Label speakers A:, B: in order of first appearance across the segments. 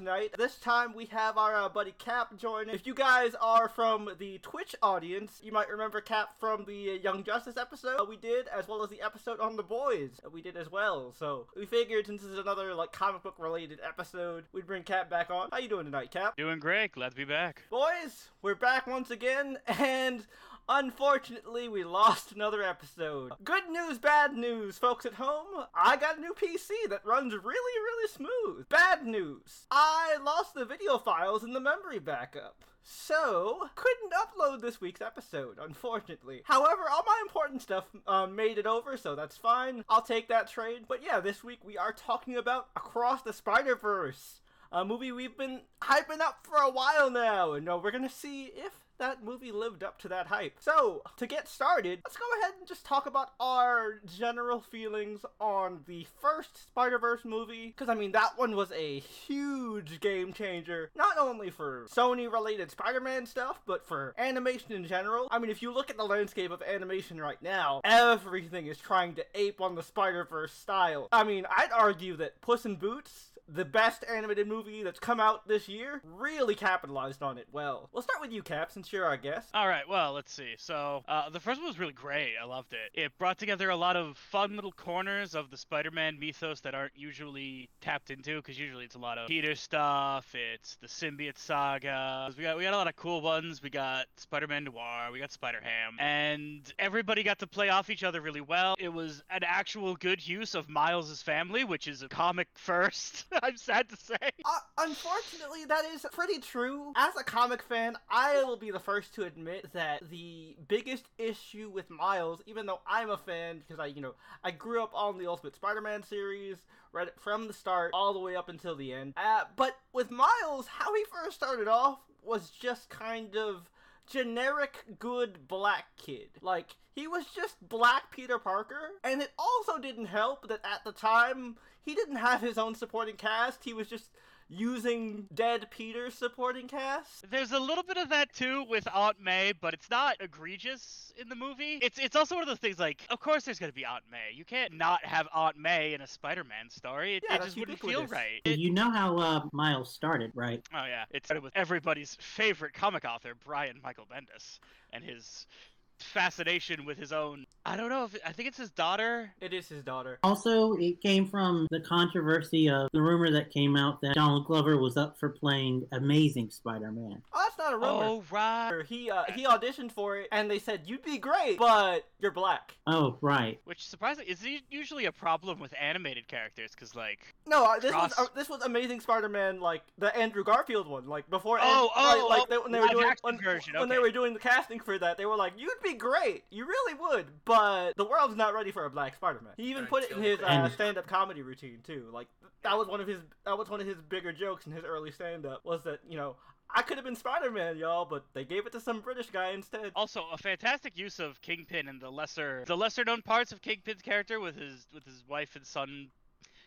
A: night. This time we have our uh, buddy Cap join. If you guys are from the Twitch audience, you might remember Cap from the uh, Young Justice episode uh, we did, as well as the episode on the boys that we did as well. So we figured since this is another like comic book related episode, we'd bring Cap back on. How you doing tonight, Cap?
B: Doing great. Glad to be back.
A: Boys, we're back once again, and unfortunately, we lost another episode. Good news, bad news, folks at home. I got a new PC that runs really, really smooth. Bad news, I lost the video files in the memory backup. So, couldn't upload this week's episode, unfortunately. However, all my important stuff um, made it over, so that's fine. I'll take that trade. But yeah, this week we are talking about Across the Spider Verse a movie we've been hyping up for a while now, and uh, we're gonna see if that movie lived up to that hype. So, to get started, let's go ahead and just talk about our general feelings on the first Spider Verse movie, because I mean, that one was a huge game changer, not only for Sony related Spider Man stuff, but for animation in general. I mean, if you look at the landscape of animation right now, everything is trying to ape on the Spider Verse style. I mean, I'd argue that Puss in Boots the best animated movie that's come out this year really capitalized on it well. We'll start with you, Cap, since you're our guest.
B: All right, well, let's see. So, uh, the first one was really great. I loved it. It brought together a lot of fun little corners of the Spider Man mythos that aren't usually tapped into, because usually it's a lot of Peter stuff, it's the symbiote saga. We got, we got a lot of cool ones. We got Spider Man Noir, we got Spider Ham, and everybody got to play off each other really well. It was an actual good use of Miles' family, which is a comic first. I'm sad to say.
A: Uh, unfortunately, that is pretty true. As a comic fan, I will be the first to admit that the biggest issue with Miles, even though I'm a fan because I, you know, I grew up on the Ultimate Spider-Man series, read it from the start all the way up until the end. Uh, but with Miles, how he first started off was just kind of generic good black kid. Like, he was just black Peter Parker, and it also didn't help that at the time he didn't have his own supporting cast. He was just using dead Peter's supporting cast.
B: There's a little bit of that too with Aunt May, but it's not egregious in the movie. It's it's also one of those things like, of course there's gonna be Aunt May. You can't not have Aunt May in a Spider-Man story. It,
A: Yeah,
B: it
A: that's
B: just wouldn't feel
A: ubiquitous.
B: right. It-
C: You know how uh, Miles started, right?
B: oh yeah, it started with everybody's favorite comic author Brian Michael Bendis and his fascination with his own. I don't know if I think it's his daughter.
A: It is his daughter.
C: Also, it came from the controversy of the rumor that came out that Donald Glover was up for playing Amazing Spider-Man.
A: Oh, that's not a rumor.
B: Oh right.
A: He uh, he auditioned for it, and they said you'd be great, but you're black.
C: Oh, right.
B: Which surprisingly is u- usually a problem with animated characters, because like,
A: No, uh, this was
B: Cross.
A: uh, this was Amazing Spider-Man, like the Andrew Garfield one, like before.
B: Oh,
A: Andrew-
B: oh,
A: like,
B: oh,
A: they, when they were
B: live
A: doing
B: action
A: when,
B: version,
A: when they
B: okay.
A: were doing the casting for that, they were like, "You'd be great, you really would," but the world's not ready for a black Spider-Man. He even put it in his uh,
C: And-
A: stand-up comedy routine too. Like that was one of his that was one of his bigger jokes in his early stand-up was that you know I could have been Spider-Man, y'all, but they gave it to some British guy instead.
B: also a fantastic use of Kingpin and the lesser, the lesser known parts of Kingpin's character with his with his wife and son,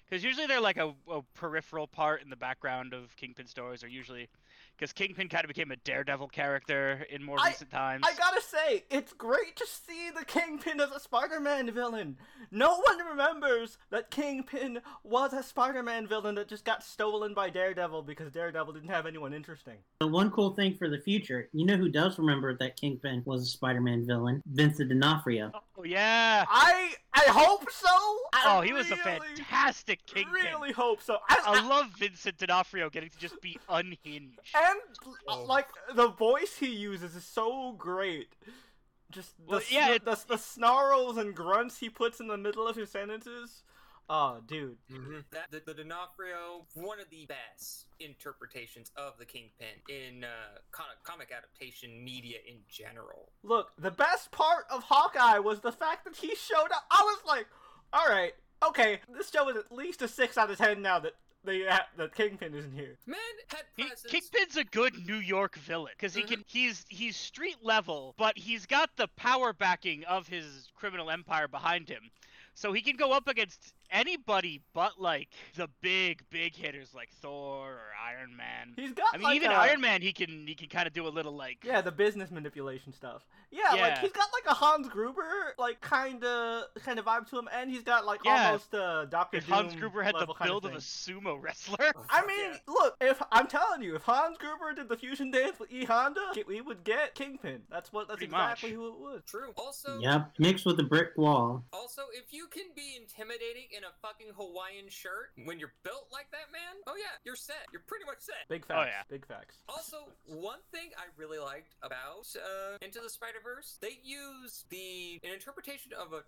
B: because usually they're like a, a peripheral part in the background of Kingpin stories, or usually, because Kingpin kind of became a daredevil character in more
A: I-
B: recent times.
A: I gotta say, it's great to see the Kingpin as a Spider-Man villain. No one remembers that Kingpin was a Spider-Man villain that just got stolen by Daredevil because Daredevil didn't have anyone interesting.
C: But one cool thing for the future, you know who does remember that Kingpin was a Spider-Man villain? Vincent D'Onofrio.
B: oh yeah.
A: I I hope so. I
B: oh, he was a
A: really,
B: fantastic Kingpin. Oh.
A: Really hope so. I,
B: I love Vincent D'Onofrio getting to just be unhinged.
A: I- and uh, like the voice he uses is so great. Just the,
B: Well,
A: sn-
B: yeah, it-
A: the, the snarls and grunts he puts in the middle of his sentences. Oh, dude.
D: Mhm. That, the, the D'Onofrio, one of the best interpretations of the Kingpin in uh, con- comic adaptation media in general.
A: Look, the best part of Hawkeye was the fact that he showed up. I was like, all right, okay, this show is at least a six out of ten now that the uh, the Kingpin isn't here.
D: Man had
B: He,
D: presence.
B: Kingpin's a good New York villain because he can. He's he's street level, but he's got the power backing of his criminal empire behind him, so he can go up against anybody but like the big big hitters like Thor or Iron Man.
A: He's got
B: I mean,
A: like
B: even
A: a,
B: Iron Man, he can he can kind of do a little like
A: Yeah, the business manipulation stuff. Yeah, like
B: Yeah.
A: he's got like a Hans Gruber like kind of kind of vibe to him, and he's got like
B: Yeah.
A: almost a Doctor
B: If Hans
A: Doom
B: Gruber had the
A: level kind
B: build of,
A: thing.
B: a sumo wrestler,
A: I mean, look, if I'm telling you, if Hans Gruber did the fusion dance with E Honda, ki- we would get Kingpin. That's what. That's
B: Pretty
A: exactly
B: much.
A: who it would.
D: True. Also,
C: Yep, mixed with a brick wall.
D: also, if you can be intimidating in a fucking Hawaiian shirt when you're built like that, man, oh yeah, you're set. You're pretty much set.
A: Big
B: Oh,
A: facts.
B: yeah.
A: Big facts.
D: Also, one thing I really liked about uh, Into the Spider Verse, they use the an interpretation of a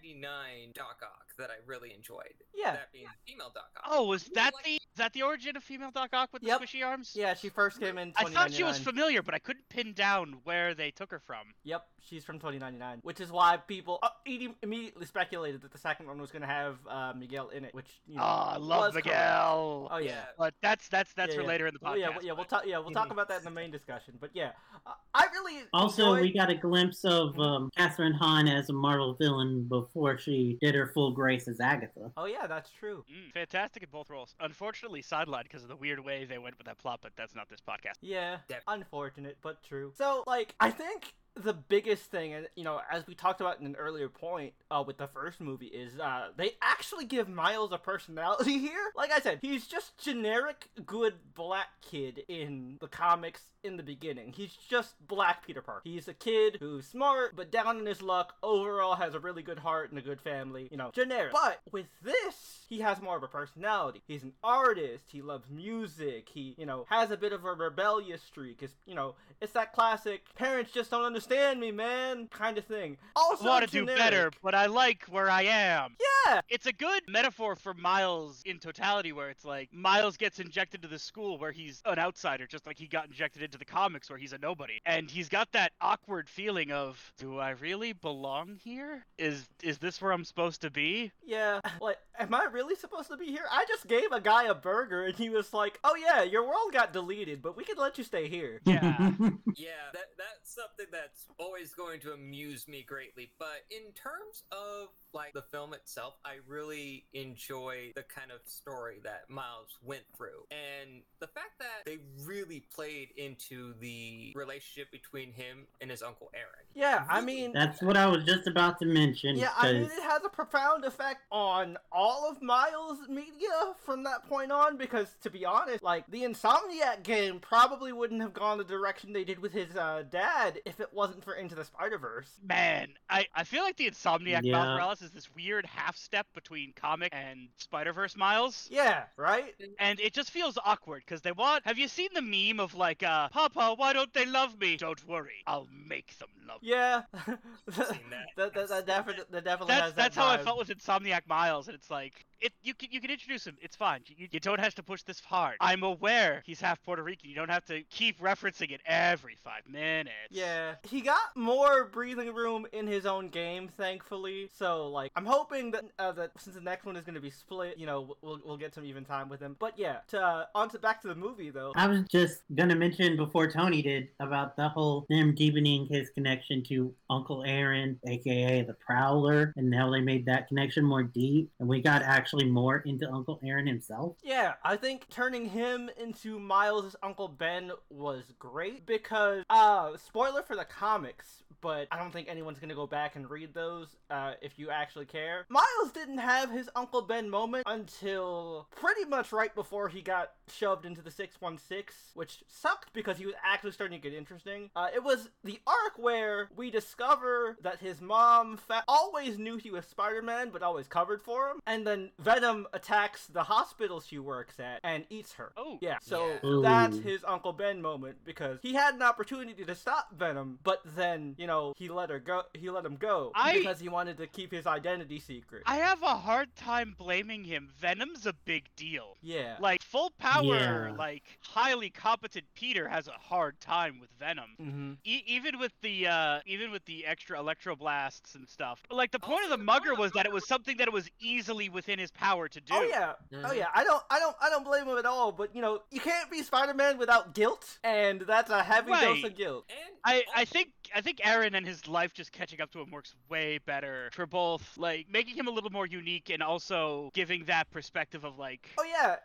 D: 2099 Doc Ock that I really enjoyed.
A: Yeah.
D: That being the female Doc Ock.
B: oh, was
D: Really
B: that
D: liked
B: the is that the origin of female Doc Ock with
A: Yep.
B: the squishy arms?
A: Yeah, she first came in.
B: I thought she was
A: 2099.
B: familiar, but I couldn't pin down where they took her from.
A: Yep, she's from 2099, which is why people uh, edi- immediately speculated that the second one was going to have uh, Miguel in it, which you know.
B: Ah, I love
A: was correct.
B: Miguel.
A: oh yeah.
B: But that's that's that's
A: Yeah,
B: for
A: yeah.
B: later in the
A: Well,
B: podcast.
A: yeah, well, yeah, we'll
B: but-
A: talk. Yeah, we'll talk about that in the main discussion. But yeah, uh, I really
C: Also, we
A: enjoyed-
C: got a glimpse of um, Catherine Hahn as a Marvel villain before she did her full grace as Agatha.
A: Oh yeah, that's true.
B: Mm, fantastic in both roles. Unfortunately, sidelined because of the weird way they went with that plot, but that's not this podcast.
A: Yeah,
D: Def-
A: unfortunate but true. So like, I think the biggest thing, and you know, as we talked about in an earlier point uh, with the first movie, is uh, they actually give Miles a personality here. Like I said, he's just generic good black kid in the comics in the beginning. He's just black Peter Parker. He's a kid who's smart but down in his luck. Overall, has a really good heart and a good family. You know, generic. But with this, he has more of a personality. He's an artist. He loves music. He, you know, has a bit of a rebellious streak. Is you know, it's that classic parents just don't understand me, man, kind of thing. Also,
B: I want to do
A: generic.
B: better, but I like where I am.
A: Yeah.
B: It's a good metaphor for Miles in totality, where it's like Miles gets injected to the school where he's an outsider, just like he got injected into the comics where he's a nobody, and he's got that awkward feeling of, do I really belong here? Is is this where I'm supposed to be?
A: Yeah, like, am I really supposed to be here? I just gave a guy a burger and he was like, oh yeah, your world got deleted, but we can let you stay here.
B: Yeah.
D: Yeah, that that's something that's always going to amuse me greatly. But in terms of like the film itself, I really enjoy the kind of story that Miles went through. And the fact that they really played into the relationship between him and his uncle Aaron.
A: Yeah, I mean,
C: That's what I was just about to mention.
A: yeah, I mean,
C: 'cause-
A: it has a profound effect on all of Miles' media from that point on because, to be honest, like, the Insomniac game probably wouldn't have gone the direction they did with his uh, dad if it wasn't for Into the Spider Verse.
B: Man, I, I feel like the Insomniac Miles
C: Yeah.
B: Morales is this weird half step between comic and Spider Verse Miles.
A: Yeah, right?
B: And it just feels awkward because they want. Have you seen the meme of like, uh, Papa, why don't they love me? Don't worry, I'll make them love me.
A: Yeah.
D: seen that.
A: that, that, that, definitely, that definitely
B: That's
A: has that
B: that's how I
A: vibe.
B: felt with Insomniac Miles, and it's like it you can you can introduce him. It's fine. You, you don't have to push this hard. I'm aware he's half Puerto Rican. You don't have to keep referencing it every five minutes.
A: Yeah, he got more breathing room in his own game, thankfully. So like, I'm hoping that uh, that since the next one is going to be split, you know, we'll we'll get some even time with him. But yeah, to uh, on to back to the movie though.
C: I was just gonna mention before Tony did about the whole him deepening his connection to Uncle Aaron, aka the Prowler, and how they made that connection more deep, and we got actually more into Uncle Aaron himself.
A: Yeah, I think turning him into Miles' Uncle Ben was great because, uh, spoiler for the comics, but I don't think anyone's gonna go back and read those, uh, if you actually care. Miles didn't have his Uncle Ben moment until pretty much right before he got shoved into the 616, which sucked because he was actually starting to get interesting. Uh, it was the arc where we discover that his mom fa- always knew he was Spider-Man, but always covered for him, and then Venom attacks the hospital she works at and eats her.
B: Oh.
A: Yeah, so
D: Yeah.
C: Ooh.
A: that's his Uncle Ben moment because he had an opportunity to stop Venom, but then you know he let her go. He let him go
B: I-
A: because he wanted to keep his identity secret.
B: I have a hard time blaming him. Venom's a big deal.
A: yeah,
B: Like full power,
C: Yeah.
B: like highly competent Peter has a hard time with Venom.
A: hmm
B: E- even with the uh, even with the extra electroblasts and stuff. Like
A: Oh,
B: the point of
D: Also,
B: the
D: the point of
B: mugger
D: the
B: was that it
D: mugger
B: was
D: was-
B: something that was easily within his power to do.
A: Oh yeah,
B: Mm-hmm.
A: Oh yeah, I don't, I don't, I don't blame him at all. But you know, you can't be Spider-Man without guilt, and that's a heavy dose
B: Right.
A: of guilt.
D: And
B: I, I think I think Aaron Aaron and his life just catching up to him works way better for both, like making him a little more unique and also giving that perspective of like
A: Oh yeah,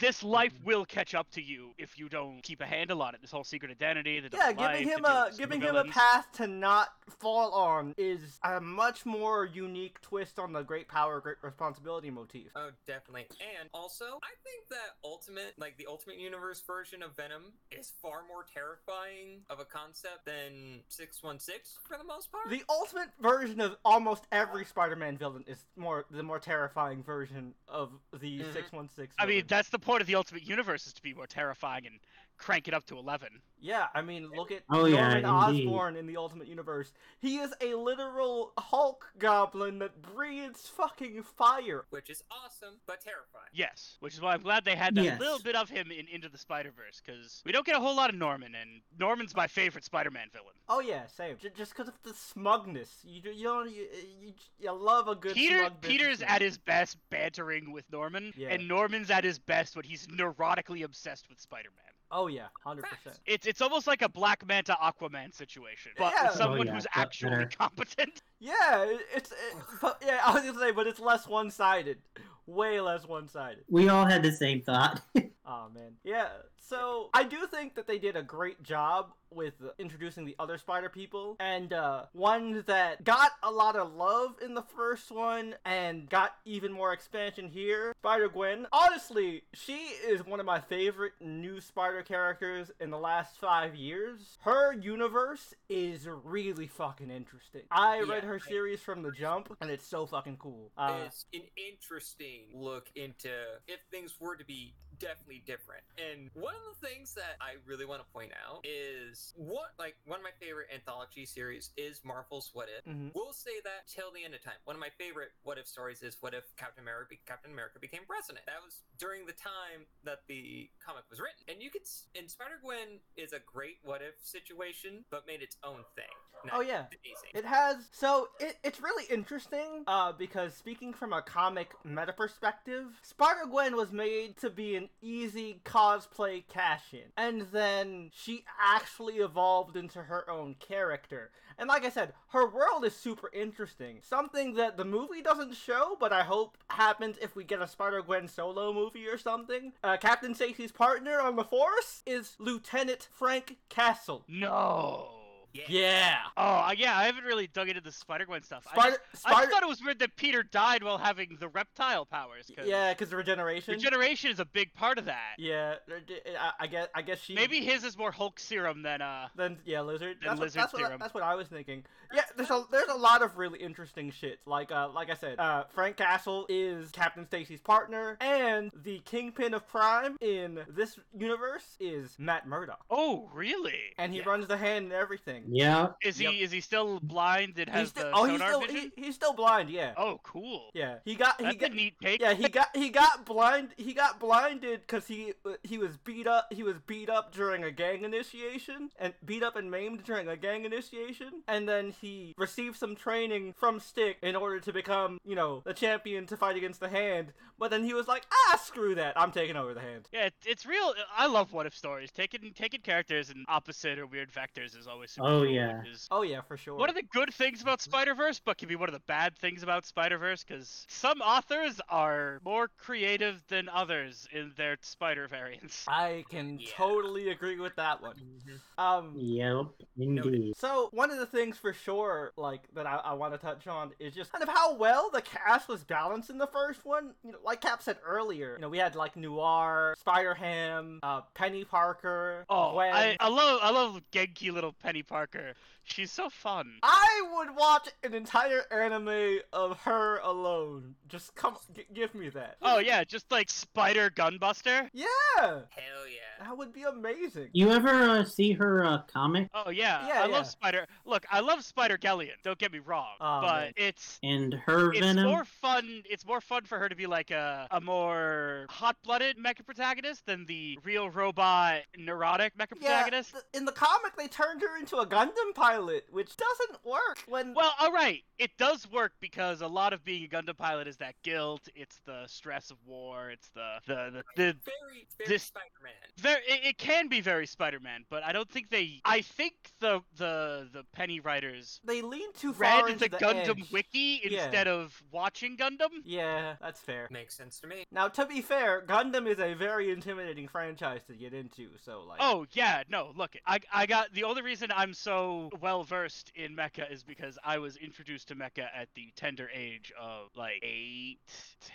B: this life will catch up to you if you don't keep a handle on it. This whole secret identity, the
A: yeah. Giving
B: double life,
A: him
B: the dealing
A: a
B: with super
A: giving him a
B: villains.
A: path to not fall on is a much more unique twist on the great power, great responsibility motif.
D: Oh, definitely. And also, I think that Ultimate, like the Ultimate Universe version of Venom, is far more terrifying of a concept than 616 for the most part.
A: The ultimate version of almost every Spider-Man villain is more the more terrifying version of the
D: Mhm.
A: six one six.
B: Mm-hmm. I mean, that's the point of the Ultimate Universe is to be more terrifying and crank it up to eleven.
A: yeah. I mean, look at
C: Oh, yeah,
A: Norman
C: indeed.
A: Osborn in the Ultimate Universe. He is a literal Hulk goblin that breathes fucking fire.
D: which is awesome, but terrifying.
B: Yes, which is why I'm glad they had that
C: Yes.
B: little bit of him in Into the Spider Verse because we don't get a whole lot of Norman, and Norman's my favorite Spider-Man villain.
A: Oh yeah, same. J- just because of the smugness, you do- you don't you, you, you love a good
B: Peter
A: smug
B: Peter's
A: businessman.
B: at his best bantering with Norman,
A: Yeah.
B: and Norman's at his best when he's neurotically obsessed with Spider-Man.
A: Oh yeah, hundred percent.
D: Facts.
B: It's it's almost like a Black Manta Aquaman situation, but
A: Yeah.
B: with
A: Oh,
B: someone
C: yeah,
B: who's
C: that's
B: actually
C: better.
B: competent.
A: Yeah, it- it's it, but- yeah. I was gonna say, but it's less one sided, way less one sided.
C: We all had the same thought.
A: Oh man, yeah. So I do think that they did a great job with introducing the other Spider people, and uh, one that got a lot of love in the first one, and got even more expansion here. Spider Gwen. Honestly, she is one of my favorite new Spider characters in the last five years. Her universe is really fucking interesting. I read
D: Yeah,
A: her
D: I-
A: series from the jump, and it's so fucking cool. Uh,
D: is an interesting look into if things were to be definitely different. And one of the things that I really want to point out is what, like, one of my favorite anthology series is Marvel's What If.
A: mhm.
D: We'll say that till the end of time. One of my favorite what if stories is what if Captain America Captain America became president. That was during the time that the comic was written. And you could s- and Spider-Gwen is a great what if situation but made its own thing. And
A: Oh
D: that's
A: yeah.
D: Amazing.
A: It has so it, it's really interesting uh, because speaking from a comic meta perspective, Spider Gwen was made to be an easy cosplay cash in, and then she actually evolved into her own character. And like I said, her world is super interesting. Something that the movie doesn't show, but I hope happens if we get a Spider Gwen solo movie or something. Uh, Captain Stacy's partner on the Force is Lieutenant Frank Castle.
B: No.
A: Yeah.
B: Oh I- yeah, I haven't really dug into the Spider Gwen stuff. I
A: Spider,
B: I just
A: Spider,
B: thought it was weird that Peter died while having the reptile powers. Cause
A: Yeah, because the regeneration.
B: regeneration is a big part of that.
A: yeah, there- d- I, I guess I guess she
B: Maybe his is more Hulk serum than uh.
A: then yeah lizard.
B: than
A: That's,
B: lizard
A: what, that's, what, I-
B: serum.
A: that's what I was thinking. Yeah, there's a there's a lot of really interesting shit. Like uh like I said, uh Frank Castle is Captain Stacy's partner, and the kingpin of crime in this universe is Matt Murdock,
B: Oh really?
A: and he
D: Yeah.
A: runs the hand and everything.
C: yeah.
B: Is he
A: Yep.
B: is he still blind and
A: he's
B: has
A: still
B: the
A: oh he's
B: sonar
A: still
B: vision?
A: he, he's still blind. Yeah.
B: Oh cool.
A: Yeah, he got he
B: That's
A: got,
B: a neat take.
A: Yeah, he got he got blind. He got blinded because he he was beat up. He was beat up during a gang initiation, and beat up and maimed during a gang initiation. And then he received some training from Stick in order to become, you know, the champion to fight against the Hand. But then he was like, ah, screw that. I'm taking over the Hand.
B: Yeah, it, it's real. I love what if stories. Taking taking characters in opposite or weird vectors is always super
C: Oh,
B: cool,
C: yeah.
B: which is
A: Oh yeah, for sure.
B: One of the good things about Spider Verse, but can be one of the bad things about Spider Verse, because some authors are more creative than others in their Spider variants.
A: I can
D: Yeah.
A: totally agree with that one.
D: Mhm.
A: Um,
C: Yep. Indeed.
A: So one of the things for sure, like that I, I want to touch on is just kind of how well the cast was balanced in the first one. You know, like Cap said earlier, you know we had like Noir, Spider Ham, uh, Penny Parker,
B: Oh,
A: Gwen.
B: I, I love I love Genki little Penny Parker. She's so fun.
A: I would watch an entire anime of her alone. Just come, g- give me that.
B: Oh yeah, just like Spider Gunbuster.
A: Yeah,
D: Hell yeah.
A: that would be amazing.
C: You ever uh, see her uh, comic?
B: Oh yeah,
A: Yeah,
B: I
A: yeah.
B: love Spider. Look, I love Spider Galleon. Don't get me wrong,
A: Oh,
B: but
A: man.
B: it's
C: And her
B: it's
C: Venom?
B: more fun. It's more fun for her to be like a, a more hot-blooded mecha protagonist than the real robot neurotic mecha
A: Yeah,
B: protagonist.
A: th- in the comic they turned her into a Gundam pilot pilot, which doesn't work when.
B: Well, all right. It does work because a lot of being a Gundam pilot is that guilt. It's the stress of war. It's the the the. the
D: Very, very
B: This-
D: Spider-Man.
B: very, it it can be very Spider-Man, but I don't think they. I think the the the Penny writers
A: they lean too far
B: read
A: into
B: the,
A: the
B: Gundam
A: edge.
B: wiki
A: Yeah.
B: instead of watching Gundam.
A: Yeah, that's fair.
D: Makes sense to me.
A: Now, to be fair, Gundam is a very intimidating franchise to get into, so like.
B: Oh yeah, no. Look, I I got the only reason I'm so well versed in mecha is because I was introduced to mecha at the tender age of like eight,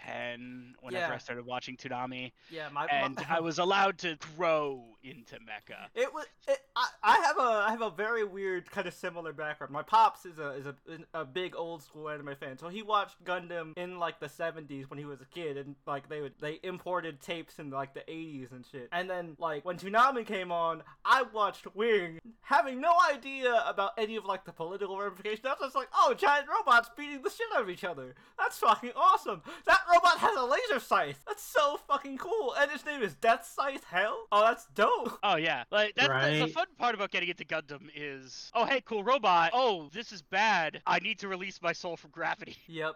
B: ten. Whenever
A: Yeah.
B: I started watching Toonami,
A: yeah, my.
B: and
A: my-
B: I was allowed to grow into mecha.
A: It was. It, I, I have a. I have a very weird kind of similar background. My pops is a is a, a big old school anime fan, so he watched Gundam in like the seventies when he was a kid, and like they would they imported tapes in like the eighties and shit. And then like when Toonami came on, I watched Wing, having no idea about any of like the political ramifications. I was just like, oh, giant robots beating the shit out of each other. That's fucking awesome. That robot has a laser scythe. That's so fucking cool. And his name is Death Scythe Hell. Oh, that's dope.
B: Oh yeah, like that's, that's
C: Right.
B: the fun part about getting into Gundam is, oh hey, cool robot. Oh, this is bad. I need to release my soul from gravity.
A: Yep.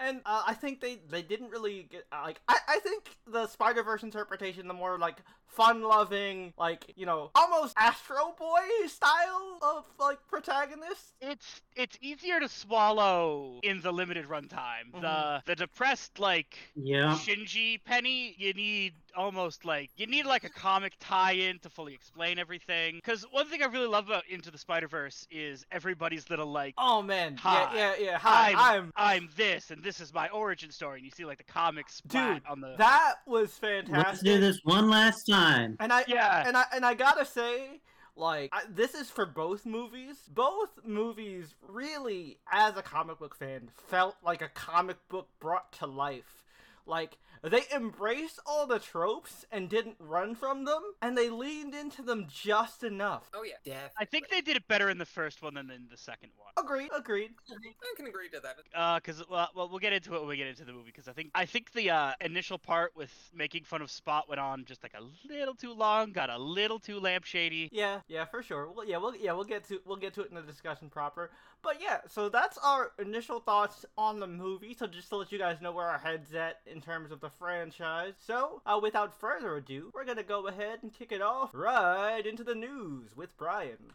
A: And uh, I think they, they didn't really get uh, like I, I think the Spider Verse interpretation, the more like fun loving, like you know, almost Astro Boy style of like protagonist.
B: it's it's easier to swallow in the limited runtime.
A: Mm-hmm.
B: The the depressed like
C: Yeah.
B: Shinji Penny, you need almost like you need like a comic tie-in to fully explain everything. Because one thing I really love about Into the Spider Verse is everybody's little like.
A: Oh man,
B: Hi.
A: yeah, yeah, yeah. Hi, I'm,
B: I'm this, and this is my origin story, and you see like the comic splat
A: Dude,
B: on the
A: that was
C: Let's
A: fantastic.
C: do this one last time.
A: And I
B: yeah.
A: and I and I gotta say, like I, this is for both movies. Both movies really, as a comic book fan, felt like a comic book brought to life. Like they embraced all the tropes and didn't run from them, and they leaned into them just enough.
D: Oh yeah, definitely.
B: I think they did it better in the first one than in the second one.
A: Agreed. Agreed.
D: I can agree to that.
B: because well, well, we'll get into it when we get into the movie. Because I think I think the uh, initial part with making fun of Spot went on just like a little too long, got a little too lampshady.
A: Yeah, yeah, for sure. Well, yeah, we'll yeah we'll get to we'll get to it in the discussion proper. But yeah, so that's our initial thoughts on the movie. So just to let you guys know where our heads at in terms of the franchise. So uh, without further ado, we're gonna go ahead and kick it off right into the news with Brian.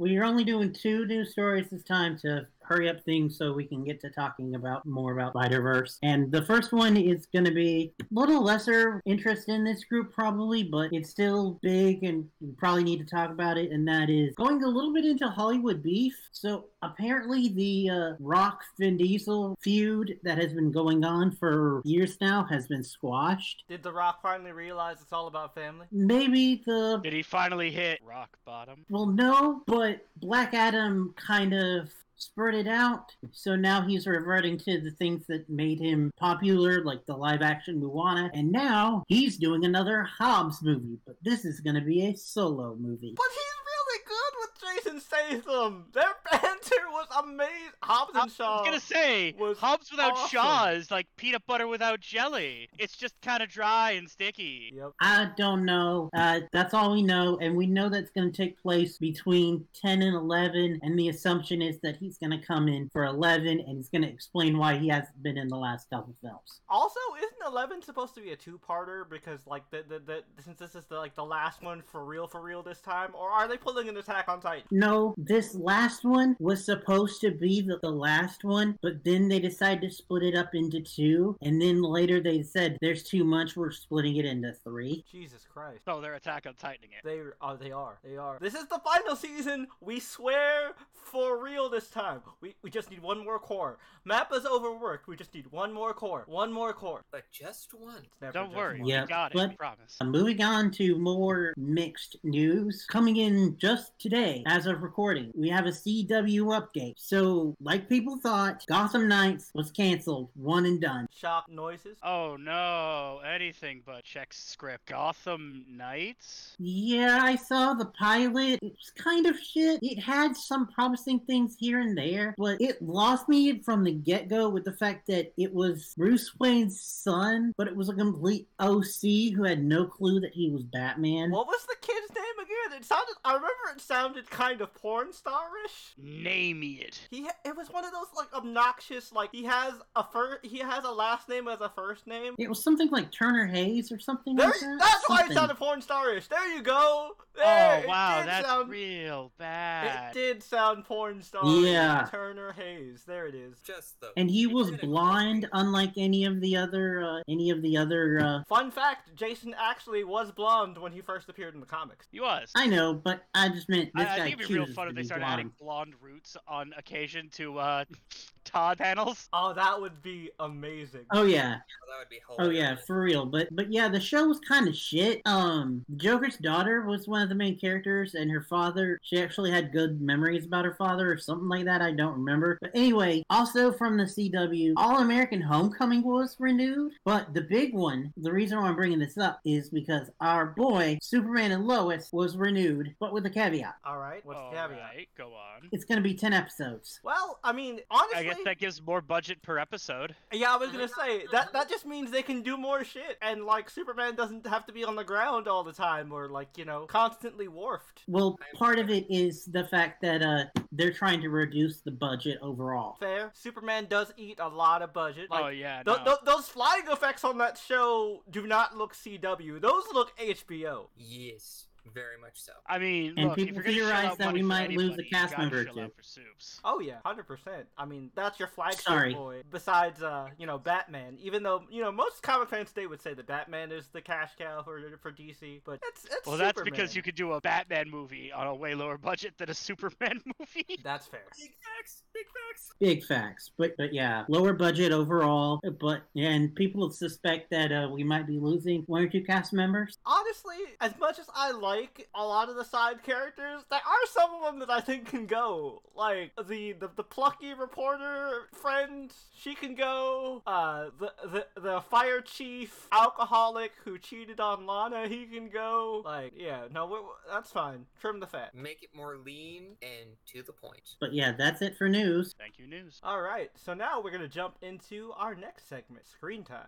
C: We're only doing two news stories this time to hurry up things so we can get to talking about more about Spider Verse. And the first one is going to be a little lesser interest in this group, probably, but it's still big and we probably need to talk about it. And that is going a little bit into Hollywood beef. So apparently, the uh, Rock Vin Diesel feud that has been going on for years now has been squashed.
A: Did The Rock finally realize it's all about family?
C: Maybe the
B: Did he finally hit rock bottom?
C: Well, no, but Black Adam kind of spurted out, so now he's reverting to the things that made him popular, like the live action Moana, and now he's doing another Hobbs movie, but this is going to be a solo movie.
A: But he's really good with Jason Statham. Their banter was amazing. Hobbs
B: I
A: and
B: was
A: Shaw.
B: gonna say
A: was
B: Hobbs without
A: awesome.
B: Shaw is like peanut butter without jelly. It's just kind of dry and sticky.
A: Yep.
C: I don't know. Uh, that's all we know, and we know that's going to take place between 10 and 11, and the assumption is that he's going to come in for 11, and he's going to explain why he hasn't been in the last couple films.
A: Also, isn't Eleven supposed to be a two-parter because like the, the, the since this is the like the last one for real for real this time, or are they pulling an Attack on Titan?
C: No, this last one was supposed to be the, the last one, but then they decided to split it up into two. And then later they said, there's too much, we're splitting it into three.
A: Jesus Christ.
B: So they're Oh, Attack on Titaning it.
A: They are. oh, They are. They are. This is the final season. We swear for real this time. We, we just need one more core. Mappa's overworked. We just need one more core. One more core.
D: But just one.
A: It's never
B: Don't
A: just
B: worry,
A: one.
C: Yeah,
B: you got it. I
C: but-
B: promise.
C: Uh, Moving on to more mixed news. Coming in just today, as of recording, we have a CW update. So, like people thought, Gotham Knights was canceled, one and done.
A: Shock noises.
B: Oh no, anything but check script. Gotham Knights?
C: Yeah, I saw the pilot. It was kind of shit. It had some promising things here and there, but it lost me from the get go with the fact that it was Bruce Wayne's son, but it was a complete OC who had no clue that he was Batman.
A: What was the kid's name again? It sounded. I remember it sounded kind of porn starish.
B: Name it.
A: He ha- it was one of those like obnoxious like he has a first he has a last name as a first name.
C: It was something like Turner Hayes or something.
A: There,
C: like that.
A: that's why it
C: Something.
A: sounded porn starish. There you go. There,
B: oh wow,
A: it did
B: that's
A: sound,
B: real
A: It
B: bad.
A: did sound porn starish.
C: Yeah.
A: Turner Hayes. There it is.
D: Just the.
C: And he was
D: Identical.
C: blind, unlike any of the other uh, any of the other uh,
A: Fun fact: Jason actually was blonde when he first appeared in the comics.
B: He was.
C: I know, but I just meant
B: I,
C: this
B: I
C: guy
B: think it'd be real
C: chooses
B: fun
C: to
B: if they
C: be
B: started
C: blonde.
B: adding blonde roots on occasion to uh, Todd panels.
A: Oh, that would be amazing.
C: Oh yeah,
D: That would be
C: oh
D: hilarious.
C: yeah, for real. But but yeah, the show was kind of shit. Um, Joker's daughter was one of the main characters, and her father. She actually had good memories about her father or something like that. I don't remember. But anyway, also from the CW, All American Homecoming was renewed. But the big one, the reason why I'm bringing this up is because our boy Superman and Lois was renewed, but with a caveat.
A: All right, what's the caveat?
B: Alright, go on.
C: It's gonna be ten episodes.
A: Well, I mean, honestly,
B: I guess that gives more budget per episode.
A: yeah, I was gonna say that that just means they can do more shit, and like Superman doesn't have to be on the ground all the time or like you know constantly warped.
C: Well, part of it is the fact that uh, they're trying to reduce the budget overall.
A: Fair. Superman does eat a lot of budget. Like,
B: oh yeah,
A: tho-
B: no.
A: tho- those flying effects on that show do not look CW. Those look HBO.
D: Yes, very much so.
B: I mean,
C: And
B: look,
C: people
B: if you're gonna shell
C: theorize
B: out
C: that
B: money
C: we
B: for
C: might lose a
B: anybody, you
C: cast
B: gotta
C: member or
B: shell
C: two.
B: out for soups.
A: Oh yeah, hundred percent. I mean, that's your flagship
C: Sorry.
A: boy. Besides, uh, you know, Batman. Even though you know most comic fans today would say that Batman is the cash cow for for DC, but it's it's
B: Well, that's because you could do a Batman movie on a way lower budget than a Superman movie.
A: That's fair.
D: Big facts, big facts.
C: Big facts, but but yeah, lower budget overall. But and people suspect that uh, we might be losing one or two cast members.
A: Honestly, as much as I like a lot of the side characters, there are some of them that I think can go. Like the the, the plucky reporter friend, she can go. Uh, the, the the fire chief alcoholic who cheated on Lana, he can go. Like, yeah, no, we that's fine. Trim the fat.
D: Make it more lean and to the point.
C: But yeah, that's it for news.
B: Thank you, news.
A: All right, so now we're gonna jump into our next segment, screen time.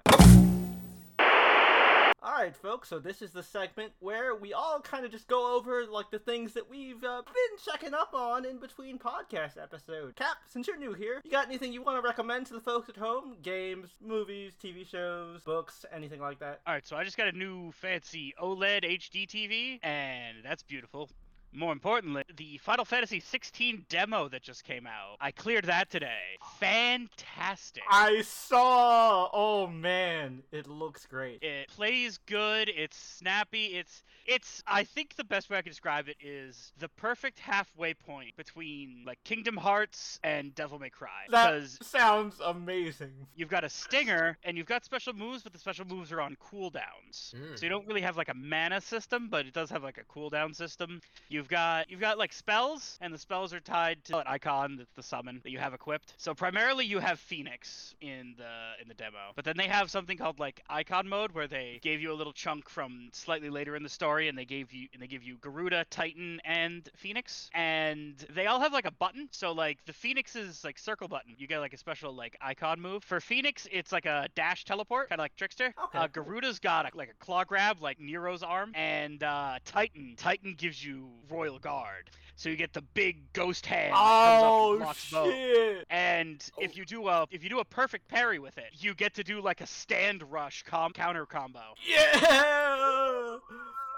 A: All right, folks. So this is the segment where we all kind of just go over like the things that we've uh, been checking up on in between podcast episodes. Cap, since you're new here, you got anything you want to recommend to the folks at home? Games, movies, TV shows, books, anything like that?
B: All right, so I just got a new fancy OLED HD TV, and that's beautiful. More importantly, the Final Fantasy 16 demo that just came out. I cleared that today. Fantastic.
A: I saw. Oh man, it looks great.
B: It plays good. It's snappy. It's it's. I think the best way I can describe it is the perfect halfway point between like Kingdom Hearts and Devil May Cry.
A: That
B: Because
A: sounds amazing.
B: you've got a stinger and you've got special moves, but the special moves are on cooldowns. So you don't really have like a mana system, but it does have like a cooldown system. You've got you've got like spells, and the spells are tied to an icon that's the summon that you have equipped. So primarily you have Phoenix in the in the demo, but then they have something called like icon mode where they gave you a little chunk from slightly later in the story, and they gave you and they give you Garuda, Titan, and Phoenix, and they all have like a button. So like the Phoenix's like circle button, you get like a special like icon move. For Phoenix, it's like a dash teleport, kind of like Trickster.
A: Okay,
B: Uh,
A: cool.
B: Garuda's got a, like a claw grab, like Nero's arm, and uh, Titan. Titan gives you Royal Guard, so you get the big ghost hand. that comes up and
A: Oh
B: blocks both.
A: shit!
B: And if
D: Oh.
B: you do a if you do a perfect parry with it, you get to do like a stand rush com- counter combo.
A: Yeah!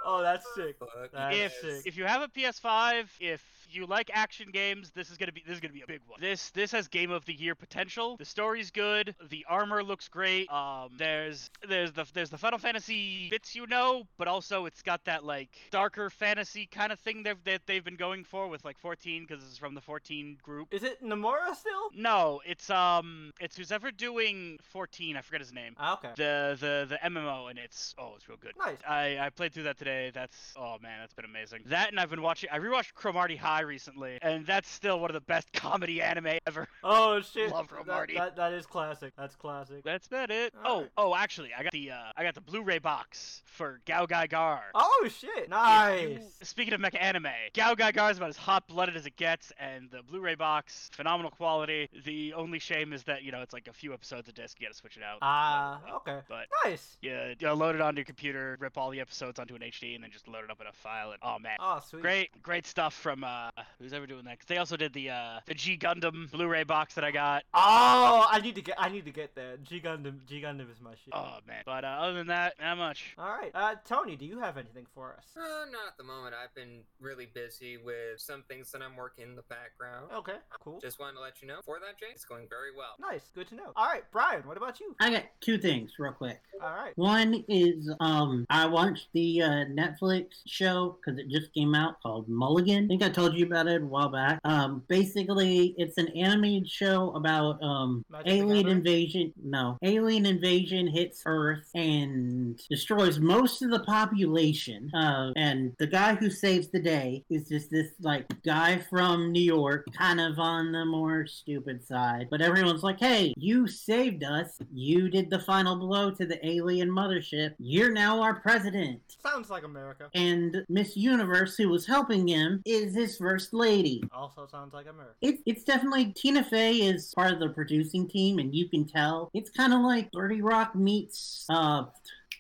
A: Oh, that's sick.
D: Fuck
A: That's
B: if
A: sick.
B: if you have a PS5, if you like action games, this is gonna be this is gonna be a big one. This this has game of the year potential. The story's good. The armor looks great. Um, there's there's the there's the Final Fantasy bits you know, but also it's got that like darker fantasy kind of thing they've, that they've been going for with like 14 because it's from the 14 group.
A: Is it Namora still?
B: No, it's um, it's who's ever doing 14. I forget his name.
A: Ah, okay.
B: The the the MMO and it's oh, it's real good.
A: Nice.
B: I, I played through that today. That's oh man, that's been amazing. That and I've been watching. I rewatched Cromarty High recently, and that's still one of the best comedy anime ever.
A: Oh shit.
B: Love
A: That-
B: Romarty.
A: that- that is classic. That's classic.
B: That's about it.
A: All
B: oh,
A: right.
B: oh, actually, I got the uh, I got the Blu-ray box for Gao Gai Gar.
A: Oh shit.
B: If you-
A: Nice.
B: speaking of mecha anime, Gao Gai Gar is about as hot blooded as it gets, and the Blu-ray box, phenomenal quality. The only shame is that you know it's like a few episodes a disc. You gotta switch it out.
A: Ah,
B: Uh,
A: okay.
B: But
A: Nice.
B: yeah, you know, load it onto your computer, rip all the episodes onto an HD, and then just load it up in a file. And oh man,
A: Oh, sweet.
B: Great, great stuff from uh, who's ever doing that. 'Cause they also did the uh, the G Gundam Blu-ray box that I got.
A: Oh, I need to get. I need to get that. G Gundam. G Gundam is my shit.
B: Oh man. But uh, other than that, not much.
A: All right. Uh, Tony, do you have anything for us?
D: Uh, not at the moment. I've been really busy with some things that I'm working in the background.
A: Okay. Cool.
D: Just wanted to let you know. For that, Jay, it's going very well.
A: Nice. Good to know. All right, Brian. What about you?
C: I got two things real quick.
A: All right.
C: One is um I watched the uh, Netflix show because it just came out called Mulligan. I think I told you about it a while back. Um, basically, it's an animated show about um
A: Magic the
C: alien
A: Gathering?
C: invasion. No, alien invasion hits Earth and destroys most of the population. Uh, and the guy who saves the day is just this like guy from New York, kind of on the more stupid side. But everyone's like, "Hey, you saved us. You did the final blow to the alien mothership. You're now our president."
A: Sounds like America.
C: And Miss Universe, who was helping him, is his first lady.
A: Also sounds like America.
C: It, it's definitely Tina Fey is part of the producing team, and you can tell it's kind of like Dirty Rock meets uh,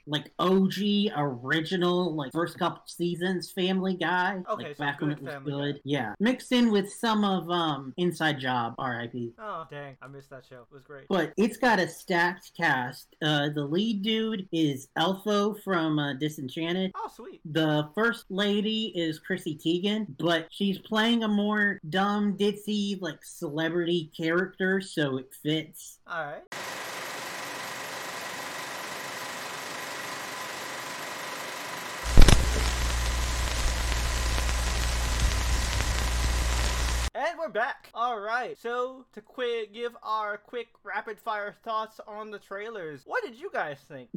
C: like OG original like first couple seasons Family Guy.
A: Okay,
C: like
A: so good Family Guy.
C: Yeah, mixed in with some of um Inside Job, R.I.P.
A: Oh dang, I missed that show. It was great.
C: But it's got a stacked cast. Uh, the lead dude is Elfo from uh, Disenchanted.
A: Oh sweet.
C: The first lady is Chrissy Teigen, but she's playing a more dumb, ditzy, like celebrity character, so it fits.
A: All right. And we're back. All right. So to quick give our quick rapid fire thoughts on the trailers. What did you guys think?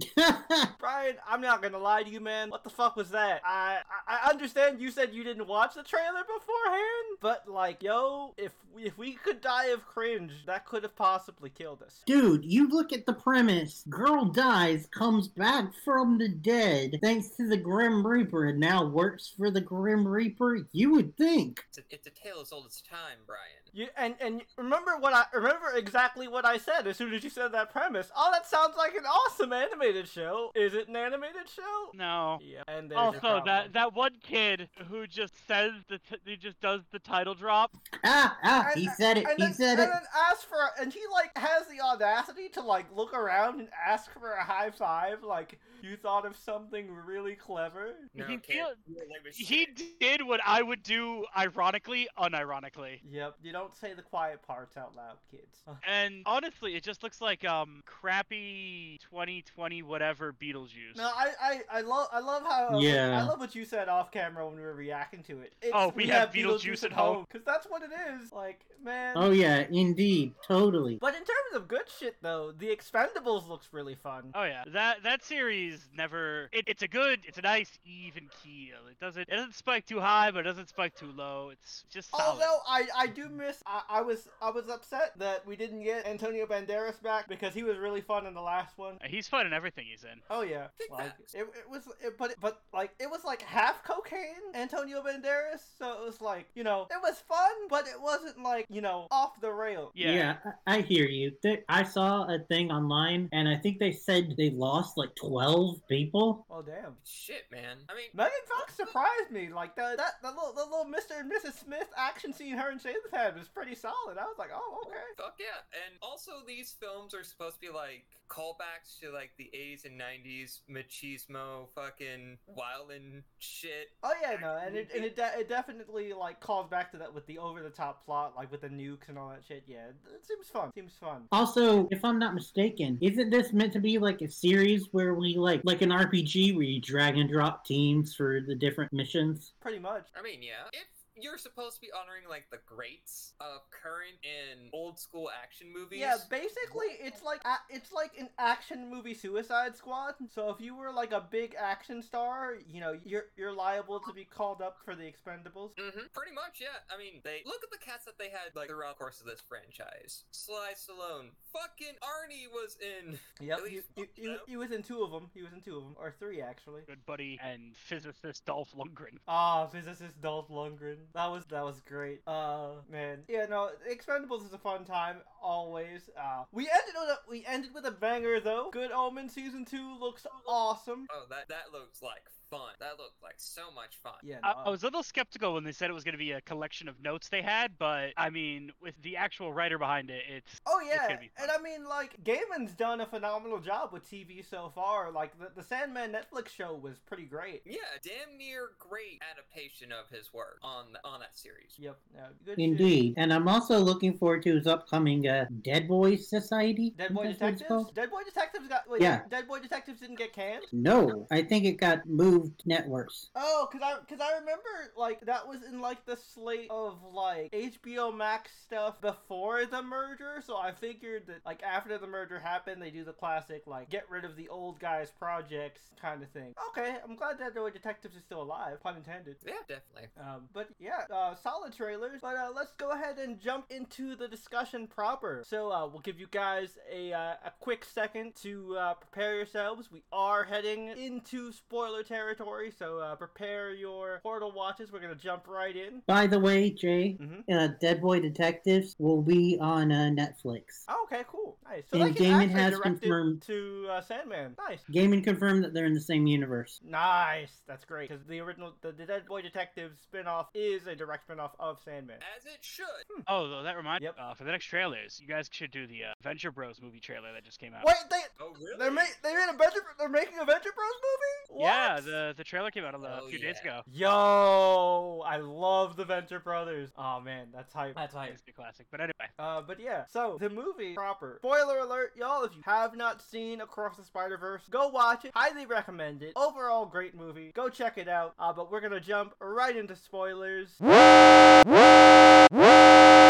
A: Brian, I'm not gonna lie to you, man. What the fuck was that? I, I I understand you said you didn't watch the trailer beforehand, but like, yo, if if we could die of cringe, that could have possibly killed us.
C: Dude, you look at the premise. Girl dies, comes back from the dead thanks to the Grim Reaper, and now works for the Grim Reaper. You would think.
D: It's a, it's a tale as old as time, Brian.
A: You, and and remember what I remember exactly what I said as soon as you said that premise. Oh, that sounds like an awesome animated show. Is it an animated show?
B: No.
A: Yeah. And there's your
B: Also,
A: problem.
B: that that one kid who just says the t- he just does the title drop.
C: Ah, ah,
A: And-
C: he said it,
A: and
C: he
A: then,
C: said
A: and
C: it.
A: then ask for and he like has the audacity to like look around and ask for a high five like you thought of something really clever
D: No,
B: He
D: kid.
B: feel-
D: You're like a
B: He
D: shit.
B: did what I would do, ironically, unironically.
A: yep you don't say the quiet parts out loud kids
B: And honestly, it just looks like um crappy 2020 whatever Beetlejuice.
A: no i i i love i love how
C: Yeah.
A: i love what you said off camera when we were reacting to it It's,
B: Oh, we have Beetlejuice at home."
A: because that's what it is like man
C: Oh, yeah, indeed, totally.
A: but in terms of good shit though the expendables looks really fun
B: Oh yeah, that that series never. It, it's a good, it's a nice even keel. It doesn't it doesn't spike too high, but it doesn't spike too low. It's just solid.
A: Although I, I do miss I, I was I was upset that we didn't get Antonio Banderas back because he was really fun in the last one.
B: Uh, He's fun in everything he's in.
A: Oh yeah,
D: Big
A: like
D: facts.
A: it, it was it, but but like it was like half cocaine Antonio Banderas, so it was like you know it was fun, but it wasn't like you know off the rail.
B: Yeah.
C: I I hear you. There, I saw a thing online, and I think they said they lost like 12 people.
A: Oh damn.
D: Shit, man. I mean,
A: Megan Fox surprised me. Like the, that, the little, the little Mr. and Mrs. Smith action scene her and Shane's had was pretty solid. I was like, oh okay.
D: Fuck yeah. And also, these films are supposed to be like callbacks to like the 80s and 90s machismo fucking wildin' shit.
A: Oh yeah, no, and it and it, de- it definitely like calls back to that with the over the top plot, like with the nukes and all that shit. Yeah, it seems fun. Seems fun.
C: Also, if I'm not mistaken, isn't this meant to be like a series where we like like an RPG where you drag and drop teams for the different missions?
A: Pretty much.
D: I mean, yeah. If you're supposed to be honoring like the greats of current and old school action movies.
A: Yeah, basically, it's like a, it's like an action movie Suicide Squad. So if you were like a big action star, you know, you're you're liable to be called up for the Expendables.
D: hmm Pretty much, yeah. I mean, they look at the cats that they had like throughout the course of this franchise. Sly Stallone, fucking Arnie was in.
A: Yep,
D: At
A: he,
D: least
A: he,
D: one,
A: he,
D: though.
A: he was in two of them. He was in two of them, or three actually.
B: Good buddy and physicist Dolph Lundgren.
A: Ah, physicist Dolph Lundgren. That was that was great. Uh, man, yeah, no, Expendables is a fun time always. Uh, we ended on a, we ended with a banger though. Good Omen season two looks awesome.
D: Oh, that that looks like fun. That looked like so much fun.
A: Yeah, no,
B: I, I was a little skeptical when they said it was going to be a collection of notes they had, but I mean, with the actual writer behind it, it's
A: Oh yeah,
B: gonna be
A: and I mean like Gaiman's done a phenomenal job with TV so far. Like the, the Sandman Netflix show was pretty great.
D: Yeah, damn near great adaptation of his work on on that series.
A: Yep, yeah, good shit.
C: Indeed. And I'm also looking forward to his upcoming uh, Dead Boys Society.
A: Dead
C: I
A: Boy
C: think that's what it's
A: Detectives.
C: called.
A: Dead Boy Detectives got. Wait,
C: Yeah.
A: Dead Boy Detectives didn't get canned.
C: No, I think it got moved networks.
A: Oh, cause I, cause I remember like that was in like the slate of like HBO Max stuff before the merger. So I figured that like after the merger happened, they do the classic like get rid of the old guys projects kind of thing. Okay, I'm glad that the way detectives is still alive, pun intended.
D: Yeah, definitely.
A: Um, but yeah, uh, solid trailers. But uh, let's go ahead and jump into the discussion proper. So uh, we'll give you guys a, uh, a quick second to uh, prepare yourselves. We are heading into spoiler territory, so uh, prepare your portal watches. We're gonna jump right in.
C: By the way, Jay,
A: Mhm.
C: uh, Dead Boy Detectives will be on uh, Netflix.
A: Oh, okay, cool, nice. So
C: And
A: they can
C: Damon
A: actually
C: has
A: direct it
C: confirmed-
A: to uh, Sandman. Nice.
C: Gaiman confirmed that they're in the same universe.
A: Nice, that's great. Because the original, the, the Dead Boy Detective spin-off is a direct spin-off of Sandman.
D: As it should.
B: oh, though that reminds
A: Yep.
B: uh, for the next trailers, you guys should do the uh, Venture Bros movie trailer that just came out.
A: Wait, they
D: Oh, really?
A: They're, ma- they made a Venture- they're making a Venture Bros movie? What?
B: Yeah, the the trailer came out a,
D: Oh,
B: a few days
D: yeah.
B: ago.
A: Yo, I love the Venture Brothers. Oh man, that's hype. That's
D: Mm,
B: It's a classic, but anyway,
A: Uh, but yeah, so the movie proper. Spoiler alert, y'all, if you have not seen Across the Spider Verse, go watch it. Highly recommend it. Overall, great movie. Go check it out. Uh, but we're gonna jump right into spoilers.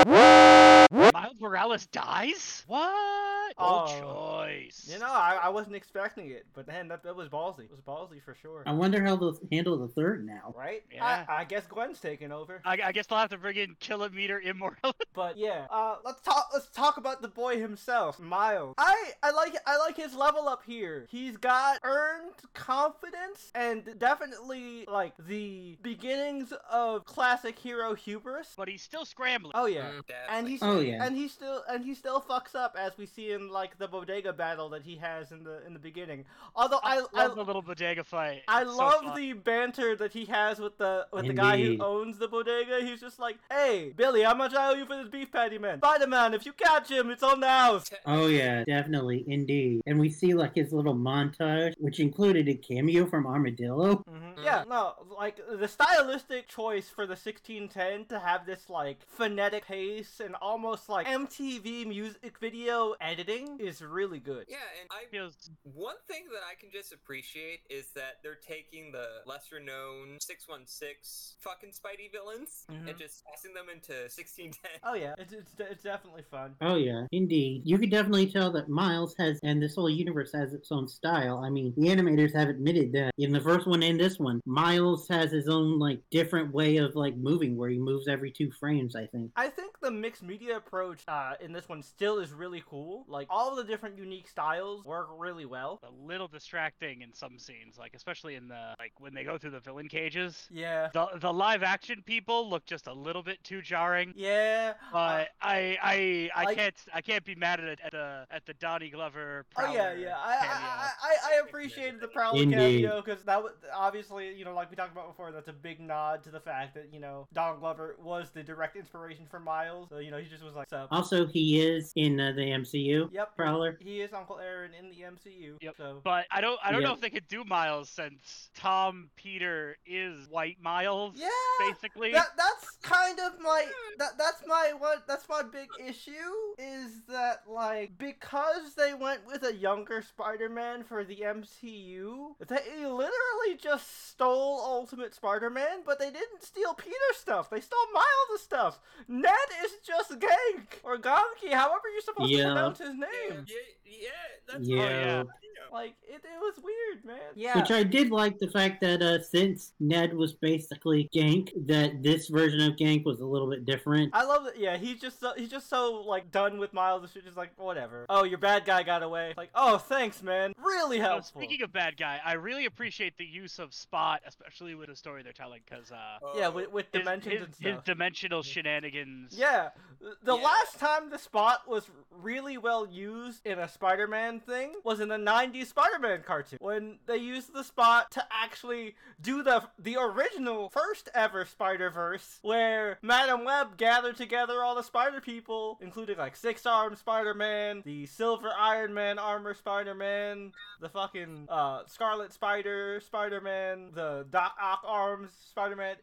B: Miles Morales dies. What?
A: Oh.
B: Old choice.
A: You know, I, I wasn't expecting it, but man, that, that was ballsy. It was ballsy for sure.
C: I wonder how they'll handle the third now.
A: Right?
B: Yeah.
A: I, I guess Gwen's taking over.
B: I, I guess they'll have to bring in Kilometer Immortality.
A: But yeah, uh, let's talk. Let's talk about the boy himself, Miles. I I like I like his level up here. He's got earned confidence and definitely like the beginnings of classic hero hubris.
B: but he's still scrambling.
A: Oh yeah,
D: Mm,
A: and
D: definitely.
A: he's
C: Oh, yeah.
A: and he still and he still fucks up as we see in like the bodega battle that he has in the in the beginning. Although I
B: love
A: I,
B: the little bodega fight.
A: I
B: It's so
A: love
B: fun.
A: the banter that he has with the with the guy who
C: Indeed.
A: owns the bodega. He's just like, "Hey, Billy, how much I owe you for this beef patty, man? Spider Man, if you catch him, it's on the house."
C: Oh yeah, definitely, indeed. And we see like his little montage, which included a cameo from Armadillo.
B: Mm-hmm.
A: Mhm. Yeah, no, like the stylistic choice for the 1610 to have this like phonetic pace and almost like MTV music video editing is really good.
D: yeah, and I
B: Feels-
D: One thing that I can just appreciate is that they're taking the lesser known 616 fucking Spidey villains
A: Mhm.
B: Mm-hmm.
D: and just tossing them into 1610.
A: Oh yeah, it's it's, de- it's definitely fun.
C: Oh yeah, indeed. You could definitely tell that Miles has, and this whole universe has its own style. I mean, the animators have admitted that in the first one and this one, Miles has his own like different way of like moving, where he moves every two frames. I think.
A: I think the mixed media approach uh, in this one still is really cool. Like all the different unique styles work really well.
B: a little distracting in some scenes, like especially in the like when they go through the villain cages.
A: Yeah.
B: The the live action people look just a little bit too jarring.
A: Yeah. uh,
B: But I I I
A: like-
B: can't I can't be mad at at the at the Donnie Glover.
A: Oh yeah,
B: Prowler
A: yeah. I
B: cameo.
A: I, I, I appreciated the Prowler
C: Indeed.
A: cameo because that was obviously you know like we talked about before that's a big nod to the fact that you know Don Glover
C: Um,
A: was the direct inspiration for Miles. So you know he just was like, "Sup."
C: Also, he is in uh, the MCU.
A: Yep.
C: Prowler.
A: He is Uncle Aaron in the MCU.
B: Yep.
A: So
B: But I don't I don't know
C: Yeah.
B: if they could do Miles since Tom Peter is White Miles,
A: yeah,
B: basically.
A: that, that's kind of my that, that's my one that's my big issue is that like because they went with a younger Spider-Man for the MCU, they literally just stole Ultimate Spider-Man, but they didn't steal Peter stuff. They stole Miles' stuff. Ned is just Gank or Gonki, however you're supposed
C: Yeah.
A: to pronounce his
D: Yeah,
A: name.
D: yeah, yeah, that's
C: Yeah.
D: what I
B: yeah.
D: was thinking of.
A: Like it, it was weird, man. Yeah.
C: Which I did like the fact that uh, since Ned was basically Gank, that this version of Gank was a little bit different.
A: I love that. Yeah, he's just so he's just so like done with Miles. and shit, Just like whatever. Oh, your bad guy got away. Like, oh, thanks, man. Really
B: So
A: helpful.
B: speaking of bad guy, I really appreciate the use of Spot, especially with the story they're telling, because uh,
A: yeah,
D: Oh,
A: with, with
B: his-
A: dimensions
B: his,
A: and
B: his
A: stuff.
B: dimensional shenanigans.
A: yeah, the
D: Yeah.
A: last time the spot was really well used in a Spider-Man thing was in the '90s Spider-Man cartoon when they used the spot to actually do the the original first ever Spider-Verse, where Madam Web gathered together all the Spider people, including like Six Arm Spider-Man, the Silver Iron Man armor Spider-Man, the fucking uh, Scarlet Spider, Spider Man, the Doc Ock Arms Spider Man.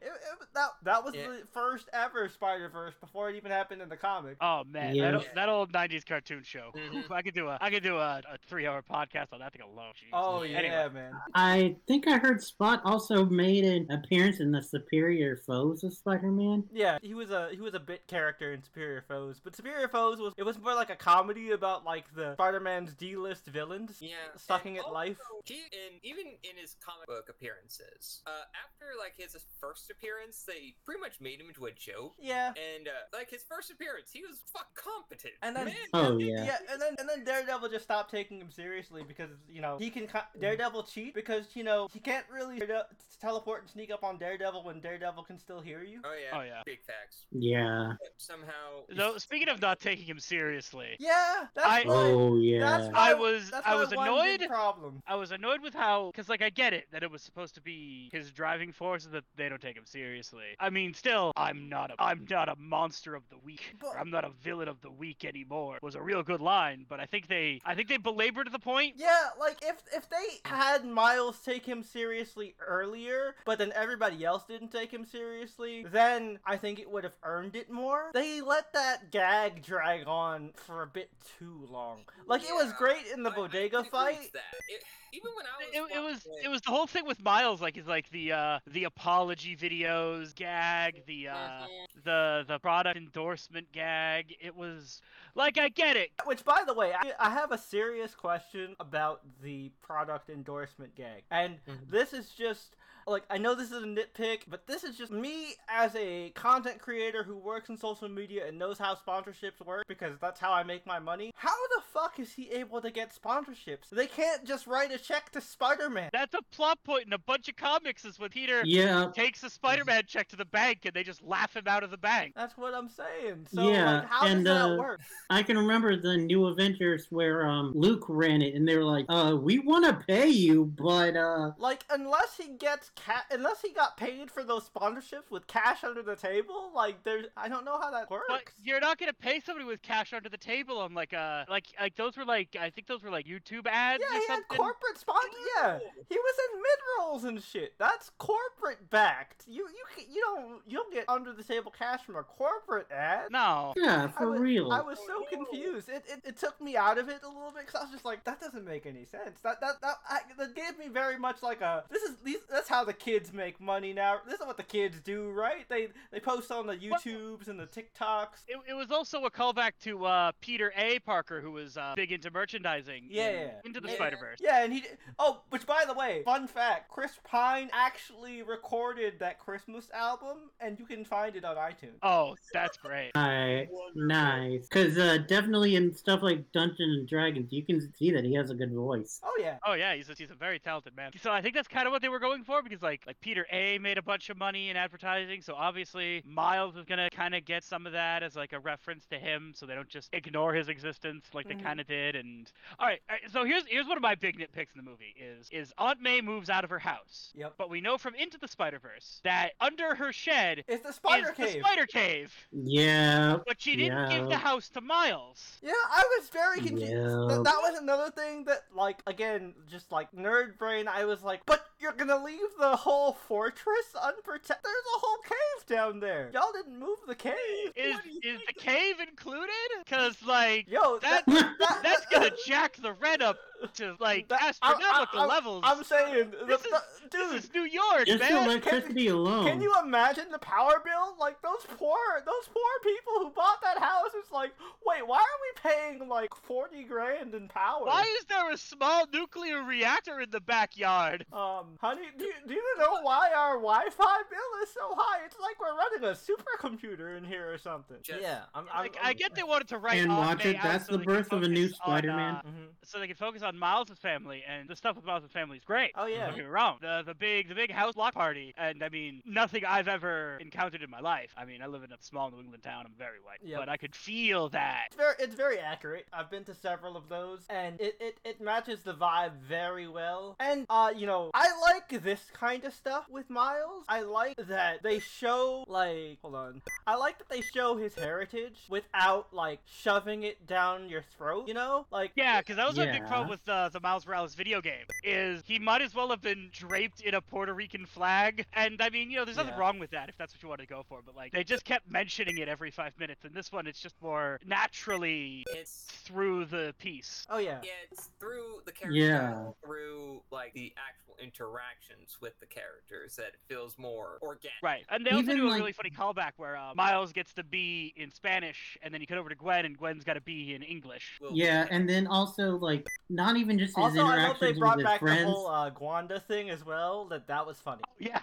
A: That that was
D: Yeah.
A: the first ever Spider Verse before it even happened in the comic.
B: Oh man,
C: Yeah.
B: that, o- that old '90s cartoon show.
D: Mhm.
A: Mm-hmm.
B: I could do a I could do a, a three-hour podcast on that thing alone. Jesus.
A: Oh yeah,
D: yeah.
B: Anyway.
A: man.
C: I think I heard Spot also made an appearance in the Superior Foes of Spider-Man.
A: Yeah, he was a he was a bit character in Superior Foes, but Superior Foes was it was more like a comedy about like the Spider Man's D list villains.
D: Yeah,
A: sucking
D: and
A: at life.
D: He and even in his comic book appearances, uh, after like his first appearance, they pretty much made him into a joke.
A: Yeah.
D: And uh, like his first appearance, he was fuck competent.
A: And then-
D: Man,
C: Oh,
D: that-
C: yeah.
A: Yeah, and then and then Daredevil just stopped taking him seriously because you know he can ki- Daredevil cheat because you know he can't really darede- teleport and sneak up on Daredevil when Daredevil can still hear you.
D: Oh yeah.
B: Oh, yeah.
D: Big facts.
C: Yeah.
D: But somehow.
B: Though speaking of not taking him seriously,
A: Yeah, that's
B: I-
A: why-
C: Oh
A: That's
C: yeah.
A: my,
B: I was-
A: that's
B: I
A: my
B: was
A: one big
B: annoyed.
A: Problem.
B: I was annoyed with how, because like I get it that it was supposed to be his driving force that they don't take him seriously. I mean, still, I'm not a I'm not a monster of the week. or
A: But-
B: I'm not a villain of the week anymore. Was a real good line, but I think they I think they belabored the point.
A: Yeah, like if if they had Miles take him seriously earlier, but then everybody else didn't take him seriously, then I think it would have earned it more. They let that gag drag on for a bit too long. Like it was
D: Yeah,
A: great in the
D: I- I
A: bodega
D: agree with
A: fight.
D: That. It, even when I was.
B: It, it was
D: watching
B: it was the whole thing with Miles, like it's like the uh the apology videos gag, the uh
D: Mhm.
B: the the product endorsement gag. It was like I get it.
A: Which, by the way, I, I have a serious question about the product endorsement gag. And
D: Mhm.
C: Mm-hmm.
A: this is just, like, I know this is a nitpick, but this is just me as a content creator who works in social media and knows how sponsorships work because that's how I make my money. How the fuck is he able to get sponsorships? They can't just write a check to Spider Man.
B: That's a plot point in a bunch of comics is when Peter
C: Yeah.
B: takes a Spider-Man check to the bank and they just laugh him out of the bank.
A: That's what I'm saying. So,
C: Yeah,
A: like, how
C: and,
A: does that
C: uh,
A: work?
C: I can remember the New Avengers where um, Luke ran it, and they were like, "Uh, we want to pay you, but uh,
A: Like unless he gets ca- unless he got paid for those sponsorships with cash under the table, like there's I don't know how that works.
B: But you're not gonna pay somebody with cash under the table on like uh like like those were like I think those were like YouTube ads
A: yeah,
B: or
A: he had
B: something.
A: corporate sponsor. Yeah,
D: No.
A: he was in mid rolls and shit. That's corporate backed. You you ca- you don't you don't get under the table cash from a corporate ad.
B: No.
C: yeah,
A: I
C: for
A: was,
C: real."
A: I was so
D: Oh, no.
A: confused. It, it, it took me out of it a little bit because I was just like, that doesn't make any sense. That that that, I, that gave me very much like a this is these, that's how the kids make money now. This is what the kids do, right? They they post on the YouTubes and the TikToks.
B: It, it was also a callback to uh, Peter A. Parker, who was uh, big into merchandising.
A: Yeah,
B: in-
A: yeah, yeah.
B: Into the
D: Yeah.
B: Spider Verse.
A: Yeah, and he oh, which by the way, fun fact: Chris Pine actually recorded that Christmas album, and you can find it on iTunes.
B: Oh, that's great.
C: I- Nice, because uh, definitely in stuff like Dungeons and Dragons, you can see that he has a good voice.
A: Oh yeah,
B: Oh yeah, he's a, he's a very talented man. So I think that's kind of what they were going for because like like Peter A made a bunch of money in advertising, so obviously Miles was gonna kind of get some of that as like a reference to him, so they don't just ignore his existence like they
A: Mhm.
B: kind of did. And all right, all right, so here's here's one of my big nitpicks in the movie is is Aunt May moves out of her house,
A: Yep.
B: but we know from Into the Spider Verse that under her shed
A: It's the spider
B: is
A: cave.
B: the spider cave,
C: Yeah.
B: but she didn't give the
C: Yeah.
B: house to Miles.
A: Yeah, I was very confused. Th-
C: Yeah.
A: that was another thing that, like, again, just like nerd brain, I was like, but you're gonna leave the whole fortress unprotected? There's a whole cave down there. Y'all didn't move the cave.
B: Is
D: What do you
B: is
D: think
B: the cave included? Cause like
A: Yo, that,
B: that
A: that-
B: that's
A: that-
B: gonna jack the rent up to like
A: That- I- I-
B: astronomical
A: I'm-
B: levels.
A: I'm saying, the,
B: This
A: the- dude,
B: this is New York,
C: Just
B: man.
C: electricity alone.
A: Can you imagine the power bill? Like those poor, those poor people who bought that house. It's like, wait, why are we paying like forty grand in power?
B: Why is there a small nuclear reactor in the backyard?
A: Um, honey, do you, do you know why our Wi-Fi bill is so high? It's like we're running a supercomputer in here or something.
D: Just-
A: yeah, I'm, I'm,
B: Like, I get they wanted to write
C: And
B: Aunt
C: watch
B: May
C: it,
B: out
C: that's
B: so
C: the
B: they could
C: birth of a new
B: focus on,
C: Spider-Man.
B: uh,
A: hmm
B: so they can focus on Miles' family, and the stuff with Miles' family is great.
A: Oh yeah.
B: Don't get me wrong. The the big the big house block party, and I mean nothing I've ever encountered in my life. I mean I live in a small New England town. I'm very white,
A: Yep.
B: but I could feel that.
A: It's very, it's very accurate. I've been to several of those, and it, it, it matches the vibe very well. And, uh, you know, I like this kind of stuff with Miles. I like that they show, like, hold on. I like that they show his heritage without, like, shoving it down your throat, you know? Like,
B: Yeah, because that was my big
C: Yeah.
B: problem with uh, the Miles Morales video game. Is he might as well have been draped in a Puerto Rican flag, and I mean, you know, there's nothing
A: Yeah.
B: wrong with that if that's what you want to go for. But like, they just kept mentioning it every five minutes, and this one it's just more naturally
D: It's
B: through the piece.
A: Oh, yeah.
D: yeah, it's through the character,
C: Yeah.
D: through like the actual interactions with the characters that it feels more organic.
B: Right, and they also
C: Even,
B: do a
C: like-
B: really funny callback where uh, Miles gets to be in Spanish, and then you cut over to Gwen, and Gwen's got to be in English.
D: Will-
C: Yeah, and then also like not even just his
A: Also, I hope
C: interactions
A: they brought
C: with
A: back
C: friends.
A: the whole uh, Gwanda thing as well. That that was funny.
B: Yeah,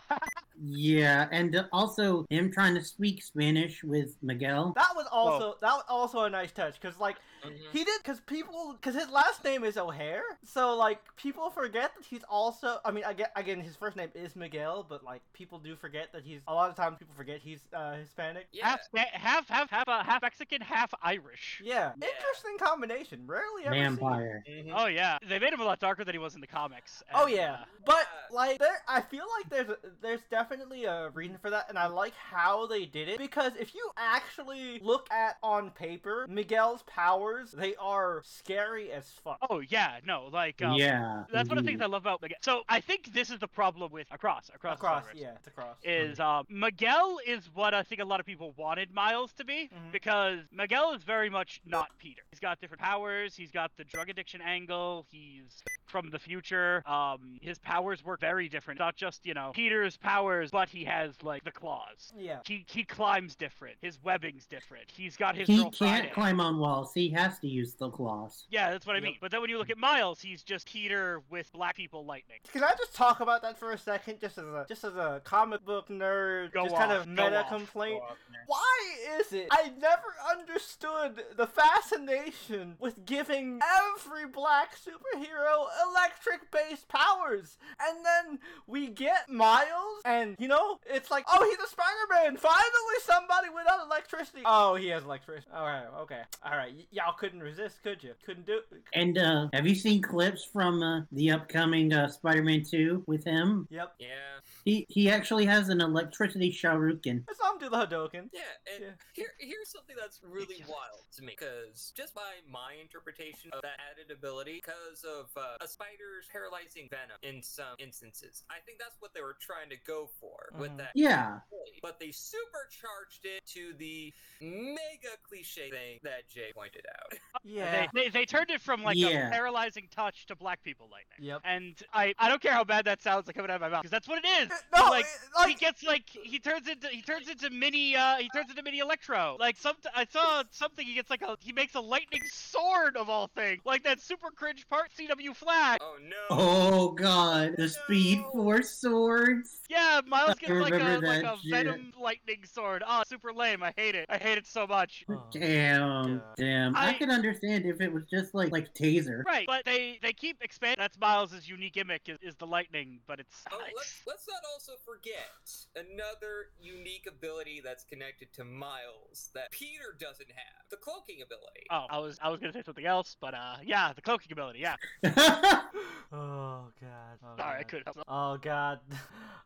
C: Yeah, and also him trying to speak Spanish with Miguel.
A: That was also that was also a nice touch because like
D: Mhm.
A: He did because people because his last name is O'Hare, so like people forget that he's also. I mean, again, again, his first name is Miguel, but like people do forget that he's. A lot of times, people forget he's uh, Hispanic.
D: Yeah.
B: half Spa- half half half, uh, half Mexican, half Irish.
A: Yeah,
D: Yeah.
A: interesting combination. Rarely ever seen.
C: Vampire.
D: Mhm.
B: Oh yeah, they made him a lot darker than he was in the comics.
A: Oh
B: and,
A: yeah,
B: uh,
A: but like there, I feel like there's a, there's definitely a reason for that, and I like how they did it because if you actually look at on paper Miguel's powers, they are scary as fuck.
B: Oh yeah, no, like um,
C: yeah. Mm-hmm.
B: That's one of the things
C: indeed.
B: I love about Miguel. So I think this is the problem with across across the
A: across,
B: Spider-Verse,
A: yeah, it's across.
C: Mm-hmm.
B: Is um, Miguel is what I think a lot of people wanted Miles to be
A: Mhm.
B: because Miguel is very much not Peter. He's got different powers. He's got the drug addiction angle. He's from the future. Um, his powers work very different. Not just you know Peter's powers, but he has like the claws.
A: yeah.
B: He he climbs different. His webbing's different. He's got his
C: He
B: girl
C: can't
B: Friday.
C: climb on walls. He has to use the claws.
B: Yeah, that's what I
A: Yep.
B: mean. But then when you look at Miles, he's just Peter with black people lightning.
A: Can I just talk about that for a second, just as a just as a comic book nerd,
B: Go
A: just kind
B: off,
A: of
B: go
A: meta
B: off,
A: complaint?
D: Go off, man.
A: Why is it I never understood the fascination with giving every black superhero electric based powers? And then we get Miles, and you know, it's like, oh, he's a Spider Man! Finally, somebody without electricity! Oh, he has electricity. Alright, okay. Alright, y- y'all couldn't resist, could you? Couldn't do
C: And uh, have you seen clips from uh, the upcoming uh, Spider-Man 2 with him?
A: Yep.
D: Yeah.
C: He he actually has an electricity Shuriken.
A: Some do the Hadoken.
D: Yeah, and
A: Yeah.
D: here here's something that's really wild to me because just by my interpretation of that added ability, because of uh, a spider's paralyzing venom in some instances, I think that's what they were trying to go for with
A: Mhm.
D: that.
C: Yeah,
D: ability. But they supercharged it to the mega cliche thing that Jay pointed out.
A: Yeah.
B: They, they, they turned it from like
C: Yeah.
B: a paralyzing touch to black people lightning.
A: Yep.
B: And I, I don't care how bad that sounds like coming out of my mouth because that's what it is.
A: No,
B: like,
A: it-
B: he gets like he turns into he turns into mini uh he turns into mini electro. Like some I saw something he gets like a he makes a lightning sword of all things like that super cringe part CW Flash.
D: Oh no!
C: Oh god, the Speed
D: No.
C: Force swords.
B: Yeah, Miles gets like a
C: remember
B: like
C: that
B: a
C: shit.
B: random lightning sword. Oh, super lame. I hate it. I hate it so much.
C: Um,
A: oh.
C: Damn,
A: God.
C: damn. I,
B: I-
C: can understand if it was just like like taser.
B: Right, but they they keep expanding. That's Miles' unique gimmick is, is the lightning, but it's,
D: Oh, let's,
B: it's
D: let's not also forget another unique ability that's connected to Miles that Peter doesn't have the cloaking ability.
B: oh, I was I was gonna say something else, but uh, yeah, the cloaking ability. Yeah,
A: Oh god. Oh,
B: sorry, I
A: God.
B: couldn't help. it.
A: Oh god.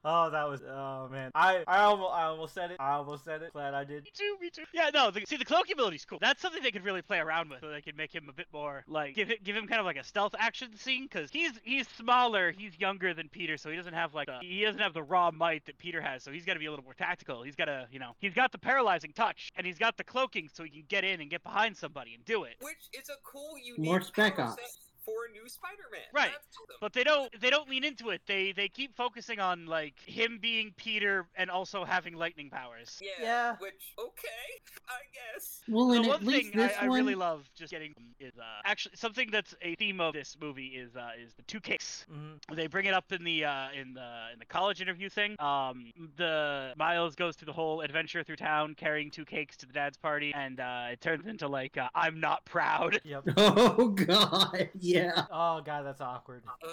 A: Oh, that was. Oh man. I I almost I almost said it. I almost said it. Glad I did.
B: Me too, me too. Yeah, no. The, see, the cloaking ability's cool. That's something they could really play around with. So they could make him a bit more like give it, give him kind of like a stealth action scene because he's he's smaller, he's younger than Peter, so he doesn't have like the, he doesn't have the raw might that Peter has. So he's got to be a little more tactical. He's got to you know he's got the paralyzing touch and he's got the cloaking, so he can get in and get behind somebody and do it.
D: Which is a cool, unique
C: More Spec
D: power
C: Ops.
D: set for a new Spider-Man.
B: Right.
D: That's awesome.
B: But they don't they don't lean into it. They they keep focusing on like him being Peter and also having lightning powers.
D: yeah,
A: Yeah.
D: Which okay, I guess.
C: well,
B: The
C: and at
B: one
C: least
B: thing
C: this
B: I, I
C: one.
B: really love just getting is uh, actually something that's a theme of this movie is uh, is the two kicks.
A: Mhm.
B: They bring it up in the uh, in the in the college interview thing. Um, the Miles goes through the whole adventure through town carrying two cakes to the dad's party, and uh, it turns into like uh, I'm not proud.
A: Yep.
C: Oh god, yeah.
A: Oh god, that's awkward.
D: Uh,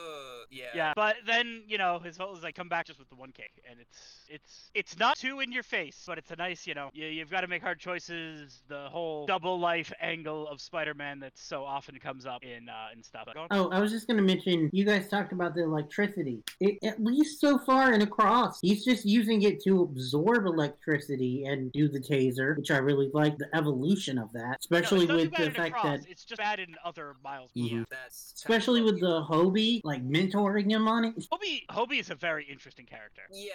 D: yeah.
B: Yeah, but then you know his whole is like come back just with the one cake, and it's it's it's not too in your face, but it's a nice you know you, you've got to make hard choices. The whole double life angle of Spider-Man that so often comes up in uh, in stuff.
C: Oh, I was just gonna mention. You guys talked about the electricity. It, at least so far and across, he's just using it to absorb electricity and do the taser, which I really like the evolution of that, especially
B: no, it's not too
C: with
B: bad
C: the
B: in
C: fact
B: Across,
C: that.
B: it's just bad in other Miles.
C: Mhm.
D: Yeah, That's
C: Especially with the Hobie, like mentoring him on it.
B: Hobie Hobie is a very interesting character.
D: Yeah,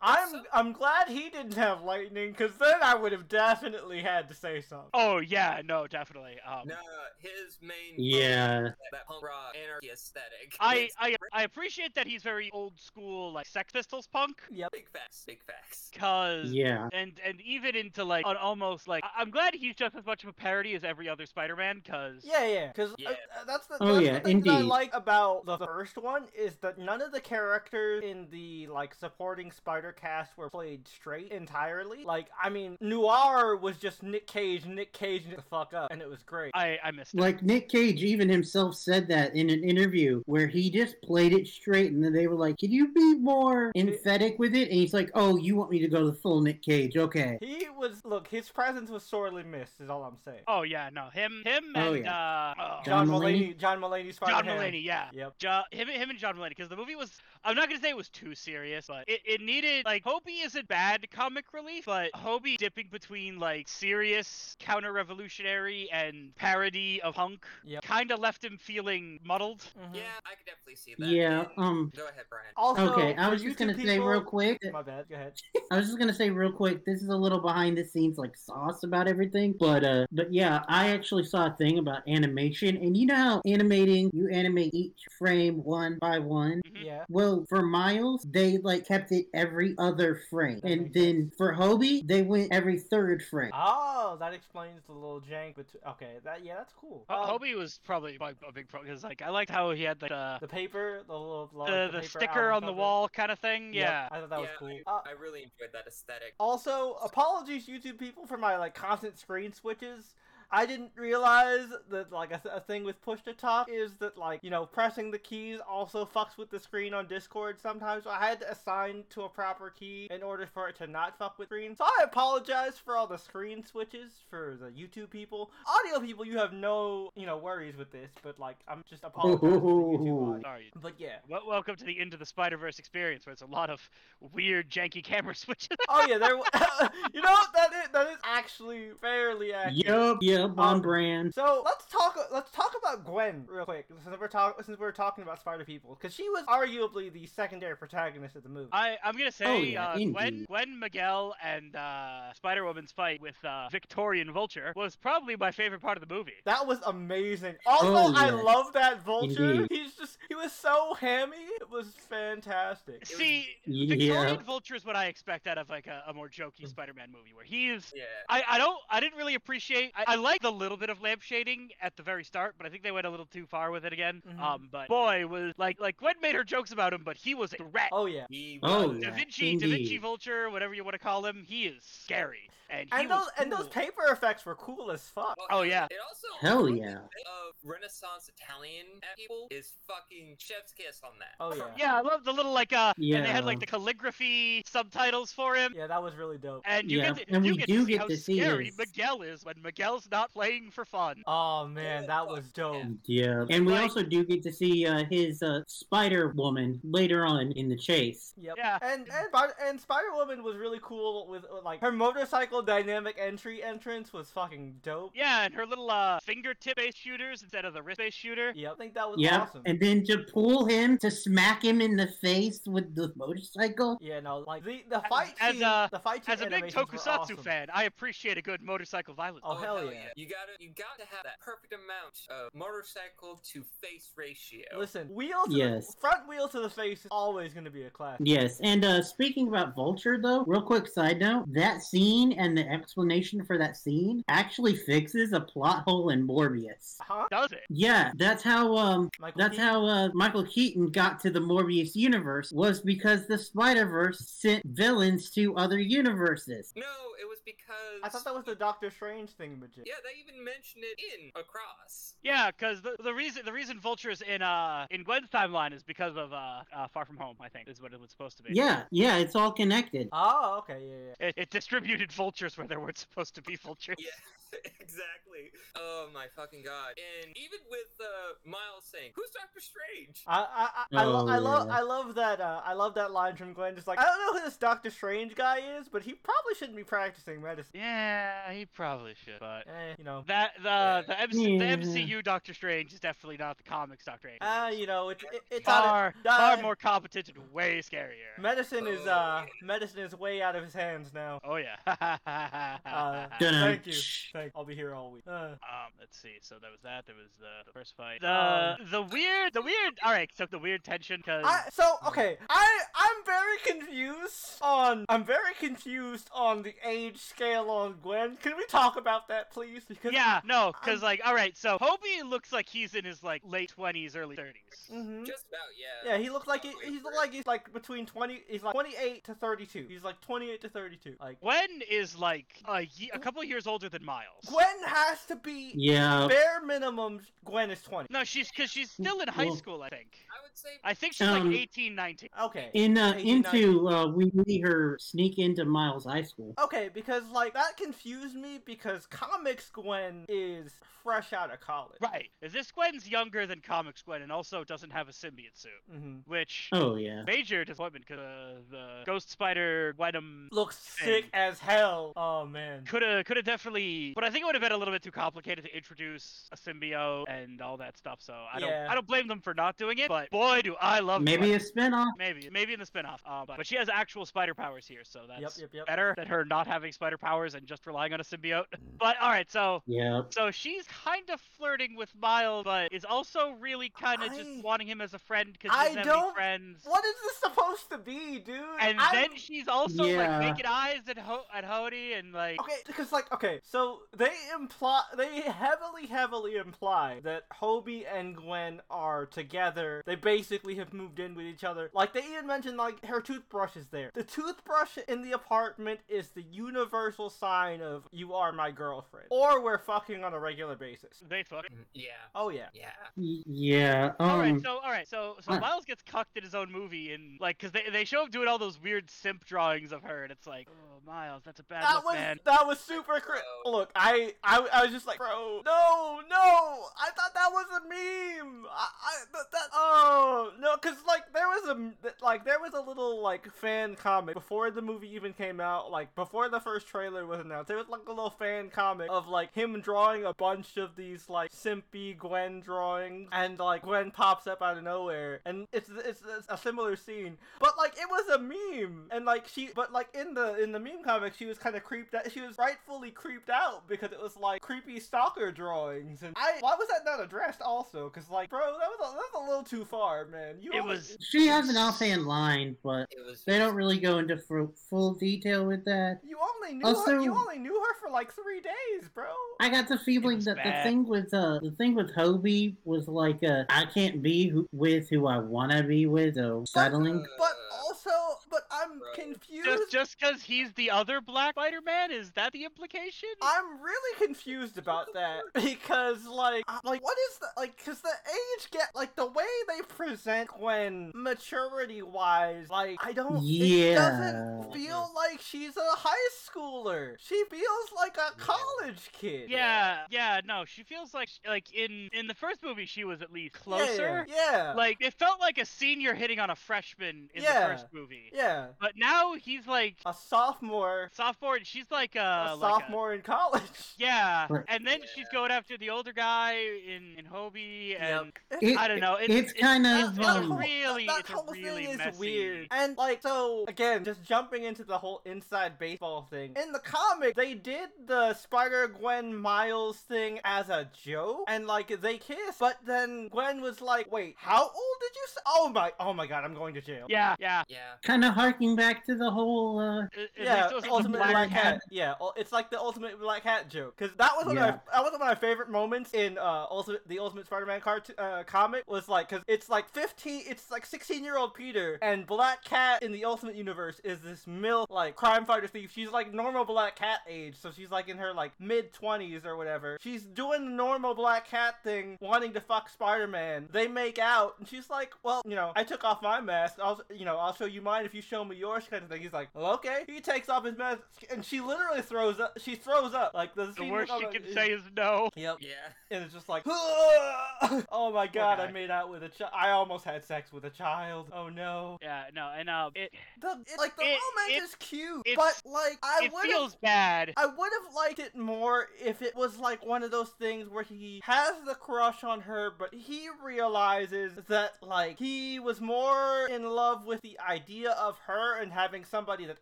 D: I,
A: I'm
D: some-
A: I'm glad he didn't have lightning, cause then I would have definitely had to say something.
B: Oh yeah, no, definitely. Um,
D: Nah, uh, his main.
C: Yeah.
D: focus is That punk rock anarchy aesthetic.
B: I,
D: It's
B: I I appreciate that he's very old school, like Sex Pistols punk,
A: Yep.
D: Big facts. Big facts.
B: because
C: Yeah.
B: and and even into like an almost like I- I'm glad he's just as much of a parody as every other Spider-Man because
A: Yeah, yeah. Because
D: Yeah.
A: that's the,
C: Oh,
A: that's
C: yeah,
A: the thing that I
C: indeed.
A: like about the first one is that none of the characters in the like supporting Spider cast were played straight entirely. Like, I mean, Noir was just Nick Cage, Nick Cage, Nick the fuck up, and it was great.
B: I I missed it.
C: Like Nick Cage even himself said that in an interview where he just played it straight, and then they were like, "Can you be more emphatic with it?" And he's like, "Oh, you want me to go the full Nick Cage? Okay."
A: he was look, his presence was sorely missed. Is all I'm saying.
B: Oh yeah, no, him him
C: Oh,
B: and uh, oh,
C: John
A: John,
C: Mulaney?
A: Mulaney, John Mulaney, Spider
B: John Mulaney, yeah.
A: Yep.
B: Jo- him, him and John Mulaney, because the movie was, I'm not going to say it was too serious, but it, it needed, like, Hobie isn't bad comic relief, but Hobie dipping between, like, serious, counter revolutionary, and parody of Hunk
A: Yep.
B: kind of left him feeling muddled.
A: Mhm.
D: Yeah, I could definitely see that.
C: Yeah. Um.
D: Go ahead, Brian.
A: Also,
C: Okay. I
A: for
C: was
A: you
C: just
A: two
C: gonna say
A: people-
C: real quick.
A: My bad. Go ahead.
C: I was just gonna say real quick. This is a little behind the scenes like sauce about everything, but uh, but yeah, I actually saw a thing about animation, and you know how animating you animate each frame one by one.
B: Mhm.
A: Yeah.
C: Well, for Miles, they like kept it every other frame,
A: That
C: and
A: makes
C: then
A: sense.
C: for Hobie, they went every third frame.
A: Oh, that explains the little jank. But okay, that yeah, that's cool.
B: Ho-
A: Um,
B: Hobie was probably like, a big problem, because, like, I liked how he had, like, uh,
A: the paper, the little like,
B: the,
A: paper
B: the sticker
A: album
B: on the
A: cover.
B: wall kind of thing.
A: Yep,
B: Yeah.
A: I thought that was
D: Yeah,
A: cool. Uh,
D: I really enjoyed that aesthetic.
A: also, apologies, YouTube people, for my like constant screen switches. I didn't realize that like a, th- a thing with push to talk is that like you know pressing the keys also fucks with the screen on Discord sometimes. So I had to assign to a proper key in order for it to not fuck with screen. So I apologize for all the screen switches for the YouTube people. Audio people, you have no you know worries with this, but like I'm just apologizing to the YouTube audience.
B: Sorry.
A: But yeah.
B: Well, welcome to the Into the Spider Verse experience, where it's a lot of weird, janky camera switches.
A: Oh yeah, there. you know what? that is that is actually fairly accurate.
C: Yup, yup, on
A: Um,
C: brand.
A: So let's talk. Let's talk about Gwen real quick, since we're talking since we're talking about Spider People, because she was arguably the secondary protagonist of the movie.
B: I, I'm gonna say
C: Oh, yeah,
B: uh, Gwen,
C: indeed.
B: Gwen Miguel and uh, Spider Woman's fight with uh, Victorian Vulture was probably my favorite part of the movie.
A: that was amazing. Also,
C: Oh,
A: I
C: yes.
A: love that vulture.
C: Indeed.
A: He's just he was so hammy. It was fantastic.
D: was-
B: See,
C: Yeah. Mm.
B: Victorian Vulture is what I expect out of like a, a more jokey Spider-Man movie, where he's.
D: Yeah.
B: I, I don't I didn't really appreciate I, I like the little bit of lamp shading at the very start, but I think they went a little too far with it again.
C: Mm-hmm.
A: Mhm.
B: Um, but boy, was like like Gwen made her jokes about him, but he was a rat.
A: Oh yeah.
D: He
C: Oh,
D: was-
B: Da
C: yeah.
B: Vinci, Da Vinci
C: indeed.
B: Vulture, whatever you want to call him, he is scary, and he
A: And
B: was
A: those and those
B: cool.
A: paper effects were cool as fuck.
D: Well,
B: Oh, yeah.
D: It also
C: Hell
D: what we
C: yeah.
D: think Of Renaissance Italian people is fucking chef's kiss on that.
A: Oh yeah.
B: Yeah, I love the little like uh, and they had
C: Yeah.
B: like the calligraphy subtitles for him.
A: Yeah, that was really dope.
B: And you
C: Yeah,
B: get to,
C: and
B: you
C: we
B: get
C: do
B: to see
C: get
B: how
C: to see
B: scary
C: his-
B: Miguel is when Miguel's not playing for fun.
A: Oh man, that was dope.
C: Yeah, and we
B: Like-
C: also do get to see uh, his uh, Spider Woman later on in the chase.
A: Yep.
B: Yeah.
A: And and, Spy- and Spider Woman was really cool with like her motorcycle dynamic entry entrance was fucking dope.
B: Yeah, and her little uh, fingertip-based shooters instead of the wrist-based shooter.
A: Yep. I think that was
C: Yeah,
A: awesome.
C: and then to pull him to smack him in the face with the motorcycle.
A: yeah, no, like the the
B: As-
A: fight
B: as
A: scene,
B: a-
A: the fight scene
B: As a big
A: animations were
B: tokusatsu
A: awesome.
B: fan, I appreciate a good motorcycle violence.
A: Oh, hell yeah.
D: You gotta you gotta have that perfect amount of motorcycle to face ratio.
A: Listen, wheel to
C: Yes.
A: the, front wheel to the face is always going to be a classic.
C: Yes, and uh, speaking about Vulture, though, real quick side note that scene and the explanation for that scene actually fixes a plot hole in Morbius.
A: Huh?
B: Does it?
C: Yeah, that's how um,
A: Michael
C: That's
A: Keaton?
C: how uh, Michael Keaton got to the Morbius universe was because the Spider Verse sent villains to other universes.
D: No, it was because
A: I thought that was the Doctor Strange thing, Majid.
D: Yeah, they even mentioned it in Across.
B: Yeah, because the, the reason the reason Vulture's in uh in Gwen's timeline is because of uh, uh Far From Home, I think, is what it was supposed to be.
C: Yeah, yeah, it's all connected.
A: Oh, okay, yeah, yeah.
B: It, it distributed vultures where there weren't supposed to be vultures.
D: Yeah, exactly. Oh my fucking god. And even with uh, Miles saying, "Who's Doctor Strange?"
A: I I I, I, lo-
C: Oh,
A: I love
C: yeah.
A: I love that uh, I love that line from Glenn. Just like I don't know who this Doctor Strange guy is, but he probably shouldn't be practicing medicine.
B: Yeah, he probably should, but
A: Eh, you know,
B: that the the, MC,
C: Yeah.
B: the MCU Doctor Strange is definitely not the comics Doctor Strange.
A: uh, you know, it, it, it's out
B: far
A: of,
B: far
A: uh,
B: more competent and way scarier.
A: Medicine is uh medicine is way out of his hands now.
B: oh yeah.
A: Uh,
C: Dun-dun.
A: thank you. Thank, I'll be here all week. Uh,
B: Um, let's see. So that was that. There was the, the first fight. The
A: Um,
B: the weird, the weird. All right, so the weird tension because
A: I, so okay, I I'm very confused on I'm very confused on the age scale on Gwen. Can we talk about that, please? Because
B: yeah, no,
A: I'm-
B: because like all right, so Hobie looks like he's in his like late twenties, early 30s
A: hmm
D: Just about, yeah.
A: Yeah, he looked like he,
D: Probably
A: he's
D: for-
A: like he's like between twenty. He's like twenty eight to thirty two. He's like twenty eight to thirty two. Like
B: Gwen is like a, ye- a couple years older than Miles.
A: Gwen has to be
C: Yeah,
A: bare minimum. Gwen is twenty.
B: No, she's because she's still in high
C: Well-
B: school, I think.
D: I would say
B: I think she's
C: Um,
B: like 18, 19.
A: Okay.
C: in uh,
A: Hey, you're not-
C: into uh, we see her sneak into Miles High School.
A: Okay, because like that confused me because comics Gwen is fresh out of college.
B: Right. This Gwen's younger than comics Gwen, and also doesn't have a symbiote suit,
A: hmm
B: which
C: Oh yeah,
B: major disappointment because uh, the Ghost Spider Wenham
A: Looks sick
B: Hey.
A: as hell. Oh man.
B: could have could have definitely, but I think it would have been a little bit too complicated to introduce a symbiote and all that stuff. So I don't
A: Yeah.
B: I don't blame them for not doing it, but boy do I love
C: maybe
B: Gwen.
C: a spinoff.
B: maybe maybe in the spinoff. Uh, but, but she has actual spider powers here, so that's
A: Yep, yep, yep.
B: better than her not having spider powers and just relying on a symbiote. But all right, so
C: Yeah,
B: So she's kind of flirting with Miles, but is also really kind of
A: I-
B: just wanting him as a friend because
A: I
B: he doesn't have
A: don't-
B: any friends.
A: What is this supposed to be, dude?
B: And
A: I'm-
B: then she's also
C: Yeah.
B: like making eyes at Ho- at Hody and like
A: Okay, because like okay, so they imply they heavily, heavily imply that Hobie and Gwen are together. They basically have moved in with each other. Like they even mentioned like her toothbrush is there. The toothbrush in the apartment is the universal sign of you are my girlfriend. Or we're fucking on a regular basis.
B: they fuck.
D: Mm, yeah,
A: Oh yeah.
D: yeah.
C: Y- yeah. Um,
B: all right, so all right, so so
A: uh.
C: what?
B: Miles gets cucked in his own movie and like because they they show him doing all those weird simp drawings of her and it's like oh Miles that's a bad
A: That
B: look,
A: was
B: man.
A: that was super cr- Look, I, I I was just like, bro, no, no. I thought that was a meme. I, I that, that oh no, because like there was a like there was a little like fan comic before the movie even came out, like before the first trailer was announced. There was like a little fan comic of like him drawing a bunch of these like simpy Gwen drawings, and like Gwen pops up out of nowhere, and it's it's, it's a similar scene, but like it was a meme, and like she, but like in the in the meme comic, she was kind of creeped. out. She was rightfully creeped out out because it was like creepy stalker drawings, and I why was that not addressed also? Because like, bro, that was a, that was a little too far, man. You
B: It
A: only-
B: was
C: She has an offhand line, but
D: It was
C: they don't really go into fu- full detail with that.
A: You only knew
C: Also-
A: her. You only knew her for like three days, bro.
C: I got the feeling
B: was
C: that
B: bad.
C: the thing with uh the thing with Hobie was like uh I can't be who- with who I want to be with, so settling.
A: But
D: Uh,
A: also, but I'm
D: Right.
A: confused.
B: just just because he's the other Black Spider-Man. Is that the implication?
A: I'm really confused about that because, like, I- Uh, like what is the like? Because the age get like the way they present Gwen maturity-wise, like I don't. It
C: Yeah.
A: doesn't feel like she's a high schooler. She feels like a
D: Yeah.
A: college kid.
B: yeah, yeah. No, she feels like like in in the first movie she was at least
A: Yeah,
B: closer.
A: Yeah.
B: Like it felt like a senior hitting on a freshman in
A: Yeah.
B: the first movie.
A: yeah.
B: But now he's like
A: A sophomore.
B: sophomore, and she's like uh
A: a
B: like a-
A: sophomore in college.
B: yeah,
C: Right.
B: and then she's going after the older guy in in Hobie, and
C: It-
B: I don't know. It,
C: it's kind
A: That-
C: of
B: it's a
A: that whole-
C: um,
B: really-
A: that,
B: it's
A: that
B: a
A: whole
B: really
A: thing is
B: messy-
A: weird. And like, so again, just jumping into the whole inside baseball thing. In the comic, they did the Spider Gwen Miles thing as a joke, and like they kissed. But then Gwen was like, "Wait, how old did you? Say? Oh my, oh my God, I'm going to jail."
B: yeah, yeah.
D: yeah.
C: kind of harking back to the whole uh
B: It, it
A: Yeah,
B: makes those
A: ultimate
B: black
A: black
B: cat-
A: hat. Yeah, ul- it's like the ultimate black hat joke. Cause that was one
C: Yeah.
A: of my, that was one of my favorite moments in uh ultimate the ultimate Spider-Man cartoon uh, comic was like cause it's like fifteen it's like sixteen year old Peter and Black Cat in the Ultimate Universe is this mill like crime fighter thief. She's like normal Black Cat age, so she's like in her like mid twenties or whatever. She's doing the normal Black Cat thing, wanting to fuck Spider-Man. They make out, and she's like, "Well, you know, I took off my mask. I'll, you know, I'll show you mine if you show me yours." Kind of thing. He's like, well, "Okay." He takes off his mask, and she literally throws up. She throws up like the.
B: The
A: scene-
B: worst she can say is no.
A: Yep,
D: Yeah.
A: and it's just like, oh my god, I
B: guy.
A: made out with a child. I almost had sex with a child. Oh no.
B: Yeah, no, and uh, it
A: The it, like the
B: It-
A: romance
B: it-
A: is cute,
B: it's-
A: but like I
B: it
A: would
B: feels bad.
A: I would have liked it more if it was like one of those things where he has the crush on her, but he realizes that like he was more in love with the idea of her and having somebody that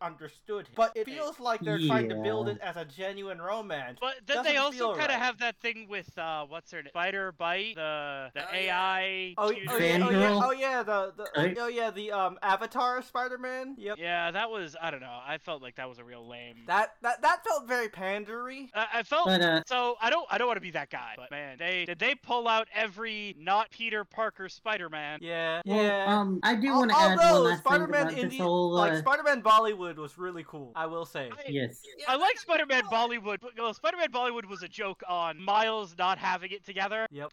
A: understood him. But it feels like they're trying to build
C: Yeah.
A: it as a genuine romance.
B: But then
A: doesn't
B: they
A: feel
B: also kind of
A: right.
B: have that thing with uh, what's her name, Spider Bite, the the
D: Oh, yeah.
B: AI.
A: Oh,
B: tutor.
A: oh, yeah, oh, yeah,
C: Fangirl?
A: oh yeah, the, the
C: Right?
A: oh yeah, the um Avatar Spider-Man. Yep.
B: Yeah, that was I don't know. I felt like that was a real lame.
A: That that that felt very pandery.
B: I, I felt
C: But, uh,
B: so I don't I don't want to be that guy. But man, they did they pull out every not Peter Parker Spider-Man.
A: Yeah,
C: well,
A: yeah.
C: um I do
A: Al-
C: want to add
A: although
C: one last
A: Spider-Man
C: thing about
A: Indi-
C: this whole uh,
A: like Spider-Man Bollywood was really cool. I will say.
B: I-
C: yes.
D: Yeah,
B: I like
D: that-
B: Spider-Man Bollywood, but well, Spider-Man Bollywood was a joke on Miles not having it together.
C: Yep.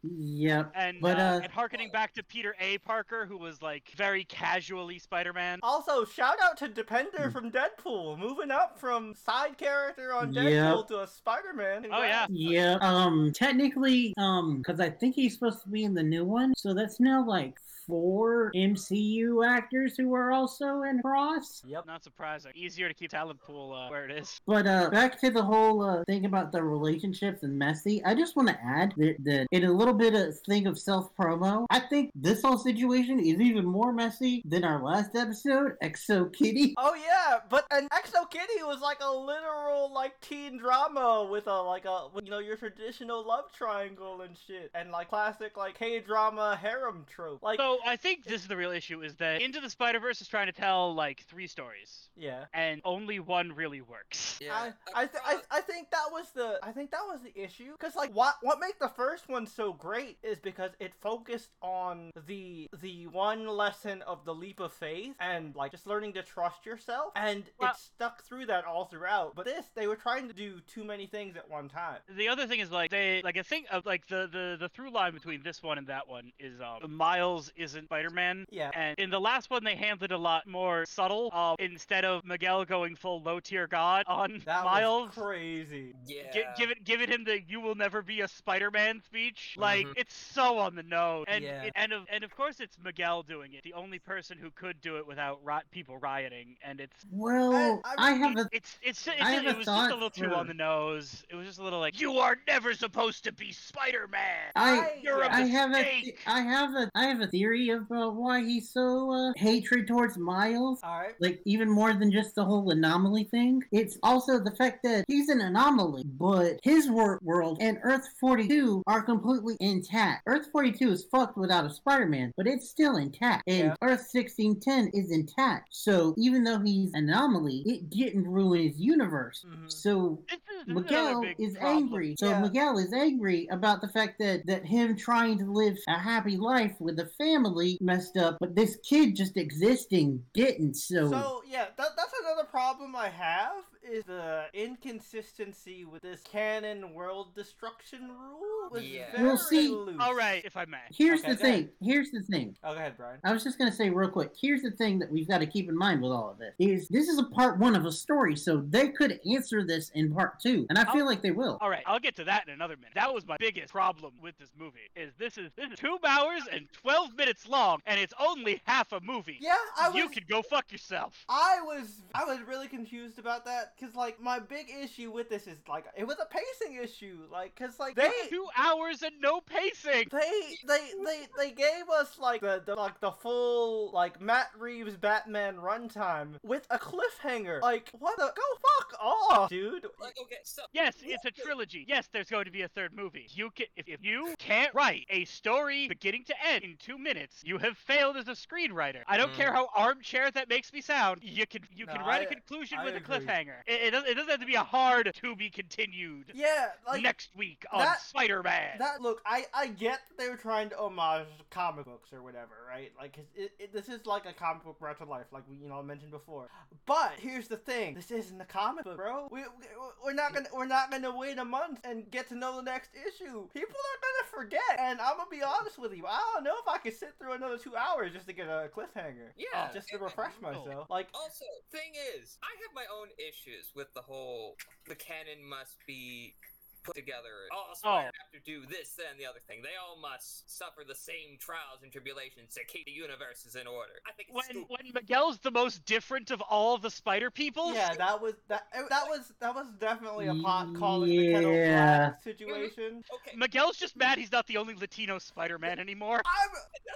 B: And,
C: But,
B: uh,
C: uh,
B: and harkening back to Peter A. Parker, who was like very casually Spider-Man.
A: Also, shout out to Depender
C: Hmm.
A: from Deadpool, moving up from side character on
C: Yep.
A: Deadpool to a Spider-Man.
B: Oh, yeah.
C: Yeah. Um. Technically, um, because I think he's supposed to be in the new one, so that's now like four MCU actors who are also in Cross.
A: Yep.
B: Not surprising. Easier to keep talent pool uh, where it is.
C: But uh, back to the whole uh, thing about the relationships and messy. I just want to add that, that in a little bit of thing of self promo, I think this whole situation is even more messy than our last episode, Exo Kitty.
A: Oh yeah, but and Exo Kitty was like a literal like teen drama with a like a with, you know your traditional love triangle and shit and like classic like K drama harem trope like
B: So I think this is the real issue: is that Into the Spider Verse is trying to tell like three stories,
A: yeah.
B: and only one really works.
D: Yeah,
A: I, I,
D: a
A: th- I,
D: cross-
A: I think that was the I think that was the issue because like what what made the first one so great is because it focused on the the one lesson of the leap of faith and like just learning to trust yourself and
B: Well-
A: it stuck through that all throughout but this they were trying to do too many things at one time
B: The other thing is like they like I think of like the the the through line between this one and that one is um Miles isn't Spider-Man.
A: yeah
B: And in the last one, they handled a lot more subtle. Um, instead of Miguel going full low tier god on
A: that
B: Miles,
A: was crazy
D: yeah.
B: gi- give it, giving him the "You will never be a Spider-Man" speech. Like
D: Mhm.
B: it's so on the nose. And
A: Mm-hmm. Yeah.
B: it- and of and of course, it's Miguel doing it, the only person who could do it without ri- people rioting. And it's
C: Well,
A: I- I-
C: I have a
B: it's it's, ju- it's
C: I
B: ju-
C: have a
B: it was just
C: thought
B: a little too
C: for-
B: on the nose. It was just a little like you are never supposed to be Spider-Man.
C: I.
B: You're a
C: I have a,
B: mistake.
C: I have a, I have a theory theory of uh, why he's so uh, hatred towards Miles.
A: All right.
C: Like even more than just the whole anomaly thing, it's also the fact that he's an anomaly, but his wor- world and Earth 42 are completely intact. Earth 42 is fucked without a Spider-Man, but it's still intact, and
A: Yeah.
C: Earth 1610 is intact. So even though he's an anomaly, it didn't ruin his universe.
A: Mhm.
C: So
B: This is- this is another
C: Miguel
B: big
C: is
B: problem.
C: angry. So
A: Yeah.
C: Miguel is angry about the fact that that him trying to live a happy life with a family messed up, but this kid just existing didn't. So,
A: So yeah, that, that's another problem I have is the inconsistency with this canon world destruction rule. was
D: Yeah.
A: very
C: We'll see.
A: loose.
B: All right, if I may.
C: here's
A: Okay,
C: the
A: go ahead.
C: thing. Here's the thing.
A: Oh, go ahead, Brian.
C: I was just going to say real quick. Here's the thing that we've got to keep in mind with all of this is this is a part one of a story, so they could answer this in part two, and I feel like they will.
B: Oh. All right, I'll get to that in another minute. That was my biggest problem with this movie. Is this is this is two hours and twelve minutes long, and it's only half a movie.
A: Yeah, I was.
B: you could go fuck yourself.
A: I was I was really confused about that because like my big issue with this is like it was a pacing issue like because like they
B: Two hours and no pacing.
A: they they they they gave us like the, the like the full like Matt Reeves Batman runtime with a cliffhanger like what the go fuck off dude
D: Like, okay, so
B: Yes, it's a trilogy. Yes, there's going to be a third movie. You can if, if you can't write a story beginning to end in two minutes, you have failed as a screenwriter. I don't
D: Mm.
B: care how armchair that makes me sound. You can you
A: No,
B: can write
A: I-
B: a conclusion
A: I
B: with
A: agree.
B: a cliffhanger. It, it, doesn't, it doesn't have to be a hard to be continued.
A: yeah like
B: next week on
A: that-
B: Spider-Man.
A: That look, I I get that they were trying to homage comic books or whatever, right? Like 'cause it, it, this is like a comic book brought to life, like we you know mentioned before. But here's the thing: this isn't a comic book, bro. We, we we're not gonna we're not gonna wait a month and get to know the next issue. People are gonna forget, and I'm gonna be honest with you. I don't know if I could sit through another two hours just to get a cliffhanger,
B: Oh,
D: yeah,
A: just to
D: and-
A: refresh
B: no.
A: myself. Like,
D: Also, thing is, I have my own issues with the whole the canon must be put together.
B: Oh,
D: All Spider have to do this, that, and the other thing. They all must suffer the same trials and tribulations to keep the universes in order. I think it's
B: when
D: stupid.
B: when Miguel's the most different of all the spider
D: Oh,
B: people.
A: yeah, that was that that was that was definitely a pot calling the kettle
C: Yeah.
A: black situation.
D: okay,
B: Miguel's just mad he's not the only Latino Spider-Man anymore.
A: I'm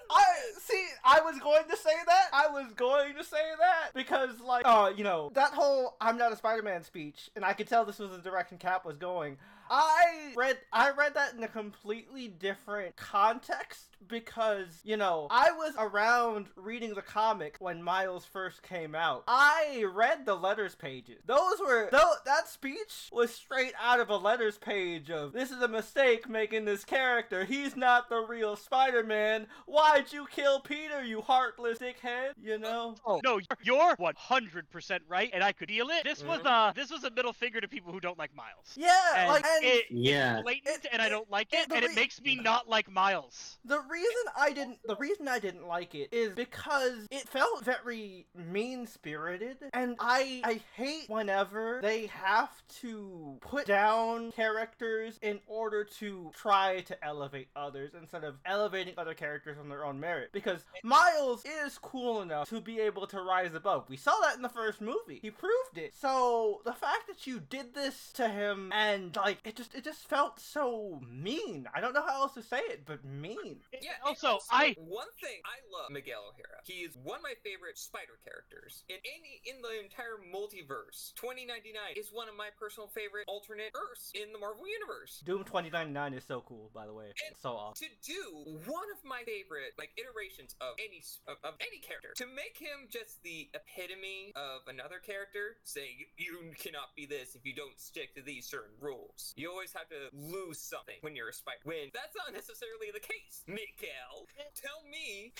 A: I see. I was going to say that. I was going to say that because, like, uh, you know, that whole "I'm not a Spider-Man" speech, and I could tell this was the direction Cap was going. I read, I read that in a completely different context because, you know, I was around reading the comic when Miles first came out. I read the letters pages. Those were, though, that speech was straight out of a letters page of this is a mistake making this character. He's not the real Spider-Man. Why'd you kill Peter, you heartless dickhead? You know.
B: No, you're- you're 100% right, and I could feel it. This was
D: Mhm.
B: uh, this was a middle finger to people who don't like Miles.
A: Mm-hmm. Yeah,
B: And
A: like and
B: it-
C: Yeah.
B: Blatant,
A: It-
B: and I
A: it-
B: don't like
A: it-
B: it,
A: the
B: and
A: re-
B: it makes me not like Miles.
A: The reason I didn't the reason I didn't like it is because it felt very mean spirited and I I hate whenever they have to put down characters in order to try to elevate others instead of elevating other characters on their own merit because Miles is cool enough to be able to rise above. We saw that in the first movie. He proved it. So the fact that you did this to him and like it just it just felt so mean. I don't know how else to say it, but mean.
B: It-
D: Yeah, and
B: also, I
D: one thing I love Miguel O'Hara. He is one of my favorite Spider characters in any in the entire multiverse. Twenty ninety nine is one of my personal favorite alternate Earths in the Marvel universe.
A: Doom 2099 is so cool, by the way. It's so awesome.
D: to do one of my favorite like iterations of any s- of, of any character to make him just the epitome of another character saying you cannot be this if you don't stick to these certain rules you always have to lose something when you're a spider when that's not necessarily the case Mikael tell me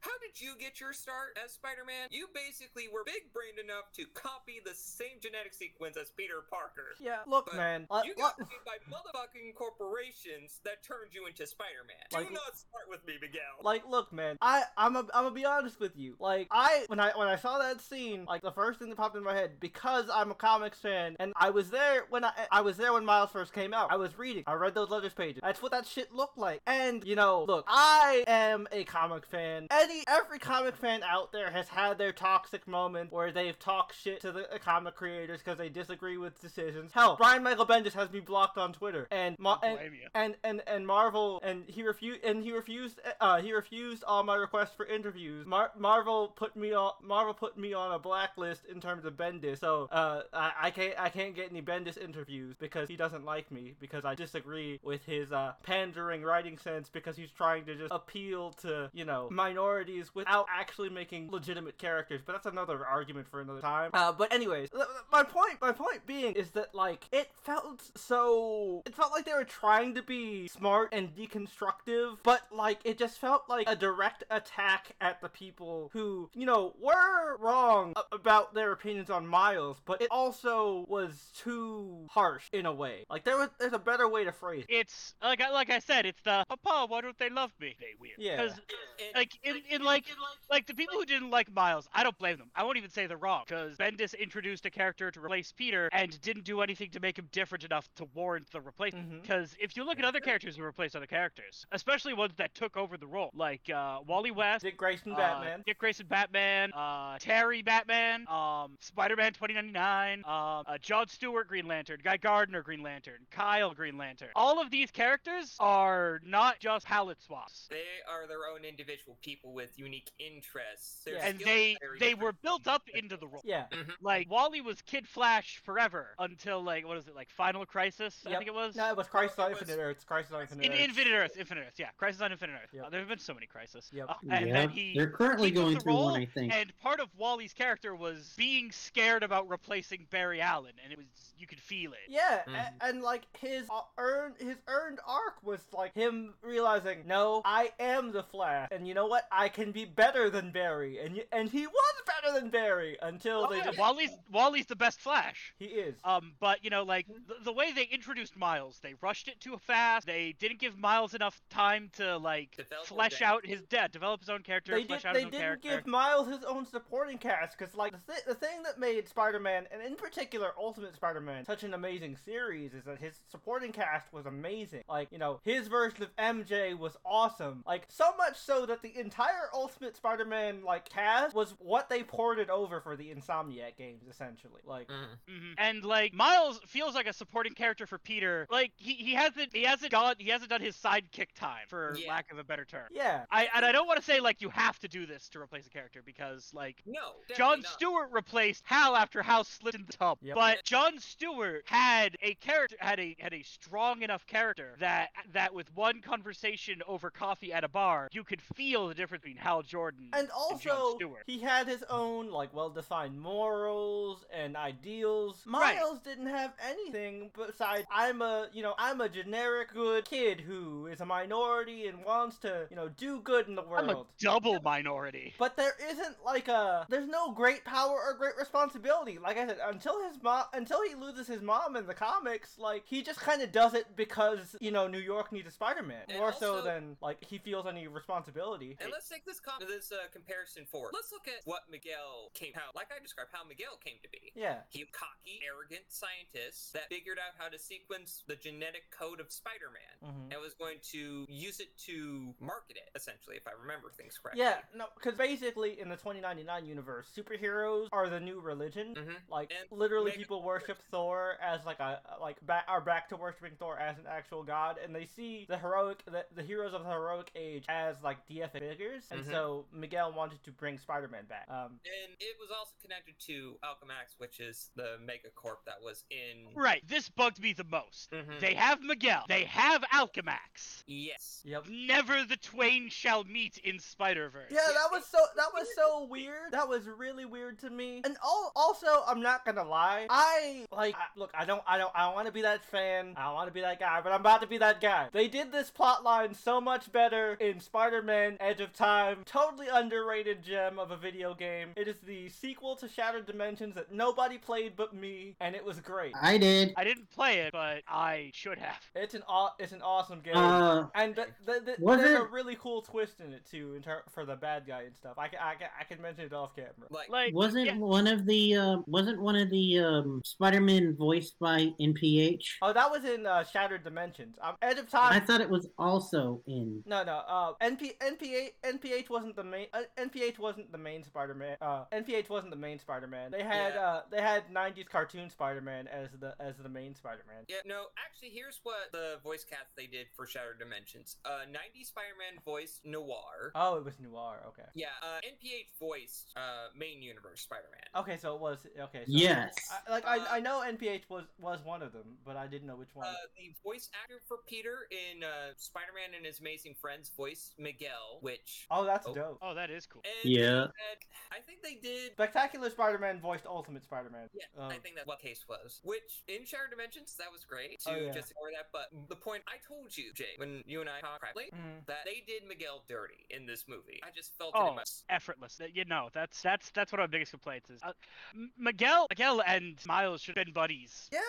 D: how did you get your start as Spider-Man? You basically were big-brained enough to copy the same genetic sequence as Peter Parker.
A: Yeah, look,
D: But
A: man. Uh, Let,
D: You
A: let-
D: got paid by motherfucking corporations that turned you into Spider-Man.
A: Like-
D: Do not start with me, Miguel.
A: like look man i i'm a, i'm gonna be honest with you like i when i when i saw that scene like the first thing that popped in my head because i'm a comics fan and i was there when i i was there when miles first came out i was reading i read those letters pages that's what that shit looked like and you know look i am a comic fan and any every comic fan out there has had their toxic moment where they've talked shit to the uh, comic creators because they disagree with decisions. Hell, Brian Michael Bendis has me blocked on Twitter, and Ma-
B: Don't
A: Uh, and,
B: blame you.
A: and and and Marvel and he refused and he refused uh he refused all my requests for interviews. Mar- Marvel put me on Marvel put me on a blacklist in terms of Bendis. So uh I, I can't I can't get any Bendis interviews because he doesn't like me because I disagree with his uh pandering writing sense because he's trying to just appeal to, you know, minorities without actually making legitimate characters. But that's another argument for another time. Uh but anyways, th- th- my point my point being is that like it felt so it felt like they were trying to be smart and deconstructive, but like it just felt like a direct attack at the people who, you know, were wrong a- about their opinions on Miles, but it also was too harsh in a way. Like there was there's a better way to phrase it.
B: It's like I like I said, it's the Papa. Why don't they love me? They weird.
A: Yeah.
B: 'Cause,
D: And-
B: like in, in like like the people who didn't like Miles, I don't blame them. I won't even say they're wrong because Bendis introduced a character to replace Peter and didn't do anything to make him different enough to warrant the replacement.
A: Mhm.
B: Because if you look at other characters who replaced other characters, especially ones that took over the role, like uh, Wally West,
A: Dick Grayson
B: uh,
A: Batman.
B: Dick Grayson Batman, uh, Terry Batman, um, Spider-Man 2099, um, uh, John Stewart Green Lantern, Guy Gardner Green Lantern, Kyle Green Lantern. All of these characters are not just palette swaps.
D: They are their own individual people with unique interests. Their
A: Yeah.
B: and
D: skills
B: they
D: are very
B: they
D: different.
B: were built up into the role.
A: Yeah.
B: Like Wally was Kid Flash forever until like what is it like Final Crisis? I
A: Yep.
B: think it was.
A: No, it was Crisis on
D: It was-
A: Infinite Earths. Crisis on Infinite
B: In
A: Earths.
B: Infinite Earth, Infinite Earth, yeah, Crisis on Infinite Earth.
A: Yep.
B: Uh, there have been so many Crisis.
A: Yep.
B: Uh, and
C: yeah.
B: then he,
C: They're currently
B: he took
C: going
B: the
C: through
B: role,
C: one, I think.
B: and part of Wally's character was being scared about replacing Barry Allen, and it was you could feel it.
A: Yeah, a-
D: Mhm.
A: and, like his uh, earned his earned arc was like him realizing, no, I am the Flash, and you know what? I can be better than Barry, and y- and he was better than Barry until
B: Oh,
A: they
B: yeah,
A: just
B: Wally's Wally's the best Flash.
A: he is.
B: Um, but you know, like the, the way they introduced Miles, they rushed it too fast. They didn't give Miles enough time to like
D: Develop his
B: flesh
D: own
B: out his debt, develop his own character,
A: They, did,
B: flesh out
A: they
B: his own
A: didn't
B: character.
A: give Miles his own supporting cast because, like, the, th- the thing that made Spider Man, and in particular Ultimate Spider Man, such an amazing series is that his supporting cast was amazing. Like, you know, his version of MJ was awesome. Like, so much so that the entire Ultimate Spider Man, like, cast was what they ported over for the Insomniac games, essentially. Like,
D: Mhm.
B: Mhm. And like Miles feels like a supporting character for Peter. Like he, he hasn't he hasn't gone he hasn't done his sidekick time for
D: Yeah.
B: lack of a better term.
A: yeah.
B: I and I don't want to say like you have to do this to replace a character because like
D: No.
B: John
D: definitely not.
B: Stewart replaced Hal after Hal slid in the tub.
A: Yep.
B: But John Stewart had a character had a had a strong enough character that that with one conversation over coffee at a bar, you could feel the difference between Hal Jordan
A: And also,
B: Stewart.
A: he had his own like well-defined morals and ideals.
B: Right.
A: Miles didn't have anything besides I'm a you know I'm a generic good kid who is a minority and wants to you know do good in the
B: I'm a
A: world.
B: double minority.
A: But there isn't like a there's no great power or great responsibility. Like I said, until his mom until he loses his mom in the comics, like he just kind of does it because you know New York needs a Spider-Man
D: And
A: more so
D: also-
A: than like he feels any responsibility.
D: And let's take this com- this uh, comparison forward. Let's look at what Miguel came how like I described how Miguel came to be.
A: Yeah.
D: He cocky, arrogant scientist that figured out how to sequence the genetic code of Spider-Man
A: Mm-hmm.
D: and was going to use it to market it essentially if I remember things correctly.
A: Yeah, no, because basically in the 2099 universe, superheroes are the new religion.
D: Mhm.
A: Like
D: And
A: literally,
D: Meg-
A: people worship Thor as like a like ba- are back to worshiping Thor as an actual god, and they see the heroic the, the heroes of the heroic age as like DF figures, and
D: Mhm.
A: so Miguel wanted to bring Spider-Man back. Um,
D: And it was also connected to Alchemax, which is the megacorp that was in
B: Right. This bugged me the most.
D: Mhm.
B: They have Miguel. They have Alchemax.
D: Yes.
A: yep.
B: Never the twain shall meet in Spider Verse.
A: Yeah, that was so that was so weird. That was really weird to me. And all, also, I'm not gonna lie. I like I- look. I don't. I don't. I want to be that fan. I want to be that guy. But I'm about to be that guy. They did this plot line so much better in Spider-Man: Edge of Time. Totally underrated gem of a video game. It is the sequel to Shattered Dimensions that nobody played but me, and it was great.
C: I did.
B: I didn't play it, but I should have.
A: It's an aw- it's an awesome game.
C: Uh,
A: and th th th
C: Was
A: there's a
C: it-
A: really cool twist in it too, in ter- for the bad guy and stuff. I can, I can, I can mention it off camera.
D: Like,
B: Like
C: wasn't
B: yeah,
C: one of the uh, wasn't one of the um, Spider-Man voiced by NPH?
A: Oh, that was in uh, Shattered Dimensions. Um, Edge of
C: I
A: Time.
C: thought it was also in.
A: No, no. Uh, NP NPH NPH wasn't the main. Uh, NPH wasn't the main Spider-Man. Uh, NPH wasn't the main Spider-Man. They had
D: Yeah.
A: uh, they had '90s cartoon Spider-Man as the as the main Spider-Man.
D: Yeah, no, actually, here's what the voice cast they did for Shattered Dimensions. Uh, 90 Spider-Man voiced Noir.
A: Oh, it was Noir. Okay.
D: yeah, uh, NPH voiced uh, main universe Spider-Man.
A: Okay, so it was okay. So
C: Yes.
A: I, like I, I know NPH was was one of them, but I didn't know which one.
D: Uh, the voice actor for Peter in uh, Spider-Man and His Amazing Friends voiced Miguel, which...
A: oh, that's
D: oh.
A: dope.
B: Oh, that is cool.
D: And
C: Yeah.
D: and I think they did
A: Spectacular Spider-Man voiced Ultimate Spider-Man.
D: Yeah,
A: Um,
D: I think that's what the case was. Which in Shared Dimensions, that was great to
A: Oh, yeah. Mm.
D: just ignore that. But the point I told you, Jake, when you and I talked privately,
A: mhm.
D: that they did Miguel dirty in this movie. I just felt it
B: Oh,
D: in my
B: effortless. That- You know, that's that's that's one of my biggest complaints is uh, M- Miguel, Miguel and Miles should have been buddies.
A: Yeah,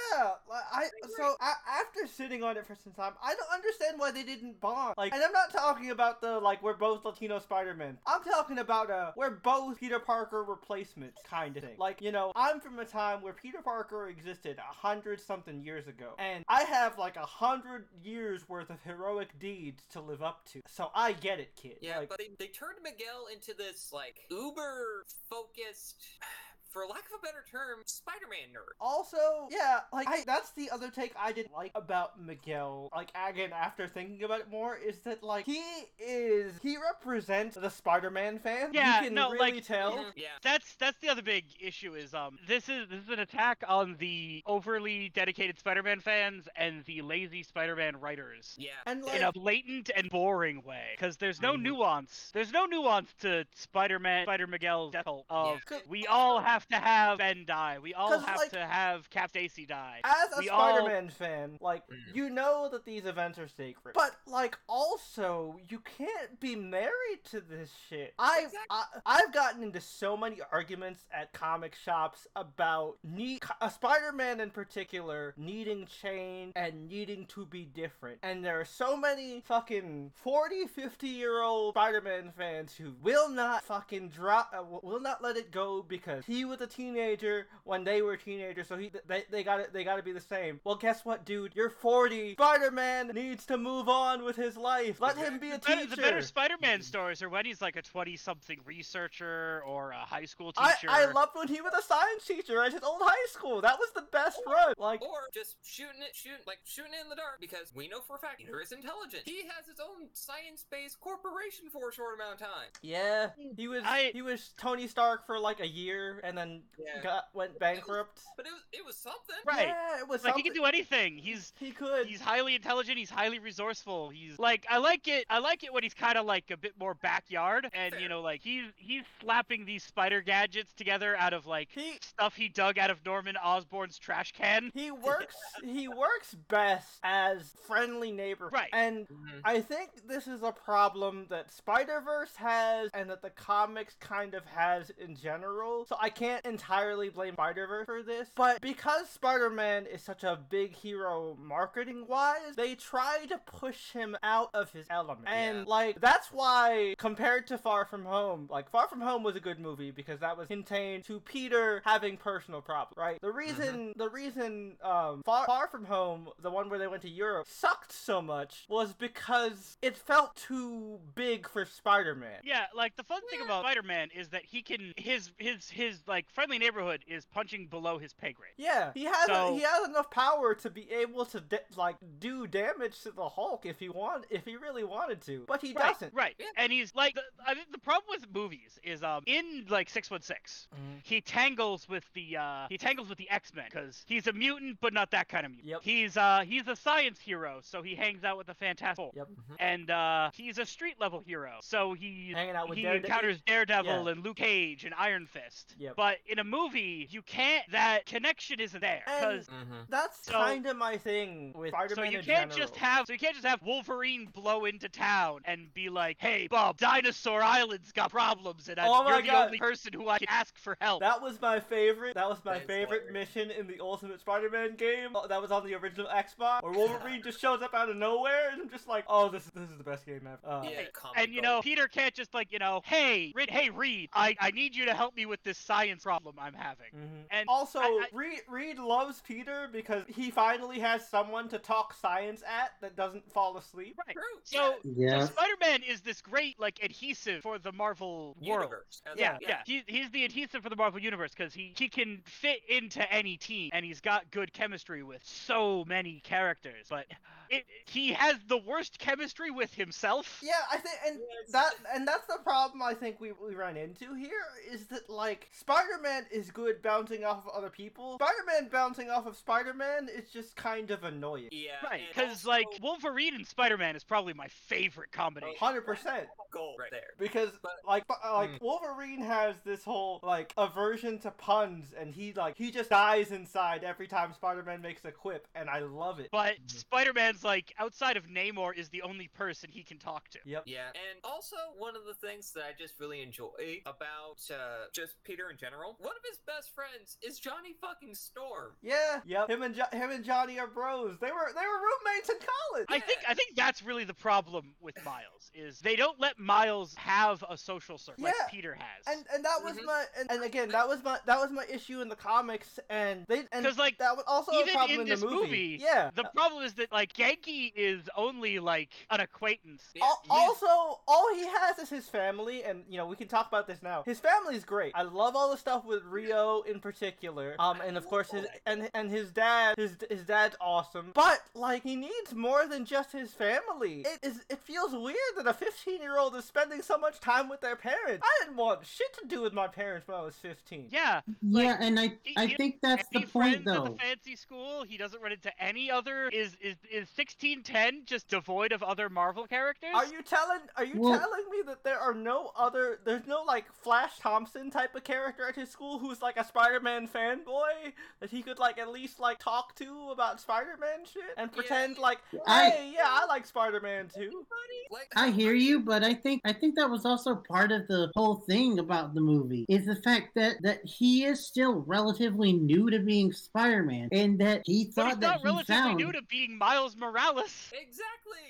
A: like I so I, after sitting on it for some time, I don't understand why they didn't bond. Like, and I'm not talking about the like we're both Latino Spider-Man. I'm talking about uh we're both Peter Parker replacements kind of thing. Like, you know, I'm from a time where Peter Parker existed a hundred something years ago, and I have like a hundred years worth of heroic deeds to live up to. So I get it, kid.
D: Yeah,
A: like,
D: but they, they turned Miguel into this like uber focused, for lack of a better term, Spider-Man nerd.
A: Also, yeah, like I, that's the other take I didn't like about Miguel. Like again, after thinking about it more, is that like he is he represents the Spider-Man fan.
B: Yeah,
A: you can
B: no,
A: really
B: like-
A: tell.
D: Mm-hmm. Yeah,
B: That's that's the other big issue is um this is this is an attack on the overly dedicated Spider-Man fans and the lazy Spider-Man writers.
D: yeah.
A: And like,
B: in a blatant and boring way because there's no
C: Mhm.
B: nuance there's no nuance to spider-man spider miguel's death cult of
D: Yeah.
A: c-
B: we all have to have ben die we all
A: 'Cause,
B: have
A: like-
B: to have cap Dacey die
A: as a
B: we all-
A: Spider-Man fan, like
D: Mhm.
A: you know that these events are sacred, but like also you can't be married to this shit. I've
D: Exactly.
A: I, I've gotten into so many arguments at comic shops about need a Spider-Man in particular needing change and needing to be different, and there are so many fucking 40, 50 year old Spider-Man fans who will not fucking drop, uh, w- will not let it go because he was a teenager when they were teenagers, so he they they got to they got to be the same. Well, guess what, dude? You're 40. Spider-Man needs to move on with his life. Let him be a
B: the better,
A: teacher.
B: the better spider-man stories are when he's like a 20-something researcher or a high school
A: I,
B: teacher
A: I loved when he was a science teacher at his old high school. That was the best run. Like,
D: Or just shooting it, shooting like shooting it in the dark because we know for a fact Peter is intelligent. He has his own science-based corporation for a short amount of time.
A: yeah, he was
B: I-
A: he was Tony Stark for like a year, and then
D: Yeah.
A: got went bankrupt.
D: But it was it was something.
B: Right.
A: Yeah, it was
B: like he
A: something.
B: can do anything he's
A: He could.
B: He's highly intelligent. He's highly resourceful. He's like I like it. I like it when he's kind of like a bit more backyard, and
D: Fair.
B: you know, like he's he's slapping these spider gadgets together out of like
A: He-
B: stuff he dug out of Norman Osborn's trash can.
A: He works. he works best as friendly neighbor.
B: Right.
A: And
D: Mhm.
A: I think this is a problem that Spider Verse has and that the comics kind of has in general. So I can't entirely blame Spider Verse for this. But because Spider Man is such a big hero marketing wise, they try to push him out of his element. And
D: Yeah.
A: like, that's why compared to Far From Home, like, Far From Home was a good movie because that was contained to Peter having personal problems, right? The reason, Mm, the reason, um, Far, Far From Home, the one where they went to Europe, sucked so much was because it felt too big for Spider Man.
B: Yeah, like the fun thing
D: Yeah.
B: about Spider-Man is that he can his his his like friendly neighborhood is punching below his pay grade.
A: Yeah, he has
B: So-
A: he has enough power to be able to da- like do damage to the Hulk if he want if he really wanted to, but he
B: right,
A: doesn't.
B: right.
D: Yeah.
B: And he's like the, I think the problem with movies is um in like 616
A: Mhm.
B: he tangles with the uh he tangles with the X-Men cuz he's a mutant but not that kind of mutant.
A: Yep.
B: He's uh he's a science hero so he hangs out with the Fantastic Four.
A: Yep. Mm-hmm.
D: Mhm.
B: And uh he's a street level hero. So he
A: Hanging out with
B: he
A: Darede-
B: encounters Daredevil
A: Yeah.
B: and Luke Cage and Iron Fist.
A: Yep.
B: But in a movie you can't that connection isn't there
A: And-
B: cuz
D: Mhm.
A: That's
B: So-
A: kind of my thing with Spider Man.
B: so you
A: in
B: can't
A: general.
B: just have so you can't just have Wolverine blow into town and be like, "Hey, Bob, Dinosaur Island's got problems, and I,
A: Oh my
B: you're
A: God.
B: the only person who I can ask for help."
A: That was my favorite. That was my
D: That's
A: favorite
D: hilarious.
A: mission in the Ultimate Spider-Man game. uh, That was on the original Xbox, where Wolverine just shows up out of nowhere, and I'm just like, "Oh, this this is the best game ever." Uh,
D: Yeah,
B: And you know, Peter can't just like, you know, hey, Reed, hey Reed, I, I need you to help me with this science science problem I'm having. And
A: mm-hmm. also,
B: I- I-
A: Reed, Reed loves Peter because he finally has someone to talk science at that doesn't fall asleep.
B: Right.
D: True.
B: So,
C: Yeah.
B: Spider-Man is this great like adhesive for the Marvel
D: yeah.
B: world.
D: universe. as
B: Yeah,
D: well,
B: yeah. He, he's the adhesive for the Marvel Universe because he, he can fit into any team and he's got good chemistry with so many characters. But it, he has the worst chemistry with himself.
A: Yeah, I think, and
D: Yes.
A: that, and that's the problem I think we, we run into here is that like Spider-Man is good bouncing off of other people. Spider-Man bouncing off of Spider-Man is just kind of annoying.
D: Yeah.
B: Right,
D: and
B: because
D: also
B: like Wolverine and Spider-Man is probably my favorite combination.
A: Hundred percent.
D: goal right there.
A: Because
D: But-
A: like bu- uh, like
B: mm.
D: Hmm.
A: Wolverine has this whole like aversion to puns, and he like he just dies inside every time Spider-Man makes a quip, and I love it.
B: But
C: Mhm.
B: Spider-Man's like outside of Namor is the only person he can talk to.
A: Yep.
D: Yeah, and also one of the things that I just really enjoy about uh, just Peter in general, one of his best friends is Johnny fucking Storm.
A: Yeah. Yep. Him and jo- him and Johnny are bros. They were they were roommates in college.
B: I think I think that's really the problem with Miles is they don't let Miles have a social circle
A: Yeah,
B: like Peter has.
A: and and that was
B: Mm-hmm.
D: Mhm.
A: my and, and again that was my that was my issue in the comics and they and
B: 'Cause, like,
A: that was also a
B: even
A: problem
B: in
A: in,
B: this
A: the movie.
B: movie,
A: yeah.
B: The problem is that like Genki is only like an acquaintance.
D: Yeah,
A: Al-
D: he's-
A: also, all he has is his family, and you know we can talk about this now. His family's great. I love all the stuff with Rio in particular. Um, and of course his and and his dad, his his dad's awesome. But like he needs more than just his family. It is it feels weird that a 15 year old is spending so much time with their parents. I didn't want shit to do with my parents when I was 15.
B: Yeah,
C: yeah, and I
B: he-
C: I
B: he
C: think that's the
B: any
C: point
B: friends
C: though.
B: at the fancy school, he doesn't run into any other. Is is is sixteen ten just devoid of other Marvel characters?
A: Are you telling Are you
C: Well-
A: telling me that there are no other? There's no like Flash Thompson type of character at his school who's like a Spider-Man fanboy that he could like at least like talk to about Spider-Man shit and
D: Yeah.
A: pretend like,
C: I-
A: hey, yeah, I like Spider-Man too.
D: Like,
C: I hear you, but I think I think that was also part of the whole thing about the movie is the fact that that he is still relatively new to being Spider-Man, and that he
B: But
C: thought
B: he's
C: that
B: not
C: he
B: relatively
C: found.
B: new to being Miles Morales.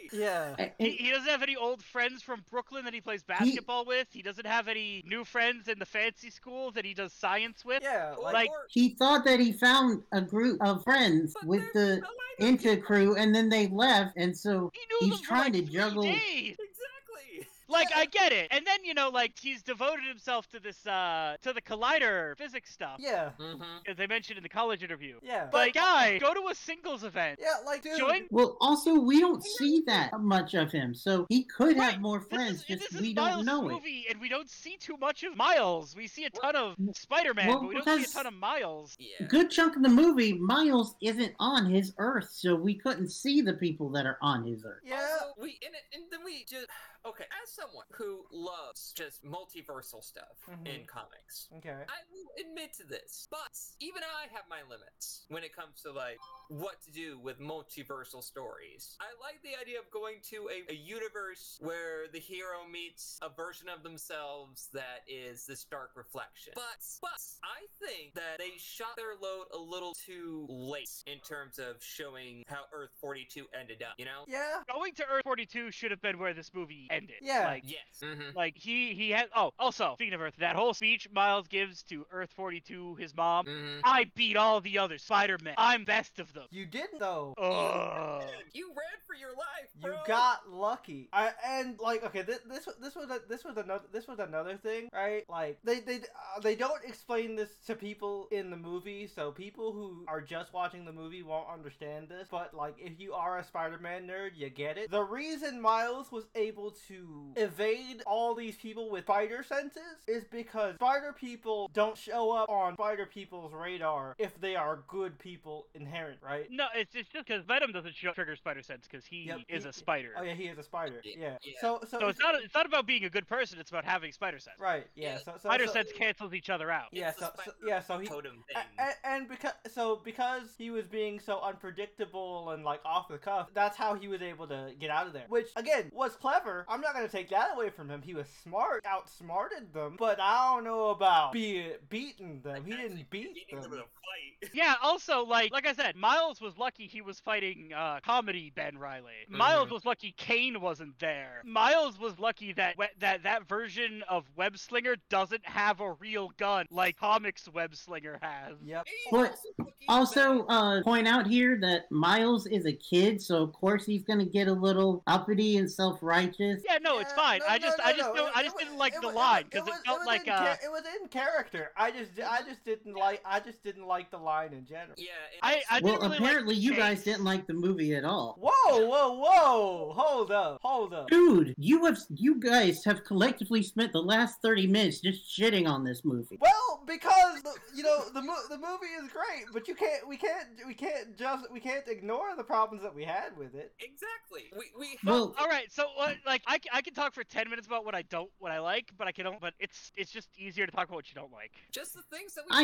D: exactly.
A: Yeah.
C: I-
B: He, he doesn't have any old friends from Brooklyn that he plays basketball with. He doesn't have any new friends in the fancy school that he does science with.
A: Yeah,
D: Or-
A: like,
B: Like-
D: or-
C: he thought that he found a group of friends
D: but
C: with
D: they're
C: the
D: related.
C: Inca crew, and then they left, and so
B: He knew
C: He's
B: them
C: trying
B: for
C: to
B: like three
C: juggle-
B: days.
D: Exactly.
B: Like I get it. And then you know, like he's devoted himself to this, uh, to the collider physics stuff.
A: yeah,
D: Mm-hmm.
B: as I mentioned in the college interview.
A: yeah,
B: But guy, go to a singles event.
A: yeah, like dude.
B: Join-
C: well, also we don't see that much of him, so he could
B: Right.
C: have more friends,
B: this is,
C: just
B: this is
C: we
B: Miles'
C: don't know it.
B: movie, and we don't see too much of Miles. We see a ton of Spider-Man,
C: Well,
B: but we don't see
C: because-
B: a ton of Miles.
D: Yeah.
C: good chunk of the movie, Miles isn't on his Earth, so we couldn't see the people that are on his Earth.
A: yeah,
D: Also, we and, it, and then we just okay. As someone who loves just multiversal stuff
A: Mhm.
D: in comics,
A: okay.
D: I will admit to this, but even I have my limits when it comes to like what to do with multiversal stories. I like the idea of going to a, a universe where the hero meets a version of themselves that is this dark reflection. But but I think that they shot their load a little too late in terms of showing how Earth 42 ended up, you know?
A: Yeah,
B: Going to Earth 42 should have been where this movie ended.
A: Yeah.
B: Like,
D: Yes. hmm
B: like he he had. Oh, also speaking of Earth, that whole speech Miles gives to Earth 42, his mom.
D: hmm
A: Mm-hmm.
B: I beat all the other Spider-Men. I'm best of them.
A: you didn't though.
B: Ugh.
D: You ran for your life,
A: You
D: bro.
A: got lucky. I, and like, okay, this this this was a, this was another this was another thing, right? Like they they uh, they don't explain this to people in the movie, so people who are just watching the movie won't understand this. But like, if you are a Spider-Man nerd, you get it. The reason Miles was able to evade all these people with spider senses is because spider people don't show up on spider people's radar if they are good people inherent, right?
B: No, it's, it's just because Venom doesn't show, trigger spider sense because he
A: Yep,
B: is
A: he-
B: a spider.
A: Oh yeah, he is a spider.
D: Yeah,
A: Yeah.
D: yeah.
A: So so,
B: So it's not it's not about being a good person. It's about having spider sense.
A: Right. Yeah.
D: Yeah,
A: So, so,
B: Spider
A: so-
B: sense cancels each other out.
A: Yeah.
D: It's
A: So,
D: the
A: so
D: spider
A: yeah. So he
D: totem thing.
A: and, and because so because he was being so unpredictable and like off the cuff, that's how he was able to get out of there. Which again was clever. I'm not gonna take that away from him. He was smart, outsmarted them, but I don't know about be beating them. He didn't beat
D: Beating them in
A: them.
D: a fight.
B: Yeah, also like like I said, Miles was lucky he was fighting uh comedy Ben Riley. Miles
D: Mhm.
B: was lucky Kane wasn't there. Miles was lucky that we- that that version of Web Slinger doesn't have a real gun like comics Web Slinger has.
A: Yep.
D: He's
C: But
D: also fucking
C: Also,
D: bad.
C: uh, point out here that Miles is a kid, so of course he's gonna get a little uppity and self-righteous.
B: Yeah, no, it's
A: Yeah,
B: fine.
A: no,
B: I
A: no,
B: just
A: no,
B: I just
A: no,
B: don't,
A: it-
B: I
A: it
B: just
A: wa-
B: didn't like
A: it
B: the
A: wa-
B: line
A: wa-
B: because it,
A: was-
B: felt
A: was
B: like
A: in
B: uh
A: cha- it was in character. I just I just didn't like I just didn't like the line in general.
D: yeah, and
B: I- I
D: also-
B: didn't
C: well,
B: really like
C: apparently you guys
B: Chase.
C: didn't like the movie at all.
A: Whoa, whoa, whoa! Hold up, hold up.
C: Dude, you have you guys have collectively spent the last thirty minutes just shitting on this movie.
A: Well, because the- you know the mo- the movie is great, but you can't we can't we can't just we can't ignore the problems that we had with it.
D: exactly. We we have
C: Well,
B: All right, so what, like I, c- I can talk for ten minutes about what I don't what I like, but I can don't. But it's it's just easier to talk about what you don't like.
D: just the things that we.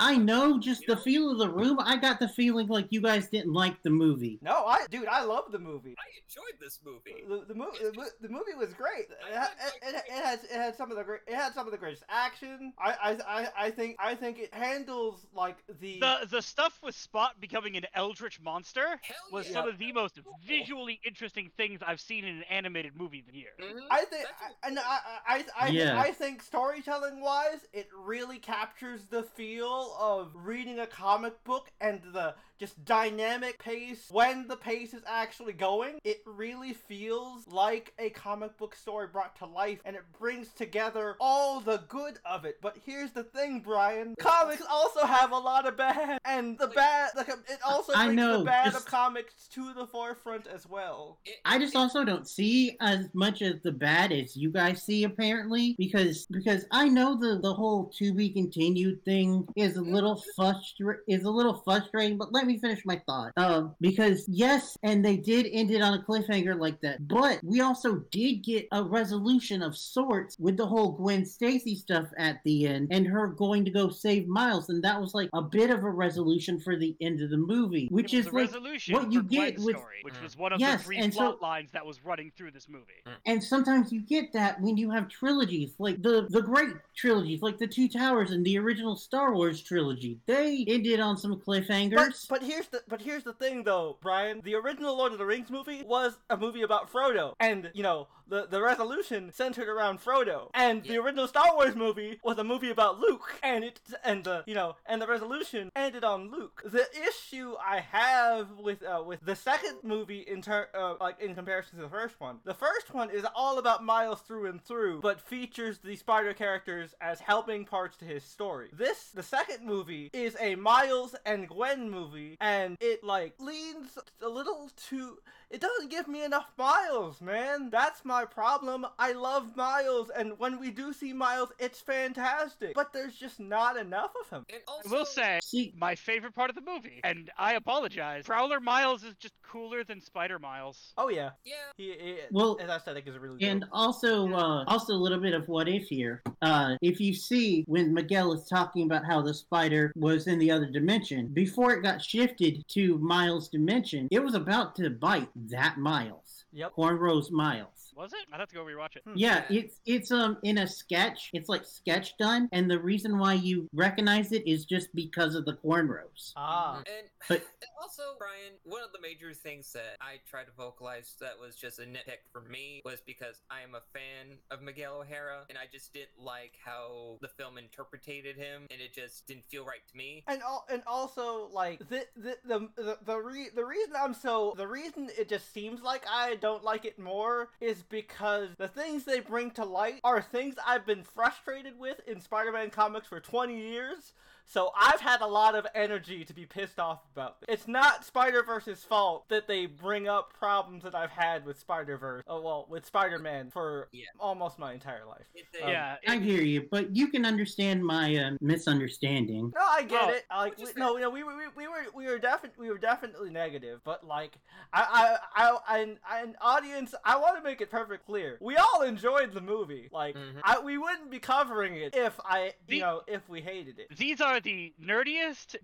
C: I I know just the feel of the room. I got the feeling like you guys didn't like the movie.
A: No, I dude, I love the movie.
D: I enjoyed this movie.
A: The, the, movie, the, mo- the movie was great. It, ha- it, it, it has it had some of the great it had some of the greatest action. I I, I, I think I think it handles like the,
B: The the stuff with Spot becoming an eldritch monster
D: Hell
B: was
D: yeah. Mm-hmm.
B: some of the most visually interesting things I've seen in an animated movie this year.
D: Mhm.
A: I think
D: That's what-
A: I- and I I I, I,
C: Yeah.
A: I think storytelling wise, it really captures the feel of reading a comic book and the just dynamic pace when the pace is actually going. It really feels like a comic book story brought to life, and it brings together all the good of it. But here's the thing, Brian: comics also have a lot of bad, and the bad like it also
C: I
A: brings
C: know,
A: the bad
C: just-
A: of comics to the forefront as well.
D: It-
C: I just also don't see as much of the bad as you guys see apparently because because I know the the whole to be continued thing is a little frustra- is a little frustrating but let me finish my thought uh, because yes and they did end it on a cliffhanger like that but we also did get a resolution of sorts with the whole Gwen Stacy stuff at the end and her going to go save Miles and that was like a bit of a resolution for the end of the movie which
B: It was
C: is
B: the
C: like
B: resolution
C: what you
B: for
C: get
B: Gwen's
C: with-
B: story, which
D: Mhm.
B: was one of
C: Yes,
B: the three
C: and so-
B: plot lines that was running through this movie.
C: And sometimes you get that when you have trilogies, like the the great trilogies, like the Two Towers and the original Star Wars trilogy. They ended on some
A: But,
C: cliffhangers.
A: but here's the but here's the thing though, Brian. The original Lord of the Rings movie was a movie about Frodo, and you know the the resolution centered around Frodo. And the
D: Yeah.
A: original Star Wars movie was a movie about Luke, and it and the you know and the resolution ended on Luke. The issue I have with uh, with the second movie in ter- uh, like in comparison to the first one, the first one is all about Miles through and through, but features the spider characters as helping parts to his story. This the second movie is a Miles and Gwen movie, and it like leans a little too. It doesn't give me enough Miles, man. That's my problem. I love Miles, and when we do see Miles, it's fantastic. But there's just not enough of him.
D: and
B: I
D: also,
B: will say
C: See,
B: my favorite part of the movie, and I apologize. Prowler Miles is just cooler than Spider Miles.
A: Oh yeah,
D: yeah,
A: he, he
C: Well,
A: his aesthetic is really
C: and
A: good.
C: also uh, also a little bit of what if here. Uh, if you see when Miguel is talking about how the spider was in the other dimension before it got shifted to Miles' dimension, it was about to bite that Miles,
A: Yep.
C: cornrows Miles.
B: Was it? I'd have to go rewatch it.
A: Hmm.
C: Yeah,
D: Yeah.
C: it's it's um in a sketch. It's like sketch done, and the reason why you recognize it is just because of the cornrows.
B: Uh,
A: Ah.
D: And,
C: But-
D: and also, Brian, one of the major things that I tried to vocalize that was just a nitpick for me was because I am a fan of Miguel O'Hara, and I just didn't like how the film interpreted him, and it just didn't feel right to me.
A: and al- and also like the the the the, the, re- the reason I'm so the reason it just seems like I don't like it more is because the things they bring to light are things I've been frustrated with in Spider-Man comics for 20 years. So I've had a lot of energy to be pissed off about. This. It's not Spider-Verse's fault that they bring up problems that I've had with Spider-Verse, oh well, with Spider-Man for
D: Yeah.
A: almost my entire life.
D: It's a-
A: Um,
B: yeah,
C: I
B: it-
C: hear you, but you can understand my uh, misunderstanding.
A: No, I get
B: No,
A: it. I, Like,
D: which is
A: we- no, no, we were, we, we were, we were definitely, we were definitely negative. But like, I, I, I, an, an audience, I want to make it perfect clear. We all enjoyed the movie. Like,
D: Mhm.
A: I, we wouldn't be covering it if I, you
B: Mm-hmm. The-
A: know, if we hated it.
B: These are the nerdiest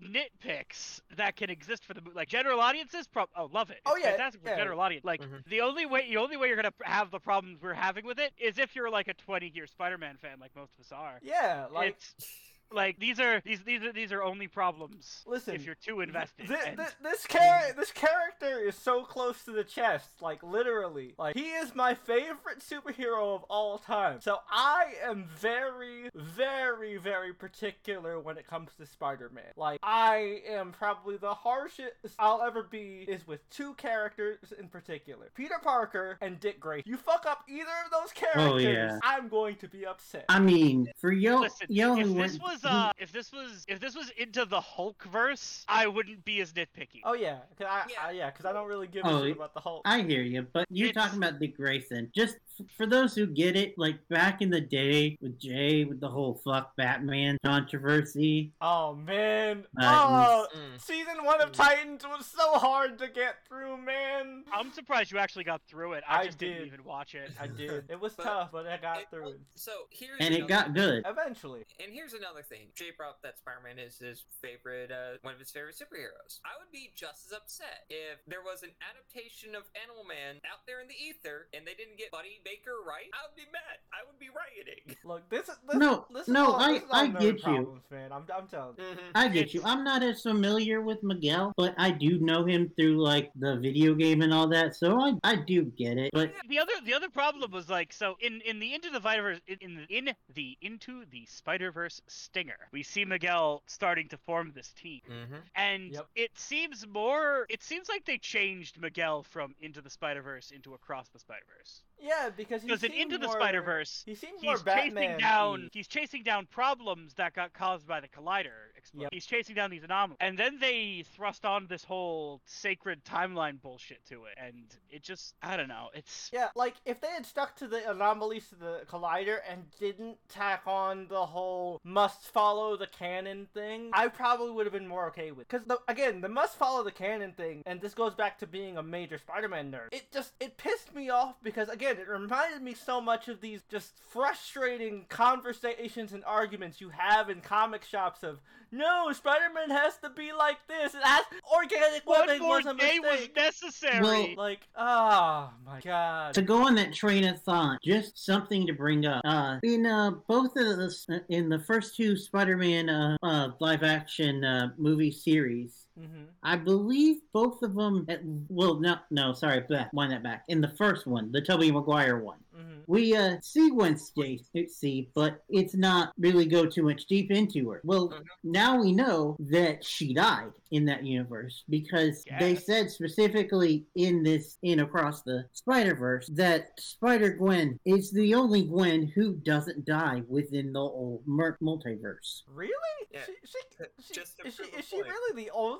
B: nitpicks that can exist for the movie. Like general audiences, pro- oh, love it. It's
A: Oh, yeah,
B: fantastic for
A: yeah.
B: general audience. Like
D: Mhm.
B: the only way, the only way you're gonna have the problems we're having with it is if you're like a 20-year Spider-Man fan, like most of us are.
A: Yeah, like
B: it's like these are these these are these are only problems
A: listen.
B: if you're too invested.
A: Th-
B: and-
A: th- this char- this character is so close to the chest, like literally. Like he is my favorite superhero of all time. So I am very, very, very particular when it comes to Spider-Man. Like I am probably the harshest I'll ever be is with two characters in particular, Peter Parker and Dick Grayson. You fuck up either of those characters,
C: Oh, yeah.
A: I'm going to be upset.
C: I mean, for yo,
B: Listen,
C: yo
B: if
C: who
B: this
C: went,
B: was
C: who-
B: uh, if this was if this was into the Hulk verse, I wouldn't be as nitpicky.
A: Oh yeah, cause I,
D: Yeah.
A: I yeah, 'cause I don't really give a
C: Oh,
A: shit about the Hulk.
C: I hear you, but you're
B: It's-
C: talking about Dick Grayson. Just f- for those who get it, like back in the day with Jay, with the whole fuck Batman controversy.
A: oh man, oh
C: Uh,
D: Mm.
A: Season one of
D: Mm.
A: Titans was so hard to get through, man.
B: I'm surprised you actually got through it. I,
A: I
B: just
A: did.
B: not even watch it.
A: I did. It was
D: But
A: tough, but I got
D: it-
A: through it.
D: So here's
C: And it
D: another-
C: got good.
A: Eventually.
D: And here's another thing. Jay brought up that Spider-Man is his favorite, uh, one of his favorite superheroes. I would be just as upset if there was an adaptation of Animal Man out there in the ether and they didn't get Buddy Baker right. I would be mad. I would be rioting.
A: Look, this is this,
C: No,
A: this
C: no,
A: is all,
C: I-
A: this is all
C: I
A: nerd
C: get you.
A: problems, man. I'm, I'm telling you.
D: Mm-hmm.
C: I get you.
B: It's-
C: I'm not as familiar with Miguel, but I do know him through like the video game and all that, so I, I do get it. But
B: The other the other problem was like so in in the Into the Spider in, in the- in the Into the Spider Verse stinger, we see Miguel starting to form this team,
D: Mm-hmm.
B: and
A: Mm. Yep.
B: it seems more it seems like they changed Miguel from Into the Spider Verse into Across the Spider Verse
A: Yeah, because he
B: because in
A: seemed
B: Into the
A: more-
B: Spider Verse.
A: he seemed more
B: He's chasing
A: Batman.
B: down. He's chasing down problems that got caused by the collider explosion.
A: Yep.
B: He's chasing down these anomalies, and then they thrust on this whole sacred timeline bullshit to it, and it just—I don't know. It's
A: Yeah, like if they had stuck to the anomalies to the collider and didn't tack on the whole must follow the canon thing, I probably would have been more okay with. Because again, the must follow the canon thing, and this goes back to being a major Spider-Man nerd. It just it pissed me off because again, it reminded me so much of these just frustrating conversations and arguments you have in comic shops of no, Spider-Man has to be like this. It has organic
B: one
A: webbing
B: more
A: was a
B: day was
A: mistake.
B: necessary.
C: Well-
A: like, ah, my god.
C: to go on that train of thought, just something to bring up. Uh, in uh, both of the in the first two Spider-Man uh, uh, live-action uh, movie series,
A: Mm-hmm.
C: I believe both of them. At, well, no, no, sorry, back, wind that back. In the first one, the Tobey Maguire one,
A: Mm-hmm.
C: we uh, see Wednesday, see, but it's not really go too much deep into her. Well,
D: Mhm.
C: now we know that she died in that universe because they
B: Yes.
C: said specifically in this, in across the Spider Verse, that Spider Gwen is the only Gwen who doesn't die within the old mur- multiverse.
A: Really?
D: Yeah. Uh,
A: She, she, she,
D: Just to
A: is she,
D: prove a
A: is she
D: point.
A: really the only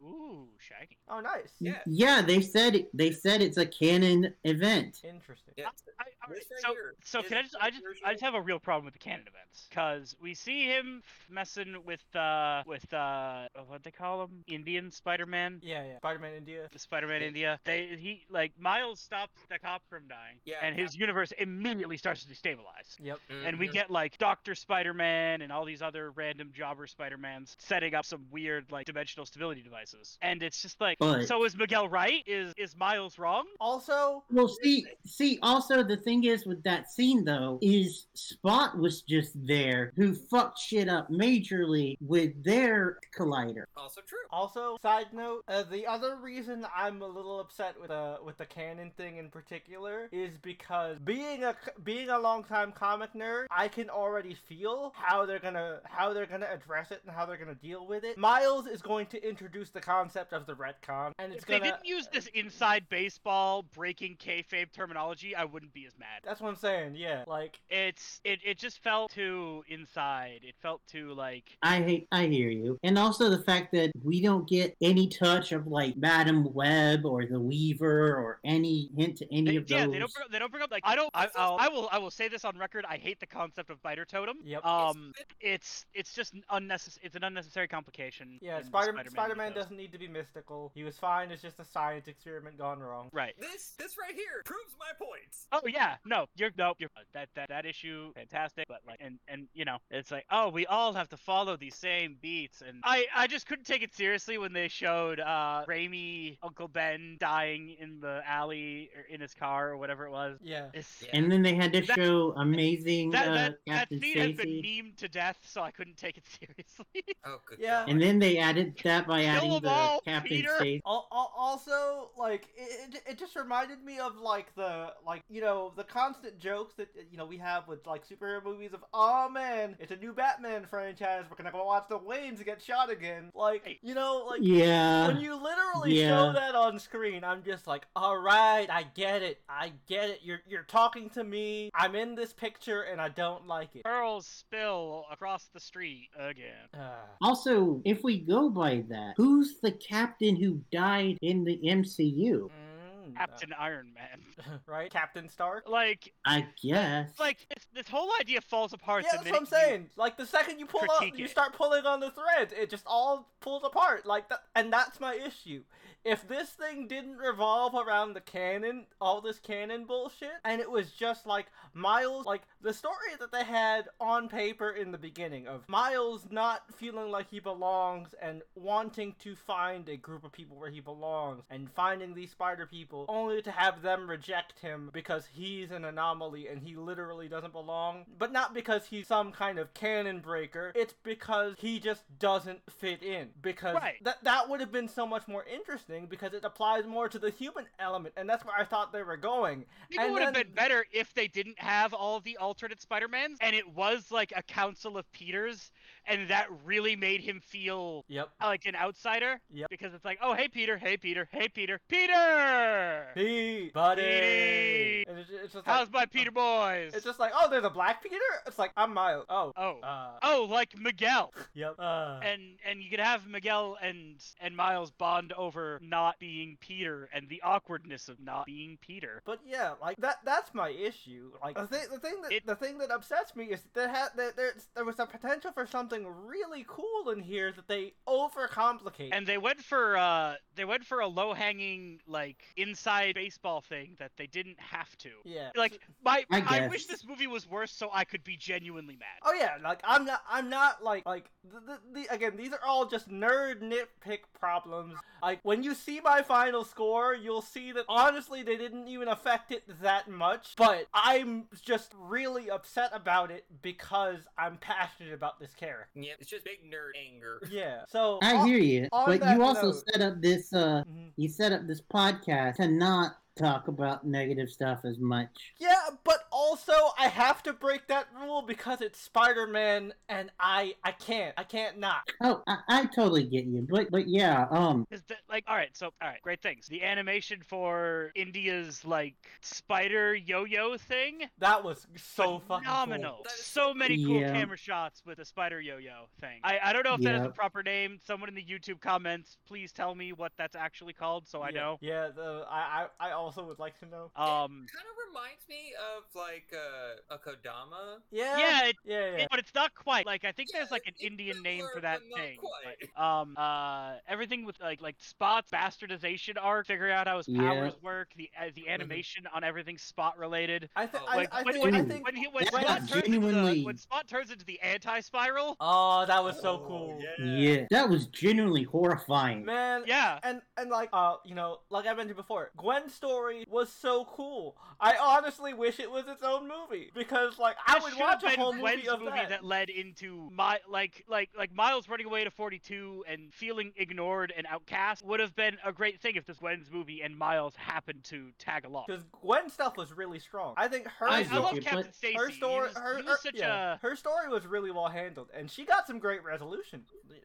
A: one?
B: Ooh, shaggy.
A: Oh, nice.
D: Yeah.
C: Yeah, they said it, they said it's a canon event.
A: Interesting.
D: Yeah.
B: I, all right,
D: This right
B: so,
D: here
B: so
D: is
B: can I just I just I
D: controversial.
B: just have a real problem with the canon events because we see him messing with uh with uh what they call him Indian Spider Man.
A: Yeah, yeah. Spider-Man India.
B: the Spider-Man
D: Yeah.
B: India. They he like Miles stops the cop from dying,
D: Yeah,
B: and
D: yeah.
B: his universe immediately starts to destabilize.
A: Yep.
B: And we
A: Mm-hmm.
D: Mhm.
B: get like Doctor Spider-Man and all these other random jobber Spider-Mans setting up some weird like dimensional stability devices, and it's just like,
C: But-
B: so is Miguel right? Is is Miles wrong?
A: Also,
C: Well, see, see. Also, the thing is with that scene though is Spot was just there, who fucked shit up majorly with their collider.
D: Also true.
A: also, side note, uh, the other reason I'm a little upset with the with the canon thing in particular is because being a c- being a longtime comic nerd, I can already feel how they're gonna how they're gonna address it and how they're gonna deal with it. Miles is going to introduce the concept of the retcon, and it's
B: if
A: gonna.
B: they didn't use this inside baseball breaking kayfabe terminology, I wouldn't be as mad.
A: That's what I'm saying. Yeah, like
B: It's it, it just felt too inside. It felt too like
C: I hate, I hear you, and also the fact that we don't get any touch of like Madam Web or the Weaver or any hint to any
B: They-
C: of
B: yeah,
C: those.
B: they don't. Bring up, they don't bring up like I don't. I, I'll, I will. I will say this on record. I hate the concept of biter totem.
A: Yep.
B: Um, it's it's just unnecessary. It's an unnecessary complication.
A: Yeah,
B: in the
A: Spider Spider Man
B: mythos.
A: doesn't need to be mystical. He was fine. It's just a science experiment gone wrong.
B: Right.
D: This this right here proves my points.
B: Oh yeah, yeah, no, you're no, you're that that that issue fantastic, but like and and you know, it's like oh, we all have to follow these same beats, and I I just couldn't take it seriously when they showed uh Raimi Uncle Ben dying in the alley or in his car or whatever it was.
A: Yeah.
B: It's,
D: Yeah.
C: And then they had to
B: That-
C: show amazing
B: That,
C: uh,
B: that, that
C: Captain
B: scene has been
C: Stacy.
B: memed to death, so I couldn't take it seriously.
D: Oh, good
A: Yeah.
D: God.
C: And then they added that by adding
B: them
C: the
B: all,
C: Captain
B: Peter.
C: Stacy.
A: Al- al- Also, like it, it- it just reminded me of like the like you know the constant jokes that you know we have with like superhero movies of oh man it's a new Batman franchise we're gonna go watch the Waynes get shot again like you know like
C: yeah.
A: when you literally
C: yeah.
A: show that on screen I'm just like all right I get it I get it you're you're talking to me I'm in this picture and I don't like it
B: Pearls spill across the street again.
A: Ah.
C: Also, if we go by that, who's the captain who died in the MCU?
A: Mm,
B: Captain Iron Man.
A: right Captain Stark
B: Like,
C: I guess.
B: like it's, this whole idea falls apart.
A: Yeah,
B: the
A: that's what I'm
B: minute you-
A: saying. Like the second you pull up,
B: critique
A: you
B: it.
A: start pulling on the threads. It just all pulls apart. Like that, and that's my issue. If this thing didn't revolve around the canon, all this canon bullshit, and it was just like Miles, like the story that they had on paper in the beginning of Miles not feeling like he belongs and wanting to find a group of people where he belongs and finding these spider people only to have them reject him because he's an anomaly and he literally doesn't belong. But not because he's some kind of canon breaker, it's because he just doesn't fit in. Because
B: Right.
A: that that would have been so much more interesting because it applies more to the human element, and that's where I thought they were going.
B: I think it
A: And
B: would have
A: then-
B: been better if they didn't have all the alternate Spider-Mans and it was like a council of Peters and that really made him feel
A: Yep.
B: like an outsider.
A: Yep.
B: Because it's like, oh, hey, Peter, hey, Peter, hey, Peter, Peter!
A: Hey, buddy.
B: Petey.
A: And it's, it's just like,
B: How's my Peter boys?
A: uh, It's just like, oh, there's a black Peter. It's like I'm Miles. Oh,
B: Oh.
A: uh,
B: Oh, like Miguel,
A: yep. Uh,
B: and and you could have Miguel and and Miles bond over not being Peter and the awkwardness of not being Peter.
A: but yeah, like that—that's my issue. Like the thing, the thing that
B: It-
A: the thing that upsets me is that there had that there's there was a potential for something really cool in here that they overcomplicate.
B: And they went for uh they went for a low hanging like inside baseball thing that they didn't have to.
A: yeah,
B: Like my
C: I
B: I, wish
C: guess.
B: this movie was worse so I could be genuinely mad.
A: Oh yeah, like I'm not, I'm not like like the, the, the, again. These are all just nerd nitpick problems. Like when you see my final score, you'll see that honestly they didn't even affect it that much. But I'm just really upset about it because I'm passionate about this character.
D: Yep, it's just big nerd anger.
A: Yeah. So
C: I hear you.
A: on
C: But
A: that
C: you also
A: note-
C: set up this uh
A: Mhm.
C: you set up this podcast to not talk about negative stuff as much.
A: Yeah, but also I have to break that rule because it's Spider-Man, and I I can't I can't not.
C: Oh, I, I totally get you. But but yeah, um
B: 'Cause the- like all right, so all right, great things. The animation for India's like spider yo-yo thing
A: That was so fucking
B: phenomenal.
D: That is
B: So many cool
C: Yeah.
B: camera shots with the spider yo-yo thing. I, I don't know if that is the
C: Yep.
B: proper name. Someone in the YouTube comments, please tell me what that's actually called so I
A: Yeah,
B: know.
A: Yeah, the, I, I I also would like to know.
B: Um
D: Kind of reminds me of like uh, a Kodama.
A: Yeah.
B: yeah, it,
A: Yeah, yeah.
B: it- but it's not quite. Like I think
D: Yeah,
B: there's like an
D: it's
B: Indian name
D: similar,
B: for that
D: but not
B: thing.
D: quite.
B: Like, um uh everything with like like spots bastardization arc, figuring out how his
C: Yeah. Mm-hmm.
B: powers work, the uh, the animation on everything spot related.
A: I, th-
D: Oh,
A: I,
B: Like
A: I,
B: when,
A: think,
B: when,
A: I
C: Ooh.
A: think.
B: when he when
C: that
B: Spot,
A: was
B: turns into the,
C: genuinely-
B: when Spot turns into the anti spiral.
A: Oh, that was so
D: Oh,
A: cool,
C: yeah. that was genuinely horrifying.
A: man.
B: Yeah.
A: And and like uh you know like I mentioned before, Gwen's story was so cool. I honestly wish it was its own movie because like I
B: That
A: would
B: should've
A: watch a
B: been
A: whole movie
B: Gwen's
A: of
B: movie
A: that.
B: that. led into my like like like Miles running away to 42 and feeling ignored and outcast would have been a great thing if this Gwen's movie and Miles happened to tag along.
A: Because Gwen's stuff was really strong. I think her
B: I,
C: I
B: I love
C: get it,
B: Captain
C: but-
B: Stacy.
A: her story
B: he was,
A: her,
B: he
A: her-
B: was such
A: yeah,
B: a
A: her story was really well handled, and she got some great resolution.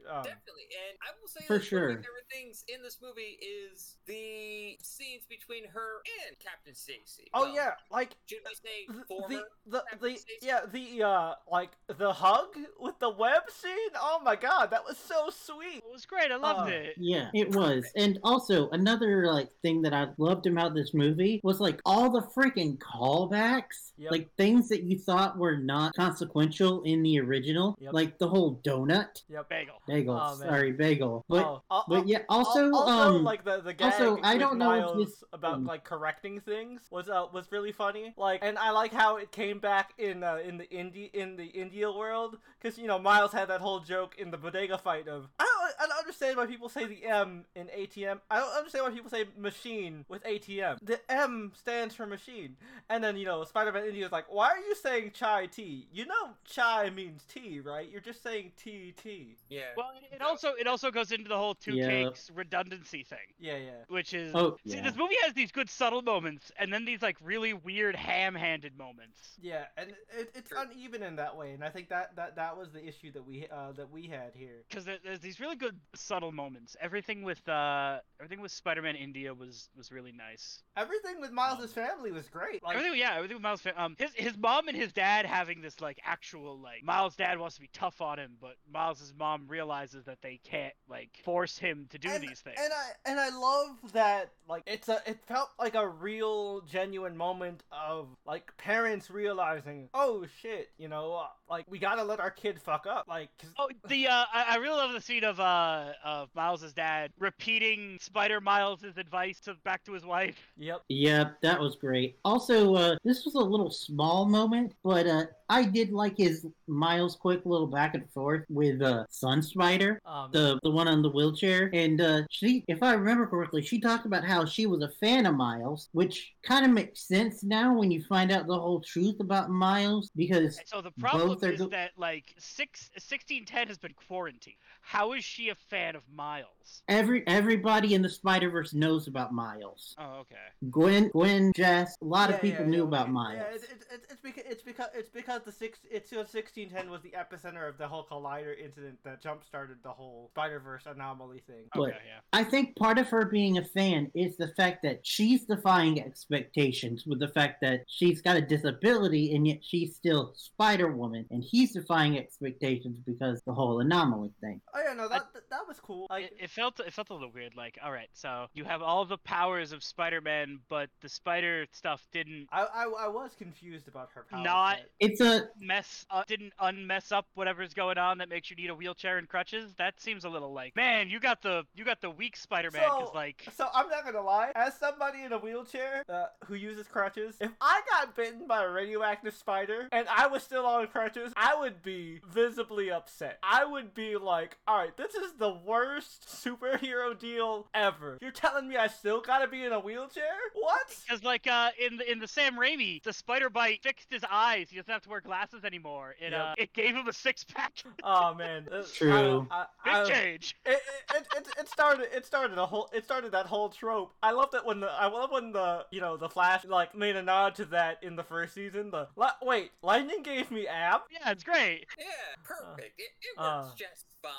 A: Um,
D: Definitely, and I will say
C: For
D: that one of
C: sure.
D: my favorite things in this movie is the scenes between her and Captain Stacy.
A: oh
D: Well,
A: yeah, like
D: should we say former
A: the the, the
D: conversation.
A: yeah the uh like the hug with the web scene. Oh my god, that was so sweet.
B: It was great. I loved
A: Oh.
B: it.
C: Yeah, it was. And also another like thing that I loved about this movie was like all the freaking callbacks.
A: Yep.
C: Like things that you thought were not consequential in the original.
A: Yep.
C: Like the whole donut.
A: Yep.
B: Bagel.
C: Bagel.
A: Oh, man.
C: sorry, bagel. But
A: oh, al-
C: but yeah, also,
A: al- also
C: um
A: like the the gag
C: also, I
A: with
C: don't know if
A: Miles
C: this-
A: about like correcting things was uh, was really funny. Like, and I like how it came back in uh, in the indie in the India world because you know Miles had that whole joke in the bodega fight of I don't I don't understand why people say the M in ATM. I don't understand why people say machine with ATM. The M stands for machine, and then you know Spider-Man India is like, why are you saying chai tea? You know chai means tea, right? You're just saying tea tea.
D: yeah.
B: Well, it- it also it also goes into the whole two
C: Yeah.
B: cakes redundancy thing,
A: Yeah, yeah.
B: which is
C: oh
B: see
C: yeah.
B: this movie has these good subtle moments and then these like really weird ham-handed moments.
A: Yeah, and it, it's
D: Sure.
A: uneven in that way, and I think that, that, that was the issue that we uh, that we had here.
B: because there, there's these really good subtle moments. Everything with uh, everything with Spider-Man India was was really nice.
A: Everything with Miles' family was great. Like,
B: everything, yeah, everything with Miles. fa- Um, his his mom and his dad having this like actual like Miles' dad wants to be tough on him, but Miles' mom realizes that they can't like force him to do
A: and,
B: these things.
A: and I and I love that like it's a it felt like a real genuine moment of like parents realizing oh shit you know uh, like we gotta let our kid fuck up like 'cause-
B: Oh, the uh, I, I really love the scene of uh of Miles' dad repeating Spider Miles' advice to back to his wife.
A: yep
C: Yep, that was great. Also, uh, this was a little small moment, but uh, I did like his Miles quick little back and forth with uh, Sun Spider,
A: um
C: the the one on the wheelchair, and uh, she, if I remember correctly, she talked about how she was a fan of Miles, which kind of makes sense now when you find out the whole truth about Miles, because
B: So the problem
C: Both are
B: is
C: go-
B: that like six, 1610 has been quarantined. How is she a fan of Miles?
C: every everybody in the Spider Verse knows about Miles.
B: Oh, okay.
C: Gwen, Gwen, Jess, a lot of
A: Yeah,
C: people
A: yeah,
C: knew
A: yeah,
C: about
A: okay.
C: Miles.
A: Yeah, it's, it's, it's, it's because it's because it's because the six it's sixteen ten was the epicenter of the whole collider incident that jump started the whole Spider Verse anomaly thing.
B: Okay,
C: What?
B: yeah.
C: I think part of her being a fan is the fact that she's defying expectations with the fact that she's got a disability and yet she's still Spider Woman, and he's defying expectations because the whole anomaly thing.
A: Oh yeah, no, that that was cool. Like
B: It, it felt it felt a little weird. Like, all right, so you have all the powers of Spider-Man, but the spider stuff didn't
A: I, I I was confused about her power.
B: Not-
A: set.
C: It's a
B: mess up, didn't unmess up whatever's going on that makes you need a wheelchair and crutches. That seems a little like, man, you got the you got the weak Spider-Man because
A: So-
B: like.
A: So I'm not gonna lie, as somebody in a wheelchair uh, who uses crutches, if I got bitten by a radioactive spider and I was still on crutches, I would be visibly upset. I would be like, all right, this is the worst superhero deal ever. You're telling me I still gotta be in a wheelchair? What?
B: Because like uh, in the, in the Sam Raimi, the spider bite fixed his eyes. He doesn't have to wear glasses anymore. It
A: Yep.
B: uh, it gave him a six pack.
A: Oh man, Uh,
C: True.
A: I don't- I-
B: Big
A: I-
B: change.
A: it, it, it, it started it started a whole it started that whole trope. I love that when the I love when the you know the Flash like made a nod to that in the first season. The li- wait, lightning gave me ab.
B: Yeah, it's great.
D: yeah, perfect. it, it
A: uh,
D: works just fine.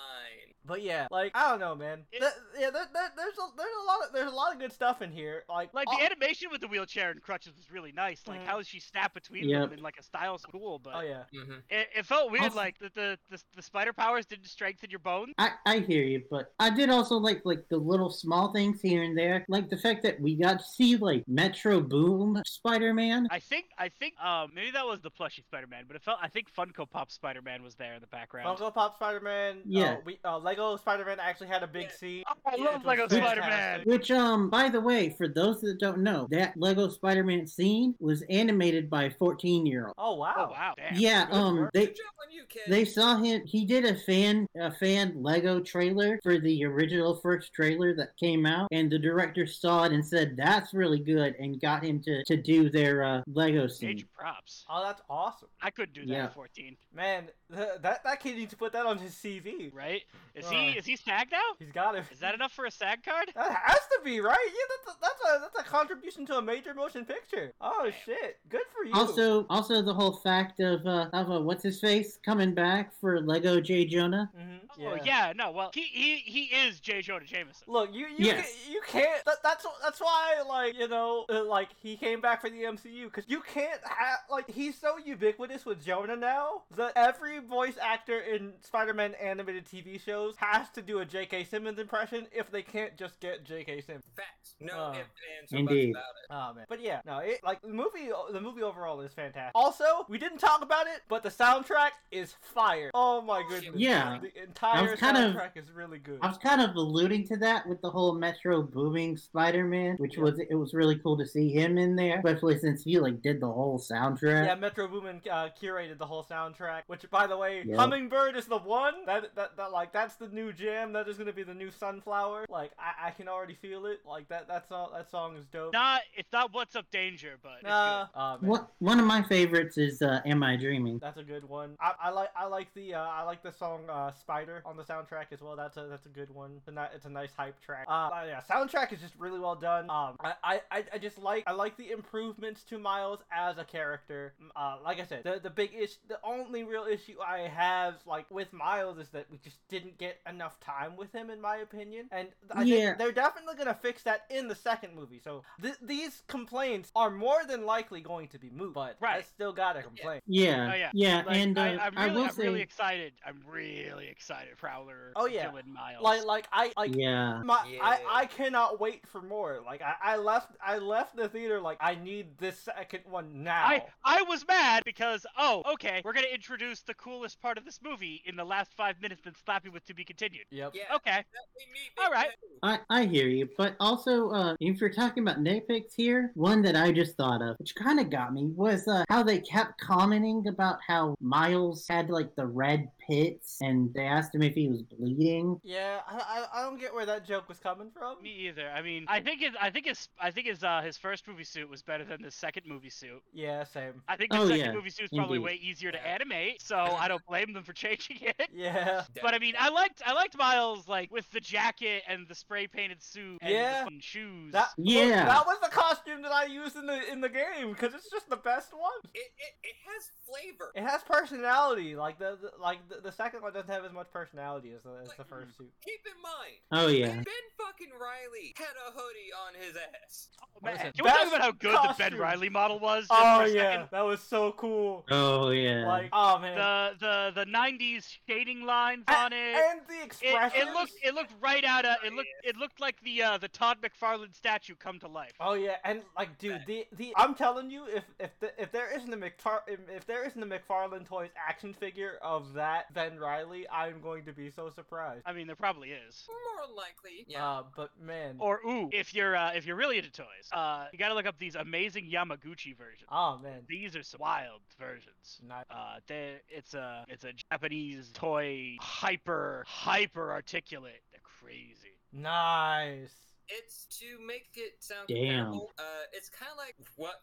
A: But yeah, like I don't know, man.
B: It-
A: That- yeah, that, that, there's a, there's a lot of there's a lot of good stuff in here. Like oh,
B: Like
A: all-
B: the animation with the wheelchair and crutches was really nice. Like
A: Mhm.
B: how she snapped between
C: Yep.
B: them in like a style school, but
A: oh yeah,
D: Mm-hmm.
B: it, it felt weird.
C: Also-
B: Like that the, the the spider powers didn't strengthen your bones.
C: I, I hear you, but I did also like like the little small things here and there, like the fact that we got to see like Metro Boom Spider Man.
B: I think I think um maybe that was the plushy Spider-Man, but it felt I think Funko Pop Spider-Man was there in the background.
A: Funko Pop Spider-Man.
C: Yeah.
A: uh, we uh, Lego Spider-Man actually had a big
D: Yeah.
A: scene.
B: Oh, I
A: Yeah,
B: love
A: it was
B: Lego
A: fantastic.
B: Spider-Man.
C: Which, um, by the way, for those that don't know, that Lego Spider-Man scene was animated by a 14-year-old.
A: Oh wow.
B: Oh wow, damn.
C: yeah,
A: good
C: um,
A: work.
C: they
D: Good job on you, kid.
C: they saw him. He did a fan a fan Lego trailer for the original first trailer that came out, and the director saw it and said that's really good, and got him to to do their uh, Lego
B: Major
C: scene.
B: props.
A: Oh, that's awesome,
B: I couldn't do that
C: Yeah.
B: at 14,
A: man. Th- that that kid needs to put that on his CV.
B: right? Is
A: Uh.
B: he is he snagged now?
A: He's got it.
B: Is that enough for a SAG card?
A: That has to be right. Yeah, that's a, that's a that's a contribution to a major motion picture. Oh
B: Damn.
A: shit, good for you.
C: Also, also the whole fact of uh, of uh, what's his face coming back for Lego J Jonah.
A: Mhm.
B: Oh
A: Yeah.
B: yeah, no. Well, he he he is J. Jonah Jameson.
A: Look, you you
C: Yes.
A: ca- you can't. That, that's that's why, like you know, uh, like he came back for the MCU because you can't have like he's so ubiquitous with Jonah now that every voice actor in Spider-Man animated TV shows has to do a J.K. Simmons impression if they can't just get J.K. Simmons.
D: Facts. No
A: Oh.
D: ifs, ands, or
C: Uh, Indeed.
D: buts about it.
A: Oh man, but yeah, no, it like the movie. The movie overall is fantastic. Also, we didn't talk about it, but the soundtrack is fire. Oh my goodness.
C: Yeah.
A: the entire
C: kind of-
A: soundtrack is really good.
C: I was kind of alluding to that with the whole Metro booming Spider-Man, which was it was really cool to see him in there, especially since he like did the whole soundtrack.
A: Yeah, Metro Boomin uh, curated the whole soundtrack. Which, by the way,
C: Yeah.
A: Hummingbird is the one that, that that like that's the new jam. That is gonna be the new Sunflower. Like I, I can already feel it. Like that that song that song is dope.
B: Not it's not what's up danger, but it's
A: Nah. Aw, man.
C: One, one of my favorites is uh, "Am I
B: Oh,
C: Dreaming?"
A: That's a good one. I, I like I like the uh, I like the song uh, Spider on the soundtrack as well. That's a that's a good one. It's a, ni- it's a nice hype track. Uh, uh, yeah, soundtrack is just really well done. Um, I, I, I- I just like I like the improvements to Miles as a character. Mm, Uh, like I said, the the big issue, the only real issue I have like with Miles is that we just didn't get enough time with him, in my opinion. And I
C: Yeah.
A: think they're definitely gonna fix that in the second movie. So th- these complaints are more than likely going to be moved, but I
B: Right.
A: still gotta complain.
C: Yeah,
B: Oh, yeah.
C: yeah,
B: good. Like,
C: and uh,
B: I, I'm
C: I
B: really,
C: will
B: I'm
C: say,
B: really excited. I'm really excited. Prowler.
A: Oh, yeah.
B: Dylan Miles.
A: like like I like
C: yeah,
A: my
D: Yeah.
A: I, I cannot wait for more. Like I, I left I left the theater like I need this second one now.
B: I, I was mad because oh okay we're gonna introduce the coolest part of this movie in the last five minutes and slap you with to be continued.
A: Yep.
D: Yeah.
B: Okay,
D: That we need
B: All
D: it
B: right.
D: too.
C: I, I hear you, but also uh, if you're talking about nitpicks here, one that I just thought of, which kind of got me, was uh, how they kept commenting about how Miles had like the red pits, and they asked him if he was bleeding.
A: Yeah, I, I I don't get where that joke was coming from.
B: me either. I mean, I think his I think his I think his uh his first movie suit was better than the second movie suit.
A: Yeah, same.
B: I think the
C: Oh,
B: second
C: yeah,
B: movie suit's probably
C: indeed.
B: way easier to
D: Yeah.
B: animate, so I don't blame them for changing it.
A: Yeah.
B: But I mean, I liked I liked Miles like with the jacket and the spray painted suit and
A: Yeah.
B: the fucking shoes.
A: That
C: Yeah.
A: that was the costume that I used in the in the game because it's just the best one.
D: It, it, it has flavor.
A: It has personality. Like the, the like the, the second one doesn't have as much personality as the, as the first two.
D: Keep in mind,
C: Oh yeah,
D: Ben fucking Riley had a hoodie on his ass.
B: Oh, man.
A: Listen,
B: Can we talk
A: best
B: about how good the
A: costume.
B: Ben Riley model was? Just for
A: Oh
B: a
A: yeah,
B: second?
A: that was so cool.
C: oh yeah.
A: Like oh man,
B: The the the '90s shading lines
A: A-
B: on it.
A: and the
B: It,
A: expression.
B: it looked it looked right out of it looked it looked like the uh, the Todd McFarlane statue come to life.
A: Oh yeah, and like, dude, the the I'm telling you, if if the, if there isn't a McFar if- if there isn't a McFarlane Toys action figure of that Ben Riley, I'm going to be so surprised.
B: I mean, there probably is.
D: More than likely. Yeah.
A: Uh, but man,
B: Or ooh, if you're uh, if you're really into toys, uh, you gotta look up these amazing Yamaguchi versions.
A: oh man,
B: These are some wild versions.
A: not,
B: Uh, they, it's a it's a Japanese toy, hyper hyper articulate. They're crazy.
A: nice.
D: It's to make it sound
C: Damn.
D: comparable, Uh, it's kind of like what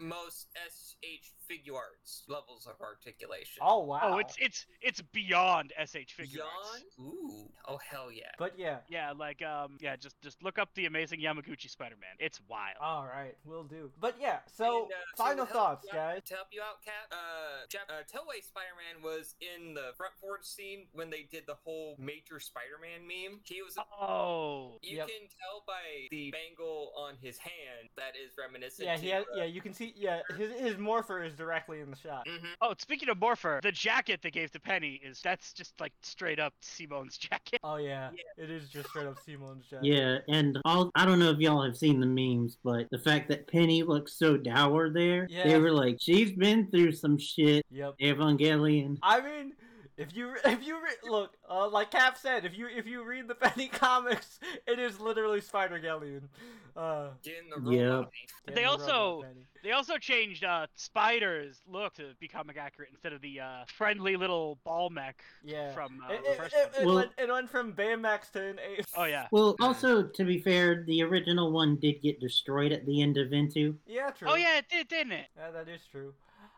D: most SH figure arts levels of articulation.
A: Oh wow.
B: Oh, it's it's it's beyond SH figure arts.
D: Yawn? Ooh. Oh hell yeah.
A: But yeah,
B: Yeah, like um, yeah, just just look up the amazing Yamaguchi Spider-Man. It's wild.
A: all right, we'll do. But yeah, so
D: And, uh, so
A: final
D: to help
A: thoughts,
D: you out-
A: guys.
D: To help you out, Cap, uh, Jap- uh, Toei Spider-Man was in the front porch scene when they did the whole Major Spider-Man meme. He was.
B: Oh,
D: You
A: Yep.
D: can tell by the bangle on his hand that is reminiscent.
A: Yeah,
D: to,
A: he has,
D: uh,
A: yeah, you can see yeah, his his morpher is directly in the shot.
D: mhm.
B: Oh, speaking of Morpher, the jacket they gave to Penny is that's just like straight up Simone's jacket.
A: Oh yeah, it is just straight up Simon's shot.
C: Yeah, and all I don't know if y'all have seen the memes, but the fact that Penny looks so dour there,
A: Yeah.
C: they were like, she's been through some shit.
A: Yep.
C: Evangelion.
A: I mean, if you if you re- look, uh, like Cap said, if you if you read the Penny comics, it is literally Spider Galleon. Uh,
D: Getting the robot.
A: yeah,
B: They
A: no
B: also-
A: rubber, Penny.
B: They also changed uh Spider's look to be comic accurate instead of the uh friendly little ball mech
A: yeah.
B: from uh,
A: it,
B: the
A: it,
B: first
A: it,
B: one.
A: it
C: Well-
A: went, it went from Baymax to an ape.
B: Oh yeah.
C: Well, also to be fair, the original one did get destroyed at the end of Into.
A: Yeah, true.
B: Oh yeah, it did, didn't it?
A: Yeah, that is true.